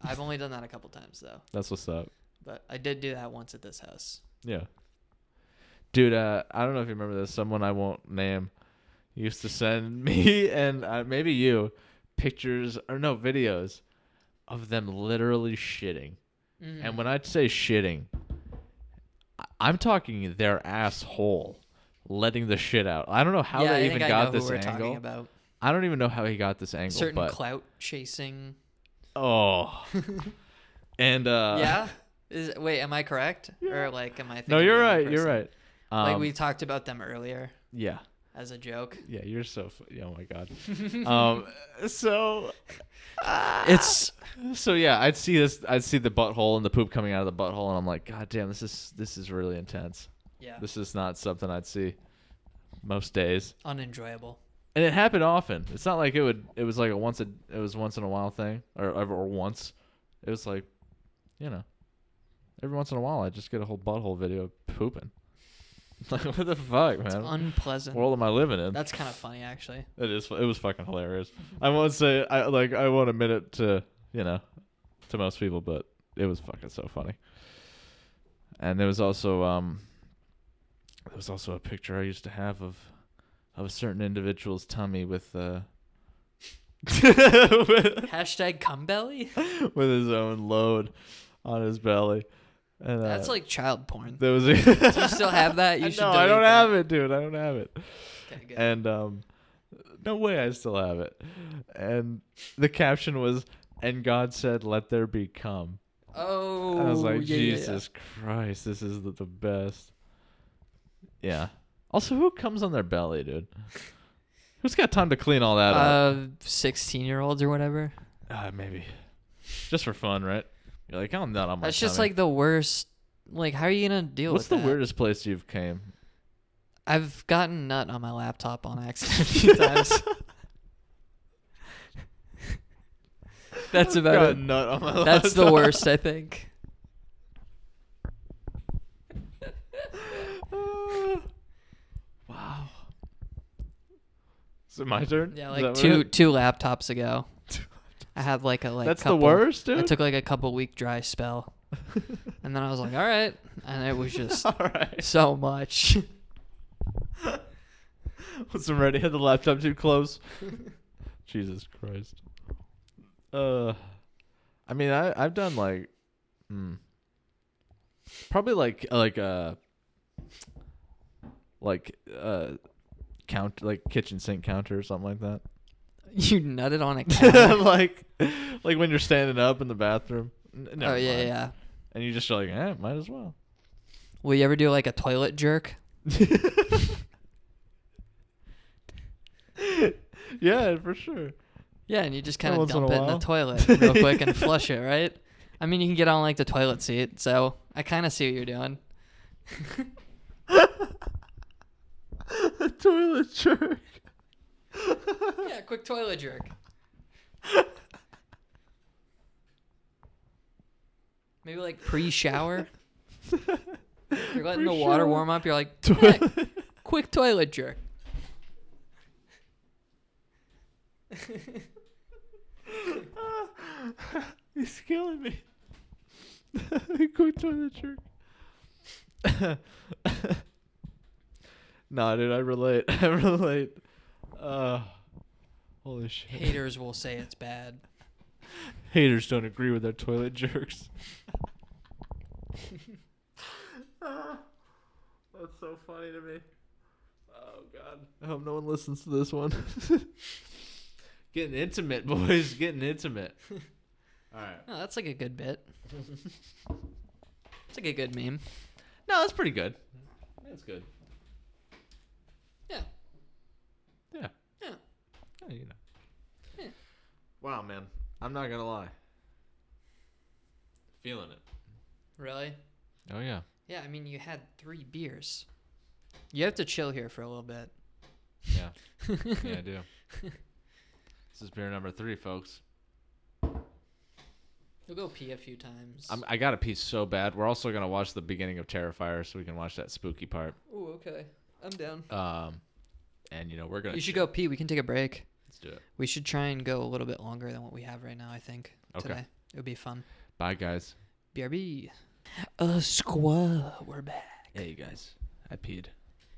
Speaker 1: I've only done that a couple times though,
Speaker 2: that's what's up.
Speaker 1: but I did do that once at this house.
Speaker 2: Yeah, dude. Uh, I don't know if you remember this. Someone I won't name used to send me and uh, maybe you pictures or no videos of them literally shitting.
Speaker 1: Mhm.
Speaker 2: And when I say shitting, I- I'm talking their asshole letting the shit out. I don't know how
Speaker 1: yeah,
Speaker 2: they
Speaker 1: I
Speaker 2: even
Speaker 1: think I know
Speaker 2: got
Speaker 1: who
Speaker 2: this
Speaker 1: we're talking
Speaker 2: angle.
Speaker 1: about
Speaker 2: I don't even know how he got this angle,
Speaker 1: certain
Speaker 2: but
Speaker 1: clout chasing.
Speaker 2: oh. and uh
Speaker 1: yeah. Is wait, am I correct or like am I? Thinking
Speaker 2: No,
Speaker 1: of
Speaker 2: you're
Speaker 1: the other
Speaker 2: right. You're
Speaker 1: person?
Speaker 2: right. Um,
Speaker 1: like we talked about them earlier
Speaker 2: yeah.
Speaker 1: as a joke.
Speaker 2: Yeah, you're so f- yeah, oh my god. um so uh,
Speaker 1: It's
Speaker 2: so yeah, I'd see this I'd see the butthole and the poop coming out of the butthole and I'm like, god damn, this is this is really intense.
Speaker 1: yeah,
Speaker 2: This is not something I'd see most days.
Speaker 1: unenjoyable.
Speaker 2: and it happened often. It's not like it would. It was like a once a. It was once in a while thing, or or or once. It was like, you know, every once in a while I just get a whole butthole video of pooping. Like what the fuck,
Speaker 1: It's
Speaker 2: man?
Speaker 1: unpleasant.
Speaker 2: world am I living in?
Speaker 1: That's kind of funny actually.
Speaker 2: It is. It was fucking hilarious. I won't say. I like. I won't admit it to you know, to most people, but it was fucking so funny. And there was also um. There was also a picture I used to have of, of a certain individual's tummy with uh. with,
Speaker 1: Hashtag cum belly.
Speaker 2: with his own load, on his belly, and uh,
Speaker 1: That's like child porn.
Speaker 2: there was. A
Speaker 1: Do you still have that? You should.
Speaker 2: no, I
Speaker 1: delete
Speaker 2: don't
Speaker 1: that.
Speaker 2: have it, dude. I don't have it
Speaker 1: Okay, good.
Speaker 2: and um, no way I still have it. And the caption was, "And God said, let there be cum."
Speaker 1: oh,
Speaker 2: I was like,
Speaker 1: yeah, yeah, yeah.
Speaker 2: Jesus Christ, this is the, the best. Yeah. Also, who comes on their belly, dude? Who's got time to clean all that up?
Speaker 1: Uh, sixteen-year-olds or whatever.
Speaker 2: Uh, maybe, just for fun, right? You're like, I'm not on my.
Speaker 1: That's just
Speaker 2: tummy."
Speaker 1: like the worst. Like, how are you gonna deal
Speaker 2: What's
Speaker 1: with
Speaker 2: the
Speaker 1: that?
Speaker 2: weirdest place you've came?
Speaker 1: I've gotten nut on my laptop on accident a few times. That's about
Speaker 2: Got
Speaker 1: it.
Speaker 2: a nut on my
Speaker 1: That's the
Speaker 2: laptop.
Speaker 1: worst, I think.
Speaker 2: wow. Is it my turn?
Speaker 1: Yeah,
Speaker 2: Is
Speaker 1: like
Speaker 2: that what it
Speaker 1: two
Speaker 2: is?
Speaker 1: two laptops ago, I had like a like.
Speaker 2: That's
Speaker 1: couple-
Speaker 2: the worst, dude.
Speaker 1: I took like a couple week dry spell, and then I was like, all right, and it was just
Speaker 2: All right.
Speaker 1: so much.
Speaker 2: Was already had the laptop too close. Jesus Christ. Uh, I mean, I I've done like, hmm, probably like like uh, like uh, count like kitchen sink counter or something like that.
Speaker 1: you nutted on a cat.
Speaker 2: like like when you're standing up in the bathroom. N-
Speaker 1: oh
Speaker 2: never
Speaker 1: yeah,
Speaker 2: mind.
Speaker 1: yeah.
Speaker 2: and you just are like, eh, might as well.
Speaker 1: Will you ever do like a toilet jerk?
Speaker 2: yeah, for sure.
Speaker 1: Yeah, and you just
Speaker 2: Yeah,
Speaker 1: kind of
Speaker 2: once in
Speaker 1: dump
Speaker 2: a
Speaker 1: it in the
Speaker 2: while.
Speaker 1: toilet real quick and flush it, right? I mean, you can get on like the toilet seat, so I kind of see what you're doing.
Speaker 2: A toilet jerk.
Speaker 1: yeah, quick toilet jerk. Maybe like pre-shower. You're letting the water
Speaker 2: Pre-shower.
Speaker 1: warm up. You're like, "Eh, quick toilet jerk.
Speaker 2: He's killing me. Quick toilet jerk. nah, dude, I relate. I relate. Uh, holy shit.
Speaker 1: Haters will say it's bad.
Speaker 2: Haters don't agree with their toilet jerks. That's so funny to me. Oh god. I hope no one listens to this one. getting intimate, boys. Getting intimate. All right.
Speaker 1: No, that's like a good bit. It's like a good meme.
Speaker 2: No, that's pretty good. That's good.
Speaker 1: Yeah.
Speaker 2: Yeah.
Speaker 1: Yeah.
Speaker 2: Yeah, you know.
Speaker 1: Yeah.
Speaker 2: Wow, man. I'm not gonna lie. Feeling it.
Speaker 1: Really?
Speaker 2: Oh yeah.
Speaker 1: Yeah, I mean, you had three beers. You have to chill here for a little bit.
Speaker 2: Yeah. yeah, I do. This is beer number three, folks.
Speaker 1: You'll go pee a few times.
Speaker 2: I'm, I got a piece so bad. We're also gonna watch the beginning of Terrifier, so we can watch that spooky part.
Speaker 1: Ooh, okay. I'm down.
Speaker 2: Um, and you know we're gonna.
Speaker 1: You should go pee. We can take a break.
Speaker 2: Let's do it.
Speaker 1: We should try and go a little bit longer than what we have right now, I think.
Speaker 2: Okay.
Speaker 1: Today. It would be fun.
Speaker 2: Bye, guys.
Speaker 1: BRB. A squaw. We're back.
Speaker 2: Hey, guys. I peed.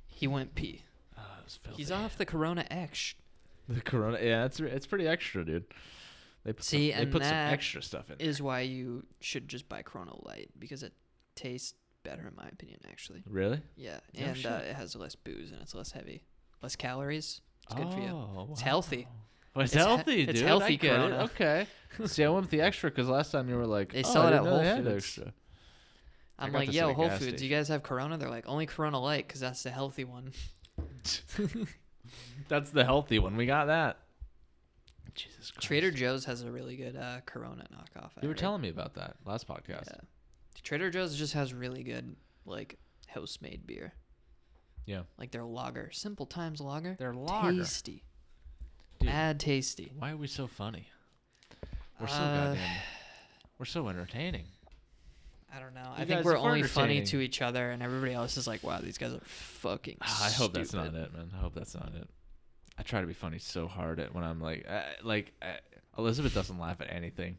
Speaker 1: He went pee.
Speaker 2: Oh, it was filthy.
Speaker 1: He's off the Corona X.
Speaker 2: The Corona. Yeah, it's it's pretty extra, dude. They put
Speaker 1: See,
Speaker 2: some, they
Speaker 1: and
Speaker 2: put some
Speaker 1: that
Speaker 2: extra stuff in. there.
Speaker 1: Is why you should just buy Corona Light because it tastes better, in my opinion, actually.
Speaker 2: Really?
Speaker 1: Yeah.
Speaker 2: Hmm. No
Speaker 1: and uh,
Speaker 2: shit.
Speaker 1: it has less booze and it's less heavy, less calories. It's good for you. It's
Speaker 2: Oh, wow.
Speaker 1: healthy.
Speaker 2: Well, it's,
Speaker 1: It's he-
Speaker 2: healthy, dude.
Speaker 1: it's
Speaker 2: It's healthy, I
Speaker 1: healthy
Speaker 2: get it.
Speaker 1: Corona.
Speaker 2: Okay. See, I went with the extra because last time you were like,
Speaker 1: They
Speaker 2: oh,
Speaker 1: sell
Speaker 2: I
Speaker 1: it
Speaker 2: didn't
Speaker 1: at
Speaker 2: know
Speaker 1: Whole
Speaker 2: they had
Speaker 1: Foods.
Speaker 2: Extra. I
Speaker 1: I'm
Speaker 2: got
Speaker 1: like,
Speaker 2: this at
Speaker 1: yo,
Speaker 2: a
Speaker 1: Whole
Speaker 2: gas
Speaker 1: Foods, you
Speaker 2: station.
Speaker 1: guys have Corona? They're like, only Corona Light because that's the healthy one.
Speaker 2: That's the healthy one. We got that. Jesus Christ.
Speaker 1: Trader Joe's has a really good uh, Corona knockoff. I
Speaker 2: You were
Speaker 1: heard.
Speaker 2: telling me about that last podcast.
Speaker 1: Yeah. Trader Joe's just has really good like house made beer.
Speaker 2: Yeah.
Speaker 1: Like their lager, Simple Times lager.
Speaker 2: They're lager.
Speaker 1: Tasty.
Speaker 2: Dude.
Speaker 1: Mad tasty.
Speaker 2: Why are we so funny? We're so
Speaker 1: Uh,
Speaker 2: goddamn. We're so entertaining.
Speaker 1: I don't know.
Speaker 2: You
Speaker 1: I think
Speaker 2: guys
Speaker 1: we're
Speaker 2: are
Speaker 1: only funny
Speaker 2: entertaining.
Speaker 1: to each other, and everybody else is like, "Wow, these guys are fucking."
Speaker 2: Ah, I hope that's not
Speaker 1: stupid."
Speaker 2: it, man. I hope that's not it. I try to be funny so hard at when I'm like, uh, like uh, Elizabeth doesn't laugh at anything.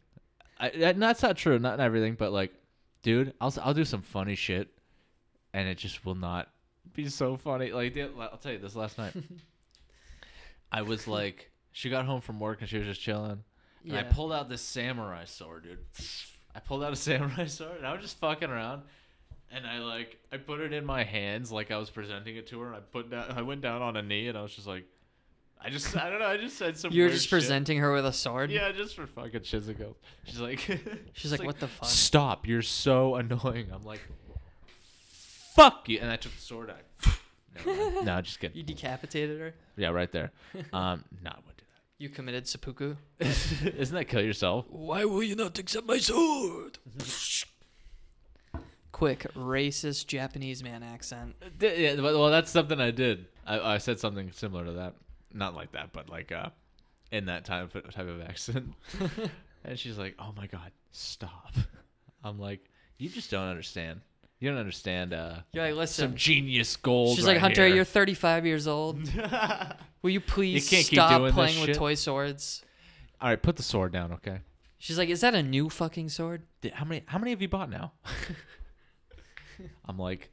Speaker 2: I, that, that's not true. Not in everything, but like, dude, I'll s- I'll do some funny shit, and it just will not be so funny. Like, the- I'll tell you this last night. I was like, she got home from work and she was just chilling. And I
Speaker 1: Yeah.
Speaker 2: pulled out this samurai sword, dude. I pulled out a samurai sword and I was just fucking around. And I like I put it in my hands like I was presenting it to her and I put down I went down on a knee and I was just like I just I don't know, I just said some
Speaker 1: You were
Speaker 2: weird
Speaker 1: just
Speaker 2: shit.
Speaker 1: presenting her with a sword.
Speaker 2: Yeah, just for fucking shits and giggles. She's like
Speaker 1: She's like, "What the fuck?"
Speaker 2: Stop, you're so annoying. I'm like Fuck you and I took the sword out. Never mind. no, just kidding.
Speaker 1: You decapitated her.
Speaker 2: Yeah, right there. Um no, I wouldn't do
Speaker 1: You committed seppuku.
Speaker 2: that. Isn't that kill yourself?
Speaker 1: Why will you not accept my sword? Quick, racist Japanese man accent.
Speaker 2: D- Yeah, well, well, that's something I did. I, I said something similar to that, not like that, but like uh, in that type of, type of accent. and she's like, "Oh my god, stop!" I'm like, "You just don't understand. You don't understand uh,
Speaker 1: You're like,
Speaker 2: some
Speaker 1: listen.
Speaker 2: genius gold."
Speaker 1: She's like,
Speaker 2: right
Speaker 1: Hunter,
Speaker 2: here."
Speaker 1: you're 35 years old. Will you please
Speaker 2: can't keep
Speaker 1: stop
Speaker 2: doing this
Speaker 1: playing with
Speaker 2: shit."
Speaker 1: toy swords?
Speaker 2: All right, put the sword down, okay?
Speaker 1: She's like, is that a new fucking sword?
Speaker 2: Th- How many? How many have you bought now? I'm like,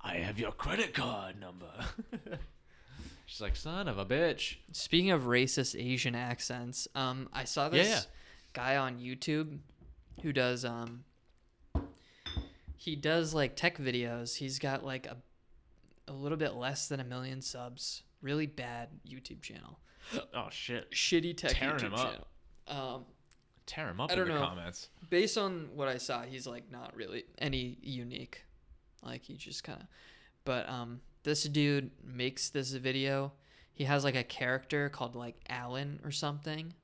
Speaker 2: I have your credit card number. she's like, "Son of a bitch."
Speaker 1: Speaking of racist Asian accents, um, I saw
Speaker 2: Yeah,
Speaker 1: this
Speaker 2: yeah.
Speaker 1: guy on YouTube who does um, he does like tech videos. He's got like a a little bit less than a million subs. Really bad YouTube channel.
Speaker 2: Oh shit!
Speaker 1: Shitty tech
Speaker 2: Tearing
Speaker 1: YouTube
Speaker 2: him
Speaker 1: channel.
Speaker 2: up.
Speaker 1: Um,
Speaker 2: tear him up
Speaker 1: I
Speaker 2: in
Speaker 1: don't
Speaker 2: the
Speaker 1: know.
Speaker 2: comments.
Speaker 1: based on what I saw, he's like not really any unique. Like he just kind of, but um, this dude makes this video. He has like a character called like Alan or something,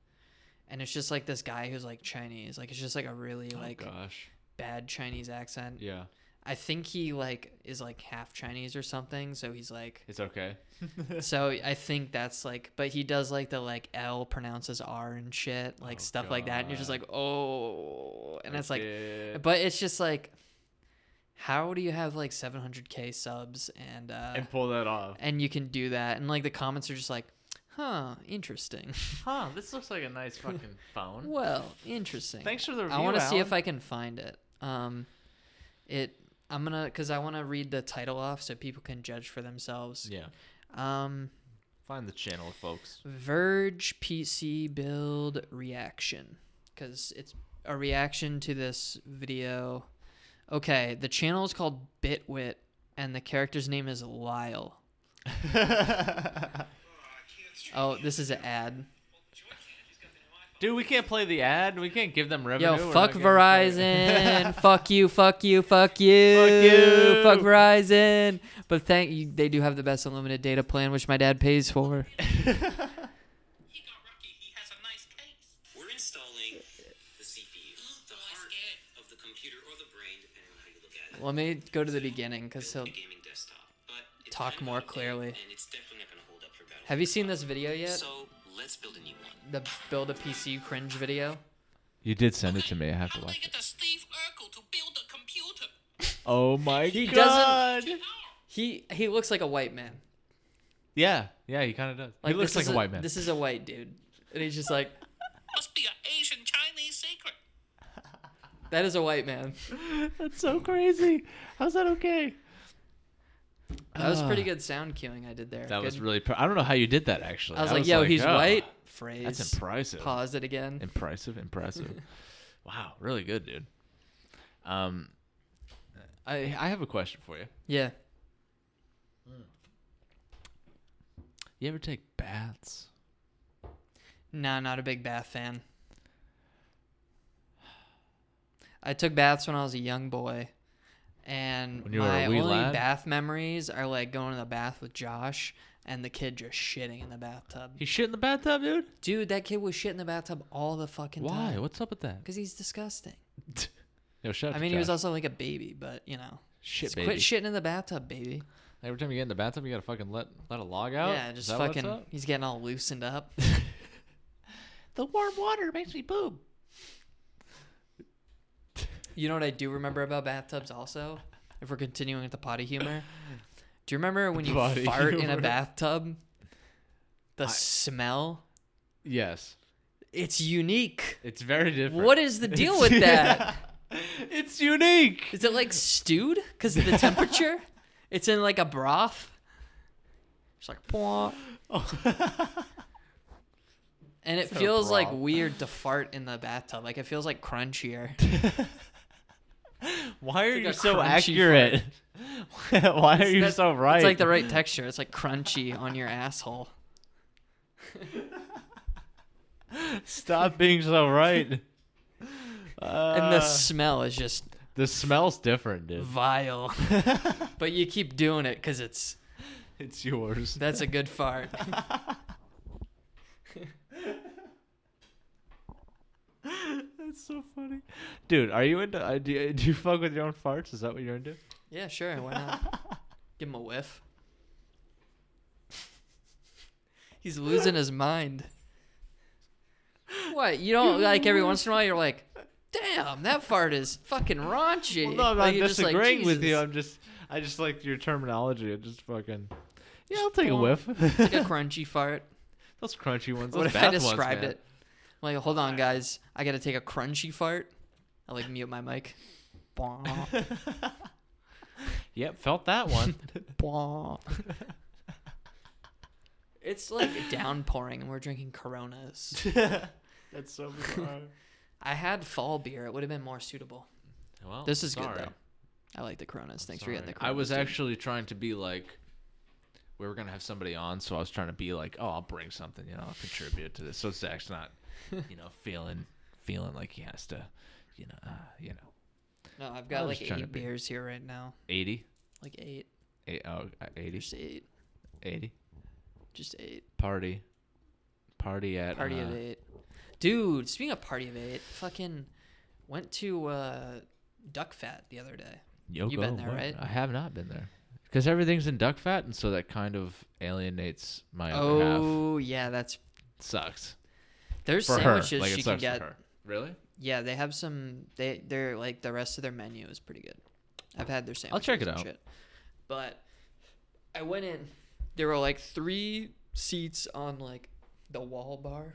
Speaker 1: and it's just like this guy who's like Chinese. Like it's just like a really like
Speaker 2: oh gosh,
Speaker 1: bad Chinese accent.
Speaker 2: yeah,
Speaker 1: I think he like is like half Chinese or something. So he's like
Speaker 2: it's okay.
Speaker 1: so I think that's like, but he does like the like L pronounces R and shit, like
Speaker 2: Oh,
Speaker 1: stuff like that. And you're just
Speaker 2: God.
Speaker 1: like, oh, and it's like,
Speaker 2: Okay.
Speaker 1: but it's just like, how do you have like 700k subs and uh,
Speaker 2: and pull that off.
Speaker 1: and you can do that? And like the comments are just like, huh, interesting.
Speaker 2: Huh? This looks like a nice fucking phone.
Speaker 1: well, interesting.
Speaker 2: Thanks for the review.
Speaker 1: I want to see if
Speaker 2: Alan.
Speaker 1: I can find it. Um, it I'm gonna because I want to read the title off so people can judge for themselves.
Speaker 2: Yeah,
Speaker 1: Um.
Speaker 2: find the channel, folks.
Speaker 1: Verge PC build reaction because it's a reaction to this video. Okay, the channel is called Bitwit, and the character's name is Lyle. Oh, this is an ad.
Speaker 2: Dude, we can't play the ad. We can't give them revenue.
Speaker 1: Yo,
Speaker 2: We're
Speaker 1: fuck
Speaker 2: not getting
Speaker 1: Verizon. fuck you, fuck you, fuck you.
Speaker 2: you.
Speaker 1: Fuck Verizon. But thank you, they do have the best unlimited data plan, which my dad pays for.
Speaker 3: He got lucky. He has a nice case. Oh,
Speaker 4: We're installing the CPU, the heart of the computer or the brain, depending on how you look at it.
Speaker 1: Let me go to the beginning because he'll.
Speaker 4: A gaming desktop, but it's
Speaker 1: Talk
Speaker 4: time
Speaker 1: more
Speaker 4: out,
Speaker 1: clearly.
Speaker 4: And it's definitely not going to hold up for battle.
Speaker 1: Have you seen this video yet?
Speaker 4: So let's build a new one.
Speaker 1: The build a PC cringe video?
Speaker 2: You did send it to me. I have
Speaker 3: I'll
Speaker 2: to watch
Speaker 3: take it
Speaker 2: it.
Speaker 3: to Steve Urkel to build a computer.
Speaker 2: Oh my
Speaker 1: doesn't-
Speaker 2: god.
Speaker 1: He he looks like a white man.
Speaker 2: Yeah, yeah, he kind of does.
Speaker 1: Like,
Speaker 2: he looks
Speaker 1: this
Speaker 2: like
Speaker 1: is
Speaker 2: a white man.
Speaker 1: This is a white dude, and he's just like,
Speaker 3: Must be an Asian Chinese secret.
Speaker 1: that is a white man.
Speaker 2: That's so crazy. How's that okay?
Speaker 1: That was
Speaker 2: Ah.
Speaker 1: pretty good sound cueing I did there.
Speaker 2: That was
Speaker 1: Good-
Speaker 2: really. Pr- I don't know how you did that actually.
Speaker 1: I was like, yo, he's
Speaker 2: oh,
Speaker 1: white. Phrase.
Speaker 2: That's impressive.
Speaker 1: Pause it again.
Speaker 2: Impressive, impressive. wow, really good, dude. Um, I I have a question for you.
Speaker 1: yeah.
Speaker 2: You ever take baths?
Speaker 1: Nah, not a big bath fan. I took baths when I was a young boy, and
Speaker 2: When you were a
Speaker 1: my
Speaker 2: wee
Speaker 1: only
Speaker 2: lad?
Speaker 1: bath memories are like going to the bath with Josh and the kid just shitting in the bathtub.
Speaker 2: He shit in the bathtub, dude.
Speaker 1: Dude, that kid was shitting in the bathtub all the fucking time.
Speaker 2: Why? What's up with that?
Speaker 1: Because he's disgusting.
Speaker 2: Yo, shut up.
Speaker 1: I mean, he was also like a baby, but you know,
Speaker 2: shit
Speaker 1: just
Speaker 2: baby.
Speaker 1: quit shitting in the bathtub, baby.
Speaker 2: Every time you get in the bathtub, you gotta fucking let let a log out.
Speaker 1: yeah,
Speaker 2: Oh, Is
Speaker 1: just
Speaker 2: that what's
Speaker 1: fucking.
Speaker 2: up?
Speaker 1: He's getting all loosened up.
Speaker 2: The warm water makes me poop.
Speaker 1: you know what I do remember about bathtubs? Also, if we're continuing with the potty humor, do you remember when you
Speaker 2: Potty
Speaker 1: fart in a
Speaker 2: humor.
Speaker 1: bathtub? The smell.
Speaker 2: Yes,
Speaker 1: It's unique.
Speaker 2: it's very different.
Speaker 1: What is the deal
Speaker 2: It's-
Speaker 1: with that?
Speaker 2: It's unique.
Speaker 1: Is it like stewed because of the temperature? it's in like a broth. It's like, "Pwah." and it
Speaker 2: a
Speaker 1: feels like
Speaker 2: broth.
Speaker 1: weird to fart in the bathtub. Like it feels like crunchier.
Speaker 2: Why are
Speaker 1: like
Speaker 2: you
Speaker 1: a
Speaker 2: so
Speaker 1: crunchy
Speaker 2: accurate? Why are you
Speaker 1: That-
Speaker 2: so right?
Speaker 1: It's like the right texture. It's like crunchy on your asshole.
Speaker 2: Stop being so right.
Speaker 1: And
Speaker 2: Uh,
Speaker 1: the smell is just
Speaker 2: the smell's different, dude.
Speaker 1: vile. but you keep doing it because it's
Speaker 2: It's yours.
Speaker 1: that's a good fart.
Speaker 2: That's so funny, dude. Are you into? Uh, do, you, do you fuck with your own farts? Is that what you're into?
Speaker 1: Yeah, sure. Why not? Give him a whiff. He's losing his mind. What? You don't like every once in a while you're like, damn, that fart is fucking raunchy.
Speaker 2: Well, no, I'm
Speaker 1: Like,
Speaker 2: not
Speaker 1: you're just like,
Speaker 2: disagreeing with you.
Speaker 1: "Jesus."
Speaker 2: I'm just, I just like your terminology. It just fucking. Yeah, I'll take a
Speaker 1: Well,
Speaker 2: whiff.
Speaker 1: It's like a crunchy fart.
Speaker 2: those crunchy ones. Those
Speaker 1: What if
Speaker 2: bad
Speaker 1: I described
Speaker 2: ones, man.
Speaker 1: it? I'm like, hold on, guys. I gotta take a crunchy fart. I like mute my mic. Bwah,
Speaker 2: Yep, felt that one.
Speaker 1: bwah. it's like downpouring, and we're drinking Coronas.
Speaker 2: That's so bizarre.
Speaker 1: I had fall beer. It would have been more suitable.
Speaker 2: Well,
Speaker 1: This is
Speaker 2: sorry.
Speaker 1: good though. I like the Coronas. Thanks for getting the
Speaker 2: Sorry.
Speaker 1: Coronas.
Speaker 2: I was
Speaker 1: dude.
Speaker 2: actually trying to be like, we were gonna have somebody on, so I was trying to be like, oh, I'll bring something, you know, I'll contribute to this. So Zach's not, you know, feeling feeling like he has to, you know, uh, you know,
Speaker 1: No, I've
Speaker 2: I
Speaker 1: got
Speaker 2: was
Speaker 1: like
Speaker 2: trying to
Speaker 1: eight
Speaker 2: be-
Speaker 1: beers here right now.
Speaker 2: 80,
Speaker 1: Like eight.
Speaker 2: eight, oh, uh, 80,
Speaker 1: Just eight.
Speaker 2: 80.
Speaker 1: Just eight.
Speaker 2: Party, party at
Speaker 1: Party
Speaker 2: uh,
Speaker 1: of eight. Dude, speaking of party of eight, fucking went to uh, Duck Fat the other day.
Speaker 2: Yoko.
Speaker 1: been there,
Speaker 2: Ono.
Speaker 1: right?
Speaker 2: I have not been there because everything's in duck fat, and so that kind of alienates my other half.
Speaker 1: Oh yeah, that's
Speaker 2: Sucks
Speaker 1: there's
Speaker 2: for her.
Speaker 1: sandwiches
Speaker 2: Like
Speaker 1: she can
Speaker 2: it sucks
Speaker 1: get.
Speaker 2: for her. Really?
Speaker 1: Yeah, they have some. They they're like the rest of their menu is pretty good. I've had their sandwiches.
Speaker 2: check it
Speaker 1: and
Speaker 2: out.
Speaker 1: Shit. But I went in. There were like three seats on like the wall bar,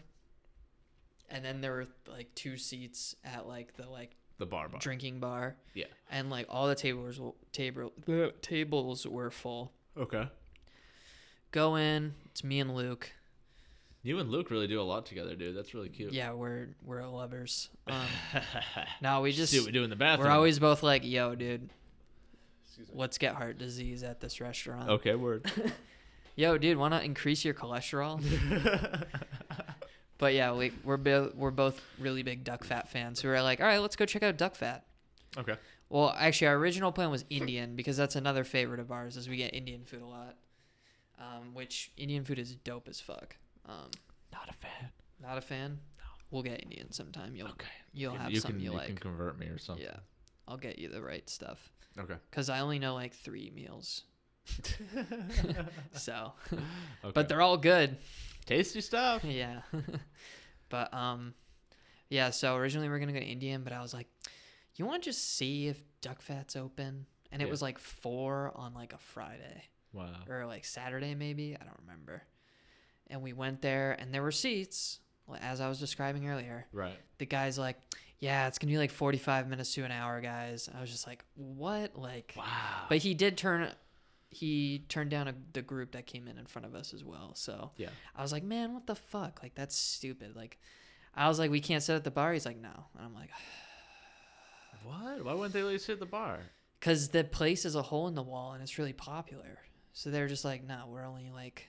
Speaker 1: and then there were like two seats at like the like
Speaker 2: The bar bar.
Speaker 1: drinking bar,
Speaker 2: Yeah.
Speaker 1: and like all the tables were- table the tables were full.
Speaker 2: Okay.
Speaker 1: Go in. It's me and Luke.
Speaker 2: You and Luke really do a lot together, dude. That's really cute.
Speaker 1: Yeah, we're we're lovers. Um, no, we just
Speaker 2: See what we do in the bathroom.
Speaker 1: We're always both like, yo, dude, let's get heart disease at this restaurant.
Speaker 2: okay. Word.
Speaker 1: Yo, dude, why not increase your cholesterol? but yeah, we, we're, bo- we're both really big duck fat fans who are like, all right, let's go check out duck fat.
Speaker 2: okay.
Speaker 1: Well, actually, our original plan was Indian because that's another favorite of ours is we get Indian food a lot, um, which Indian food is dope as fuck. Um,
Speaker 2: Not a fan.
Speaker 1: not a fan. We'll get Indian sometime. You'll
Speaker 2: Okay.
Speaker 1: you'll have
Speaker 2: you
Speaker 1: something
Speaker 2: can,
Speaker 1: you,
Speaker 2: you
Speaker 1: like.
Speaker 2: can convert me or something.
Speaker 1: yeah, I'll get you the right stuff.
Speaker 2: Okay.
Speaker 1: because I only know like three meals. so,
Speaker 2: okay.
Speaker 1: but they're all good.
Speaker 2: tasty stuff.
Speaker 1: Yeah. but, um, yeah, so originally we are going to go to Indian, but I was like, you want to just see if Duck Fat's open? And it
Speaker 2: Yeah.
Speaker 1: was like four on like a Friday
Speaker 2: Wow.
Speaker 1: or like Saturday, maybe. I don't remember. And we went there and there were seats, like, as I was describing earlier.
Speaker 2: Right.
Speaker 1: The guy's like, yeah, it's going to be like 45 minutes to an hour, guys. I was just like, what? Like,
Speaker 2: Wow.
Speaker 1: but he did turn he turned down a, the group that came in in front of us as well. So
Speaker 2: Yeah.
Speaker 1: I was like, man, what the fuck? Like that's stupid. Like I was like, we can't sit at the bar. He's like, no, and I'm like,
Speaker 2: What? Why wouldn't they let you sit at the bar?
Speaker 1: because the place is a hole in the wall and it's really popular. So they're just like, no, we're only like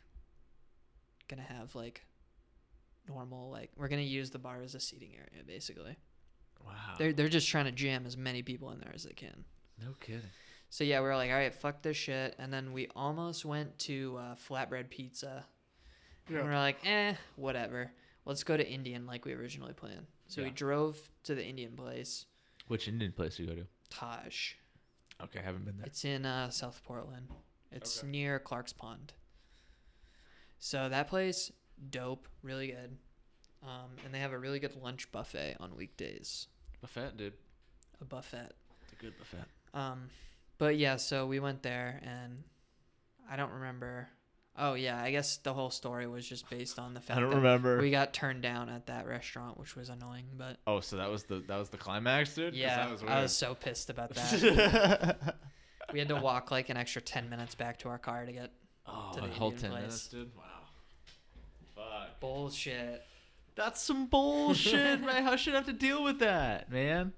Speaker 1: gonna have like normal like we're gonna use the bar as a seating area basically.
Speaker 2: Wow.
Speaker 1: They're they're just trying to jam as many people in there as they can.
Speaker 2: no kidding.
Speaker 1: So yeah, we were like, all right, fuck this shit, and then we almost went to uh, flatbread pizza. And we are like, eh, whatever. Let's go to Indian like we originally planned. So we
Speaker 2: Yeah.
Speaker 1: drove to the Indian place,
Speaker 2: Which Indian place do you go to?
Speaker 1: Taj.
Speaker 2: Okay, I haven't been there.
Speaker 1: It's in uh, South Portland. It's near Clark's Pond. So that place, dope, really good. Um, and they have a really good lunch buffet on weekdays,
Speaker 2: Buffet, dude.
Speaker 1: a buffet.
Speaker 2: It's a good buffet.
Speaker 1: Um, but yeah, so we went there, and I don't remember. Oh yeah, I guess the whole story was just based on the fact
Speaker 2: I don't
Speaker 1: that
Speaker 2: remember.
Speaker 1: we got turned down at that restaurant, which was annoying. But
Speaker 2: oh, so that was the that was the climax, dude. 'Cause
Speaker 1: yeah,
Speaker 2: That was
Speaker 1: I was so pissed about that.
Speaker 2: weird.
Speaker 1: we had to walk like an extra ten minutes back to our car to get
Speaker 2: oh,
Speaker 1: to the
Speaker 2: a whole
Speaker 1: Indian
Speaker 2: ten
Speaker 1: place.
Speaker 2: minutes, dude. Wow. Fuck.
Speaker 1: bullshit.
Speaker 2: That's some bullshit, man. How should I have to deal with that, man?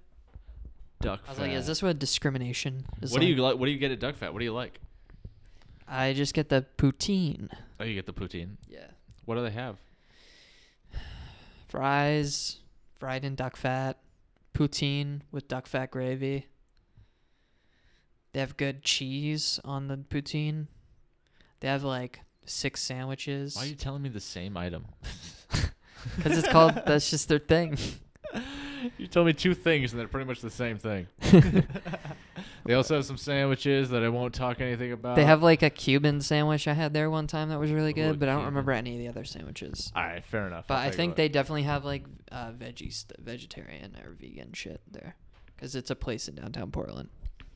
Speaker 2: Duck.
Speaker 1: I was like, is this what discrimination is?
Speaker 2: What do you
Speaker 1: like?
Speaker 2: like? What do you get at duck fat? What do you like?
Speaker 1: I just get the poutine.
Speaker 2: Oh, you get the poutine.
Speaker 1: Yeah,
Speaker 2: What do they have?
Speaker 1: fries, fried in duck fat, poutine with duck fat gravy. They have good cheese on the poutine. They have like six sandwiches
Speaker 2: Why are you telling me the same item?
Speaker 1: because it's called. That's just their thing.
Speaker 2: you told me two things, and they're pretty much the same thing. they also have some sandwiches that I won't talk anything about.
Speaker 1: They have like a Cuban sandwich I had there one time that was really good,
Speaker 2: Ooh,
Speaker 1: but I don't
Speaker 2: Cuban.
Speaker 1: remember any of the other sandwiches.
Speaker 2: All right, fair enough.
Speaker 1: But
Speaker 2: I'll
Speaker 1: I
Speaker 2: take
Speaker 1: think
Speaker 2: that.
Speaker 1: they definitely have like uh, veggie, st- vegetarian or vegan shit there, because it's a place in downtown Portland.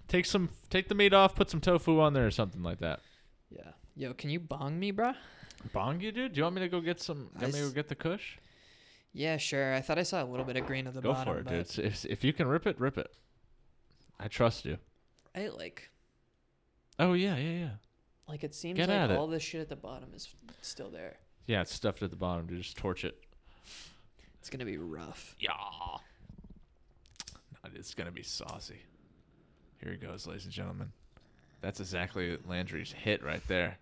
Speaker 2: take some, take the meat off, put some tofu on there or something like that.
Speaker 1: Yeah. Yo, can you bong me, bruh?
Speaker 2: Bong you, dude. Do you want me to go get some?
Speaker 1: I
Speaker 2: Do you want me to
Speaker 1: s-
Speaker 2: go get the Kush?
Speaker 1: Yeah, sure. I thought I saw a little bit of green at the
Speaker 2: Go
Speaker 1: bottom.
Speaker 2: for it,
Speaker 1: but
Speaker 2: dude. If if you can rip it, rip it. I trust you.
Speaker 1: I like
Speaker 2: Oh yeah, yeah, yeah.
Speaker 1: like it seems
Speaker 2: Get at
Speaker 1: like
Speaker 2: it.
Speaker 1: all the shit at the bottom is still there.
Speaker 2: Yeah, it's stuffed at the bottom. Dude, just torch it.
Speaker 1: It's gonna be rough.
Speaker 2: Yeah. No, It's gonna be saucy. Here it goes, ladies and gentlemen. That's exactly Landry's hit right there.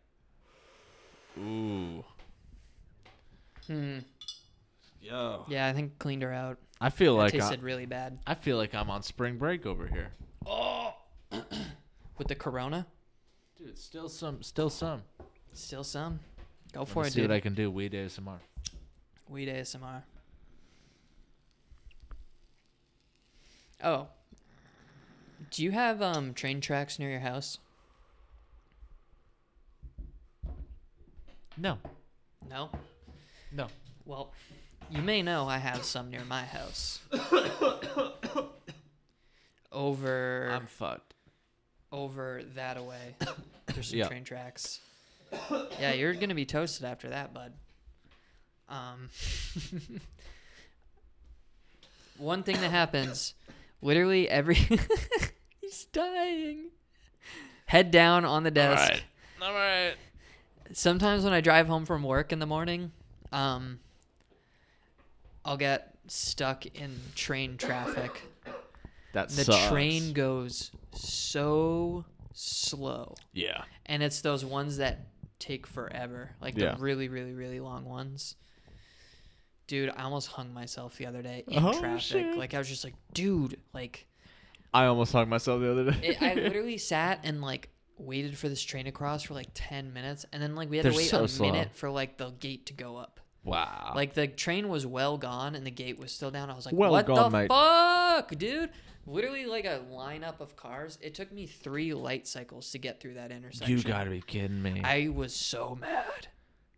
Speaker 2: Ooh.
Speaker 1: Hmm.
Speaker 2: Yo.
Speaker 1: Yeah, I think cleaned her out.
Speaker 2: I feel
Speaker 1: It
Speaker 2: like I,
Speaker 1: tasted really bad.
Speaker 2: I feel like I'm on spring break over here.
Speaker 1: With the Corona,
Speaker 2: Dude, still some, still some.
Speaker 1: still some. Go
Speaker 2: Let
Speaker 1: for
Speaker 2: me
Speaker 1: it,
Speaker 2: see
Speaker 1: dude.
Speaker 2: what I can do. Weed ASMR.
Speaker 1: Weed ASMR. Oh. Do you have um train tracks near your house?
Speaker 2: No,
Speaker 1: No.
Speaker 2: no.
Speaker 1: Well, you may know I have some near my house. over
Speaker 2: I'm fucked.
Speaker 1: over that away. There's some
Speaker 2: Yeah.
Speaker 1: train tracks. Yeah, you're gonna be toasted after that, bud. Um, one thing that happens, literally every he's dying. Head down on the desk.
Speaker 2: All right.
Speaker 1: Sometimes when I drive home from work in the morning, um, I'll get stuck in train traffic.
Speaker 2: That
Speaker 1: The
Speaker 2: sucks.
Speaker 1: train goes so slow
Speaker 2: Yeah.
Speaker 1: and it's those ones that take forever, like
Speaker 2: Yeah.
Speaker 1: the really, really, really long ones. Dude, I almost hung myself the other day in
Speaker 2: Oh,
Speaker 1: traffic.
Speaker 2: shit.
Speaker 1: Like I was just like, dude, like
Speaker 2: I almost hung myself the other day.
Speaker 1: it, I literally sat and like waited for this train across for like ten minutes, and then like we had to
Speaker 2: They're
Speaker 1: wait
Speaker 2: so
Speaker 1: a
Speaker 2: slow.
Speaker 1: minute for like the gate to go up.
Speaker 2: wow.
Speaker 1: Like the train was well gone and the gate was still down. I was like,
Speaker 2: Well
Speaker 1: what
Speaker 2: gone,
Speaker 1: the
Speaker 2: mate."
Speaker 1: fuck, dude? Literally like a lineup of cars. It took me three light cycles to get through that intersection.
Speaker 2: you gotta be kidding me.
Speaker 1: I was so mad.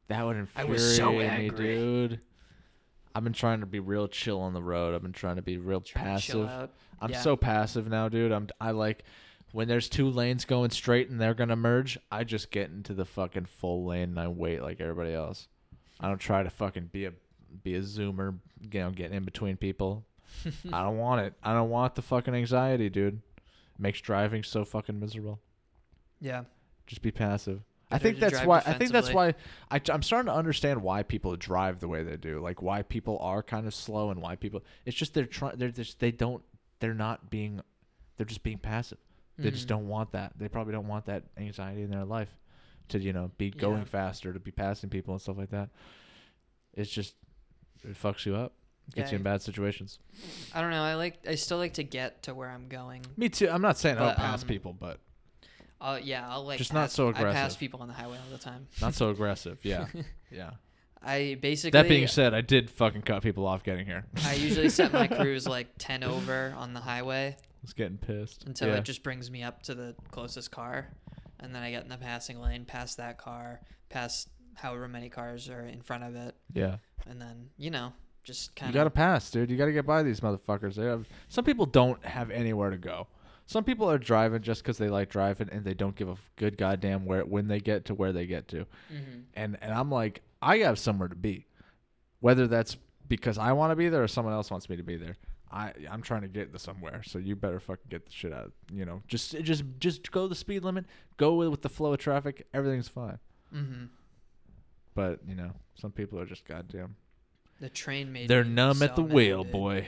Speaker 2: that would
Speaker 1: I
Speaker 2: infuriate
Speaker 1: was so
Speaker 2: me,
Speaker 1: angry.
Speaker 2: dude. I've been trying to be real chill on the road. I've been trying to be real
Speaker 1: Trying to
Speaker 2: passive.
Speaker 1: chill out.
Speaker 2: I'm
Speaker 1: Yeah.
Speaker 2: so passive now, dude. I'm I like when there's two lanes going straight and they're gonna merge. I just get into the fucking full lane and I wait like everybody else. I don't try to fucking be a be a zoomer, you know, getting in between people. I don't want it. I don't want the fucking anxiety, dude. It makes driving so fucking miserable.
Speaker 1: Yeah.
Speaker 2: Just be passive. I
Speaker 1: Better
Speaker 2: think
Speaker 1: to
Speaker 2: that's
Speaker 1: drive
Speaker 2: why. I think that's why.
Speaker 1: defensively.
Speaker 2: I, I'm starting to understand why people drive the way they do. Like why people are kind of slow and why people. It's just they're trying. They're just they don't. They're not being. They're just being passive. They
Speaker 1: Mm-hmm.
Speaker 2: just don't want that. They probably don't want that anxiety in their life, to you know be going
Speaker 1: Yeah.
Speaker 2: faster, to be passing people and stuff like that. It's just it fucks you up. It gets
Speaker 1: Yeah,
Speaker 2: you in
Speaker 1: it-
Speaker 2: bad situations.
Speaker 1: I don't know. I like. I still like to get to where I'm going.
Speaker 2: Me too. I'm not saying I don't
Speaker 1: But,
Speaker 2: pass
Speaker 1: um,
Speaker 2: people, but
Speaker 1: Oh yeah, I'll like.
Speaker 2: Just not
Speaker 1: pass-
Speaker 2: so
Speaker 1: I pass
Speaker 2: aggressive.
Speaker 1: people on the highway all the time.
Speaker 2: not so aggressive. Yeah, yeah.
Speaker 1: I basically.
Speaker 2: That being said, I did fucking cut people off getting here.
Speaker 1: I usually set my cruise like ten over on the highway
Speaker 2: was getting pissed
Speaker 1: until
Speaker 2: yeah.
Speaker 1: it just brings me up to the closest car, and then I get in the passing lane, past that car, past however many cars are in front of it,
Speaker 2: yeah.
Speaker 1: and then you know just kind
Speaker 2: You
Speaker 1: of.
Speaker 2: gotta pass, dude. You gotta get by these motherfuckers. They have, some people don't have anywhere to go. Some people are driving just because they like driving and they don't give a f- good goddamn where when they get to where they get to. And and I'm like, I have somewhere to be, whether that's because I want to be there or someone else wants me to be there. I I'm trying to get to somewhere, so you better fucking get the shit out. of- You know, just just just go the speed limit, go with, with the flow of traffic. Everything's fine.
Speaker 1: hmm
Speaker 2: But you know, some people are just goddamn.
Speaker 1: The train made.
Speaker 2: They're
Speaker 1: me
Speaker 2: numb at
Speaker 1: so
Speaker 2: the
Speaker 1: mad,
Speaker 2: wheel,
Speaker 1: dude.
Speaker 2: boy.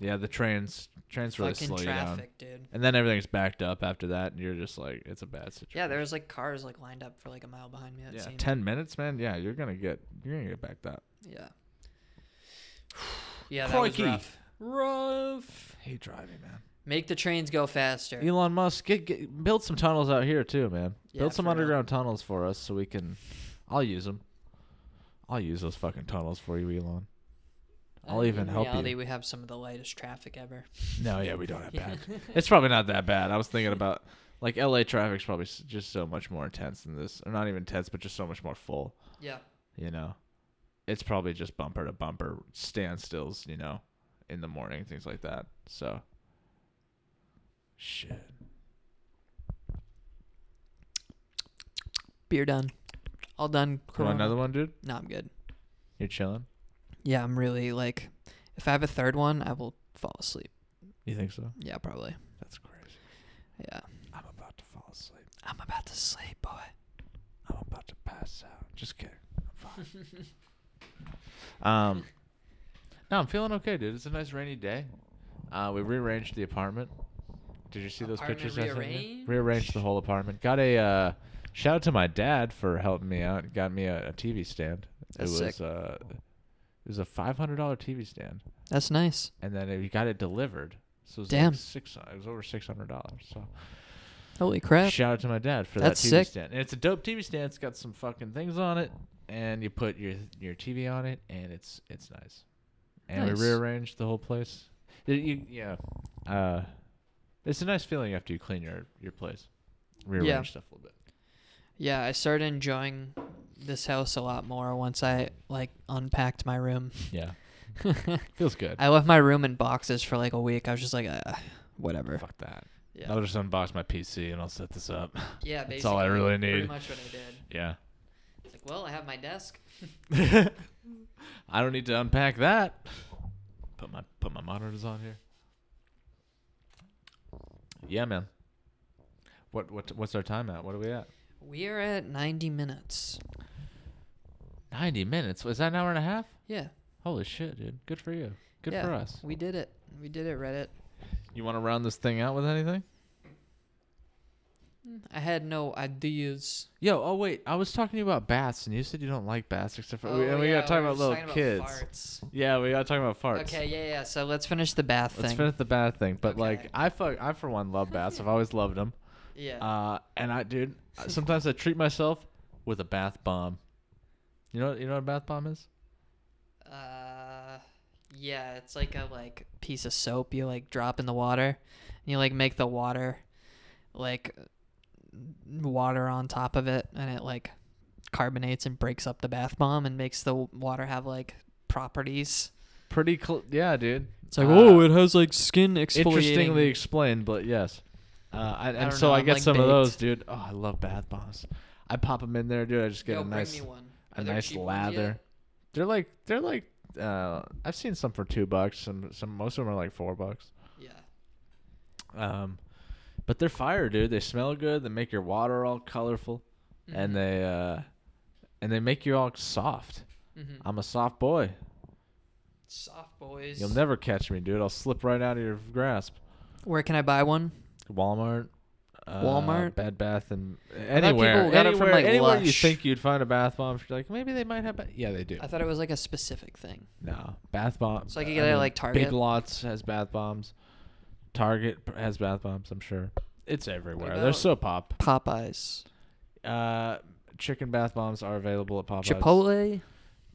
Speaker 2: Yeah, the trains trains really
Speaker 1: Fucking
Speaker 2: slow you down,
Speaker 1: traffic, dude.
Speaker 2: and then everything's backed up after that, and you're just like, it's a bad situation.
Speaker 1: Yeah, there was like cars like lined up for like a mile behind me. It
Speaker 2: yeah,
Speaker 1: seemed.
Speaker 2: ten minutes, man. Yeah, you're gonna get you're gonna get backed up.
Speaker 1: Yeah. yeah, that
Speaker 2: Crikey.
Speaker 1: was rough. Rough.
Speaker 2: Hate driving, man.
Speaker 1: Make the trains go faster.
Speaker 2: Elon Musk, get, get build some tunnels out here too, man.
Speaker 1: Yeah,
Speaker 2: build some
Speaker 1: for real.
Speaker 2: underground tunnels for us so we can. I'll use them. I'll use those fucking tunnels for you, Elon. I'll
Speaker 1: Uh,
Speaker 2: even
Speaker 1: in
Speaker 2: help
Speaker 1: reality,
Speaker 2: you.
Speaker 1: we have some of the lightest traffic ever.
Speaker 2: No, yeah, we don't have
Speaker 1: Yeah.
Speaker 2: bad. it's probably not that bad. I was thinking about like LA traffic's probably s- just so much more intense than this, or not even intense, but just so much more full.
Speaker 1: Yeah.
Speaker 2: You know, it's probably just bumper to bumper standstills. You know, in the morning, things like that. So, shit.
Speaker 1: Beer done. All done.
Speaker 2: You want
Speaker 1: Corona.
Speaker 2: another one, dude?
Speaker 1: No, I'm good.
Speaker 2: You're chilling.
Speaker 1: Yeah, I'm really like, if I have a third one, I will fall asleep.
Speaker 2: You think so?
Speaker 1: Yeah, probably.
Speaker 2: That's crazy.
Speaker 1: Yeah.
Speaker 2: I'm about to fall asleep.
Speaker 1: I'm about to sleep, boy.
Speaker 2: I'm about to pass out. Just kidding. I'm fine. um, no, I'm feeling okay, dude. It's a nice rainy day. Uh, we rearranged the apartment. Did you see those
Speaker 1: Apartment
Speaker 2: pictures? I sent you?
Speaker 1: rearranged?
Speaker 2: Rearranged the whole apartment. Got a uh, shout out to my dad for helping me out. Got me a, a TV stand.
Speaker 1: That's
Speaker 2: it was
Speaker 1: sick.
Speaker 2: uh, It was a five hundred dollar TV stand,
Speaker 1: That's nice.
Speaker 2: and then we got it delivered. So it was
Speaker 1: Damn.
Speaker 2: like six. It was over six hundred dollars. So
Speaker 1: Holy crap.
Speaker 2: shout out to my dad for
Speaker 1: That's
Speaker 2: that TV
Speaker 1: sick.
Speaker 2: stand. And it's a dope TV stand. It's got some fucking things on it, and you put your your TV on it, and it's it's nice. And
Speaker 1: Nice.
Speaker 2: we rearranged the whole place. It- you- yeah, uh, it's a nice feeling after you clean your your place, rearrange stuff a little bit.
Speaker 1: Yeah, I started enjoying this house a lot more once I like unpacked my room.
Speaker 2: Yeah, feels good.
Speaker 1: I left my room in boxes for like a week. I was just like, uh, whatever.
Speaker 2: Fuck that.
Speaker 1: Yeah.
Speaker 2: I'll just unbox my PC and I'll set this up.
Speaker 1: Yeah,
Speaker 2: That's all I really
Speaker 1: Pretty
Speaker 2: need.
Speaker 1: much what I did.
Speaker 2: Yeah.
Speaker 1: It's like, well, I have my desk.
Speaker 2: I don't need to unpack that. Put my put my monitors on here. Yeah, man. What what what's our time at? What are we at?
Speaker 1: We are at 90 minutes.
Speaker 2: Ninety minutes. Was that an hour and a half?
Speaker 1: Yeah.
Speaker 2: Holy shit, dude. Good for you. Good
Speaker 1: yeah,
Speaker 2: for us.
Speaker 1: We did it. We did it, Reddit.
Speaker 2: You want to round this thing out with anything?
Speaker 1: I had no ideas.
Speaker 2: Yo, oh wait, I was talking to you about baths, and you said you don't like baths except for. and we
Speaker 1: Oh, yeah,
Speaker 2: gotta talk
Speaker 1: we were
Speaker 2: about
Speaker 1: just
Speaker 2: little
Speaker 1: talking
Speaker 2: kids.
Speaker 1: farts.
Speaker 2: Yeah, we gotta talk about farts.
Speaker 1: Okay, yeah, yeah. So let's finish the bath
Speaker 2: Let's
Speaker 1: thing.
Speaker 2: finish the bath thing. But
Speaker 1: Okay.
Speaker 2: like, I fuck, I for one love baths. I've always loved them.
Speaker 1: yeah.
Speaker 2: Uh, and I, dude, sometimes I treat myself with a bath bomb. You know, you know what a bath bomb is?
Speaker 1: Uh, yeah, it's like a like piece of soap you like drop in the water, and you like make the water, like water on top of it, and it like carbonates and breaks up the bath bomb and makes the w- water have like properties.
Speaker 2: Pretty cl- yeah, dude.
Speaker 1: It's like
Speaker 2: Uh,
Speaker 1: oh, it has like skin exfoliating.
Speaker 2: interestingly explained, but yes. Uh, I, and
Speaker 1: don't
Speaker 2: so
Speaker 1: know,
Speaker 2: I
Speaker 1: I'm,
Speaker 2: get
Speaker 1: like,
Speaker 2: some of those,
Speaker 1: baked.
Speaker 2: dude. Oh, I love bath bombs. I pop them in there, dude. I just get
Speaker 1: Yo,
Speaker 2: a
Speaker 1: bring
Speaker 2: nice,
Speaker 1: me one.
Speaker 2: a
Speaker 1: Are there
Speaker 2: nice
Speaker 1: cheap ones yet?
Speaker 2: lather. They're like, they're like, uh, I've seen some for two bucks. Some, some, most of them are like four bucks.
Speaker 1: Yeah.
Speaker 2: Um, but they're fire, dude. They smell good. They make your water all colorful,
Speaker 1: Mm-hmm.
Speaker 2: and they uh, and they make you all soft.
Speaker 1: Mhm.
Speaker 2: I'm a soft boy.
Speaker 1: Soft boys.
Speaker 2: You'll never catch me, dude. I'll slip right out of your grasp.
Speaker 1: Where can I buy one?
Speaker 2: Walmart. Uh,
Speaker 1: Walmart?
Speaker 2: Bed Bath, and
Speaker 1: thought
Speaker 2: anywhere,
Speaker 1: people got it from,
Speaker 2: anywhere,
Speaker 1: like,
Speaker 2: anywhere you
Speaker 1: Lush.
Speaker 2: think you'd find a bath bomb. You're like, maybe they might have. Ba-. Yeah, they do.
Speaker 1: I thought it was like a specific thing.
Speaker 2: No, bath bombs.
Speaker 1: So I could get it at, like, Target?
Speaker 2: Big Lots has bath bombs. Target has bath bombs. I'm sure. It's everywhere. They're
Speaker 1: about-
Speaker 2: so pop.
Speaker 1: Popeyes.
Speaker 2: Uh, chicken bath bombs are available at Popeyes.
Speaker 1: Chipotle.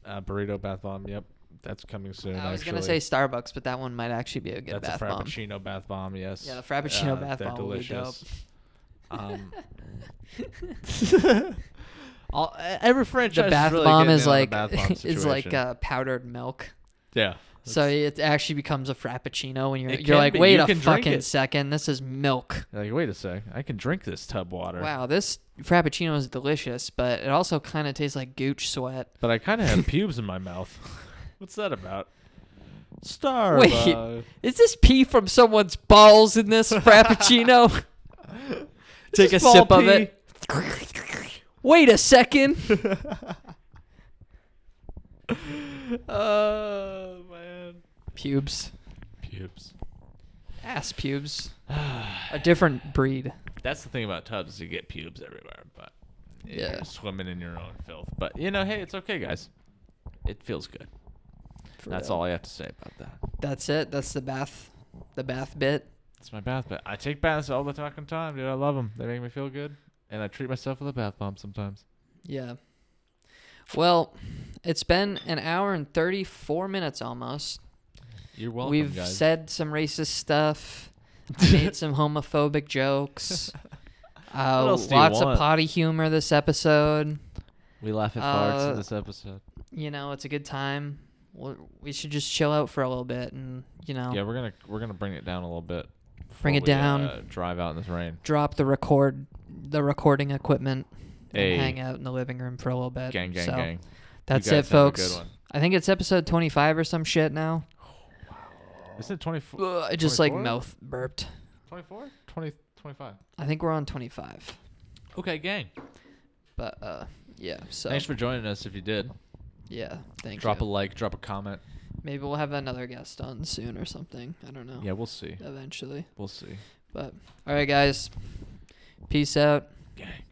Speaker 2: Uh, burrito bath bomb. Yep, that's coming soon.
Speaker 1: I was
Speaker 2: actually.
Speaker 1: gonna say Starbucks, but that one might actually be a good
Speaker 2: that's
Speaker 1: bath
Speaker 2: a
Speaker 1: bomb.
Speaker 2: frappuccino bath bomb. Yes. Uh,
Speaker 1: Yeah, the frappuccino bath
Speaker 2: they're
Speaker 1: bomb would be dope.
Speaker 2: Um, all, e- every
Speaker 1: The
Speaker 2: franchise.
Speaker 1: bath
Speaker 2: is really
Speaker 1: bomb
Speaker 2: getting
Speaker 1: is
Speaker 2: in on the
Speaker 1: like
Speaker 2: bath bomb
Speaker 1: is like
Speaker 2: situation.
Speaker 1: uh, powdered milk.
Speaker 2: yeah.
Speaker 1: So it actually becomes a frappuccino when you're
Speaker 2: It
Speaker 1: you're
Speaker 2: can
Speaker 1: like,
Speaker 2: be.
Speaker 1: wait
Speaker 2: You
Speaker 1: a
Speaker 2: can drink
Speaker 1: fucking
Speaker 2: it."
Speaker 1: second, this is milk.
Speaker 2: Like wait a sec, I can drink this tub water.
Speaker 1: Wow, this frappuccino is delicious, but it also kind of tastes like gooch sweat.
Speaker 2: But I kind of have pubes in my mouth. What's that about? Star. uh,
Speaker 1: Is this pee from someone's balls in this frappuccino? Take a
Speaker 2: Just ball
Speaker 1: sip of
Speaker 2: pee.
Speaker 1: it. Wait a second.
Speaker 2: Oh man.
Speaker 1: pubes.
Speaker 2: Pubes.
Speaker 1: Ass pubes. a different breed.
Speaker 2: That's the thing about tubs, you get pubes everywhere, but yeah.
Speaker 1: Yeah.
Speaker 2: you're swimming in your own filth. But you know, hey, it's okay, guys. It feels good. That's all I have to say about that.
Speaker 1: That's it. That's the bath, the bath bit.
Speaker 2: It's my bath bath. I take baths all the fucking time, dude. I love them. They make me feel good, and I treat myself with a bath bomb sometimes.
Speaker 1: Yeah. Well, it's been an hour and thirty-four minutes almost.
Speaker 2: You're welcome,
Speaker 1: We've
Speaker 2: guys.
Speaker 1: said some racist stuff, made some homophobic jokes. Uh,
Speaker 2: What else do you
Speaker 1: lots of
Speaker 2: want?
Speaker 1: potty humor this episode.
Speaker 2: we laugh at farts
Speaker 1: uh,
Speaker 2: in this episode.
Speaker 1: You know, it's a good time. We'll, we should just chill out for a little bit and you know
Speaker 2: Yeah, we're gonna we're gonna bring it down a little bit.
Speaker 1: oh. Bring it
Speaker 2: before we,
Speaker 1: down.
Speaker 2: Uh, drive out in this rain.
Speaker 1: drop the record, the recording equipment,
Speaker 2: Hey.
Speaker 1: and hang out in the living room for a little bit.
Speaker 2: Gang, gang,
Speaker 1: So-
Speaker 2: gang.
Speaker 1: That's
Speaker 2: guys
Speaker 1: it,
Speaker 2: have a good
Speaker 1: folks.
Speaker 2: one.
Speaker 1: I think it's episode 25 or some shit now.
Speaker 2: Isn't it 24?
Speaker 1: Ugh, I just like
Speaker 2: 24?
Speaker 1: mouth burped.
Speaker 2: 24? 20, 25.
Speaker 1: I think we're on 25.
Speaker 2: Okay, gang.
Speaker 1: But uh yeah, so
Speaker 2: Thanks for joining us. If you did,
Speaker 1: yeah, thank
Speaker 2: drop a
Speaker 1: you.
Speaker 2: like, drop a comment.
Speaker 1: Maybe we'll have another guest on soon or something. I don't know.
Speaker 2: Yeah, we'll see.
Speaker 1: Eventually.
Speaker 2: We'll see.
Speaker 1: But all right guys. Peace out.
Speaker 2: Gang.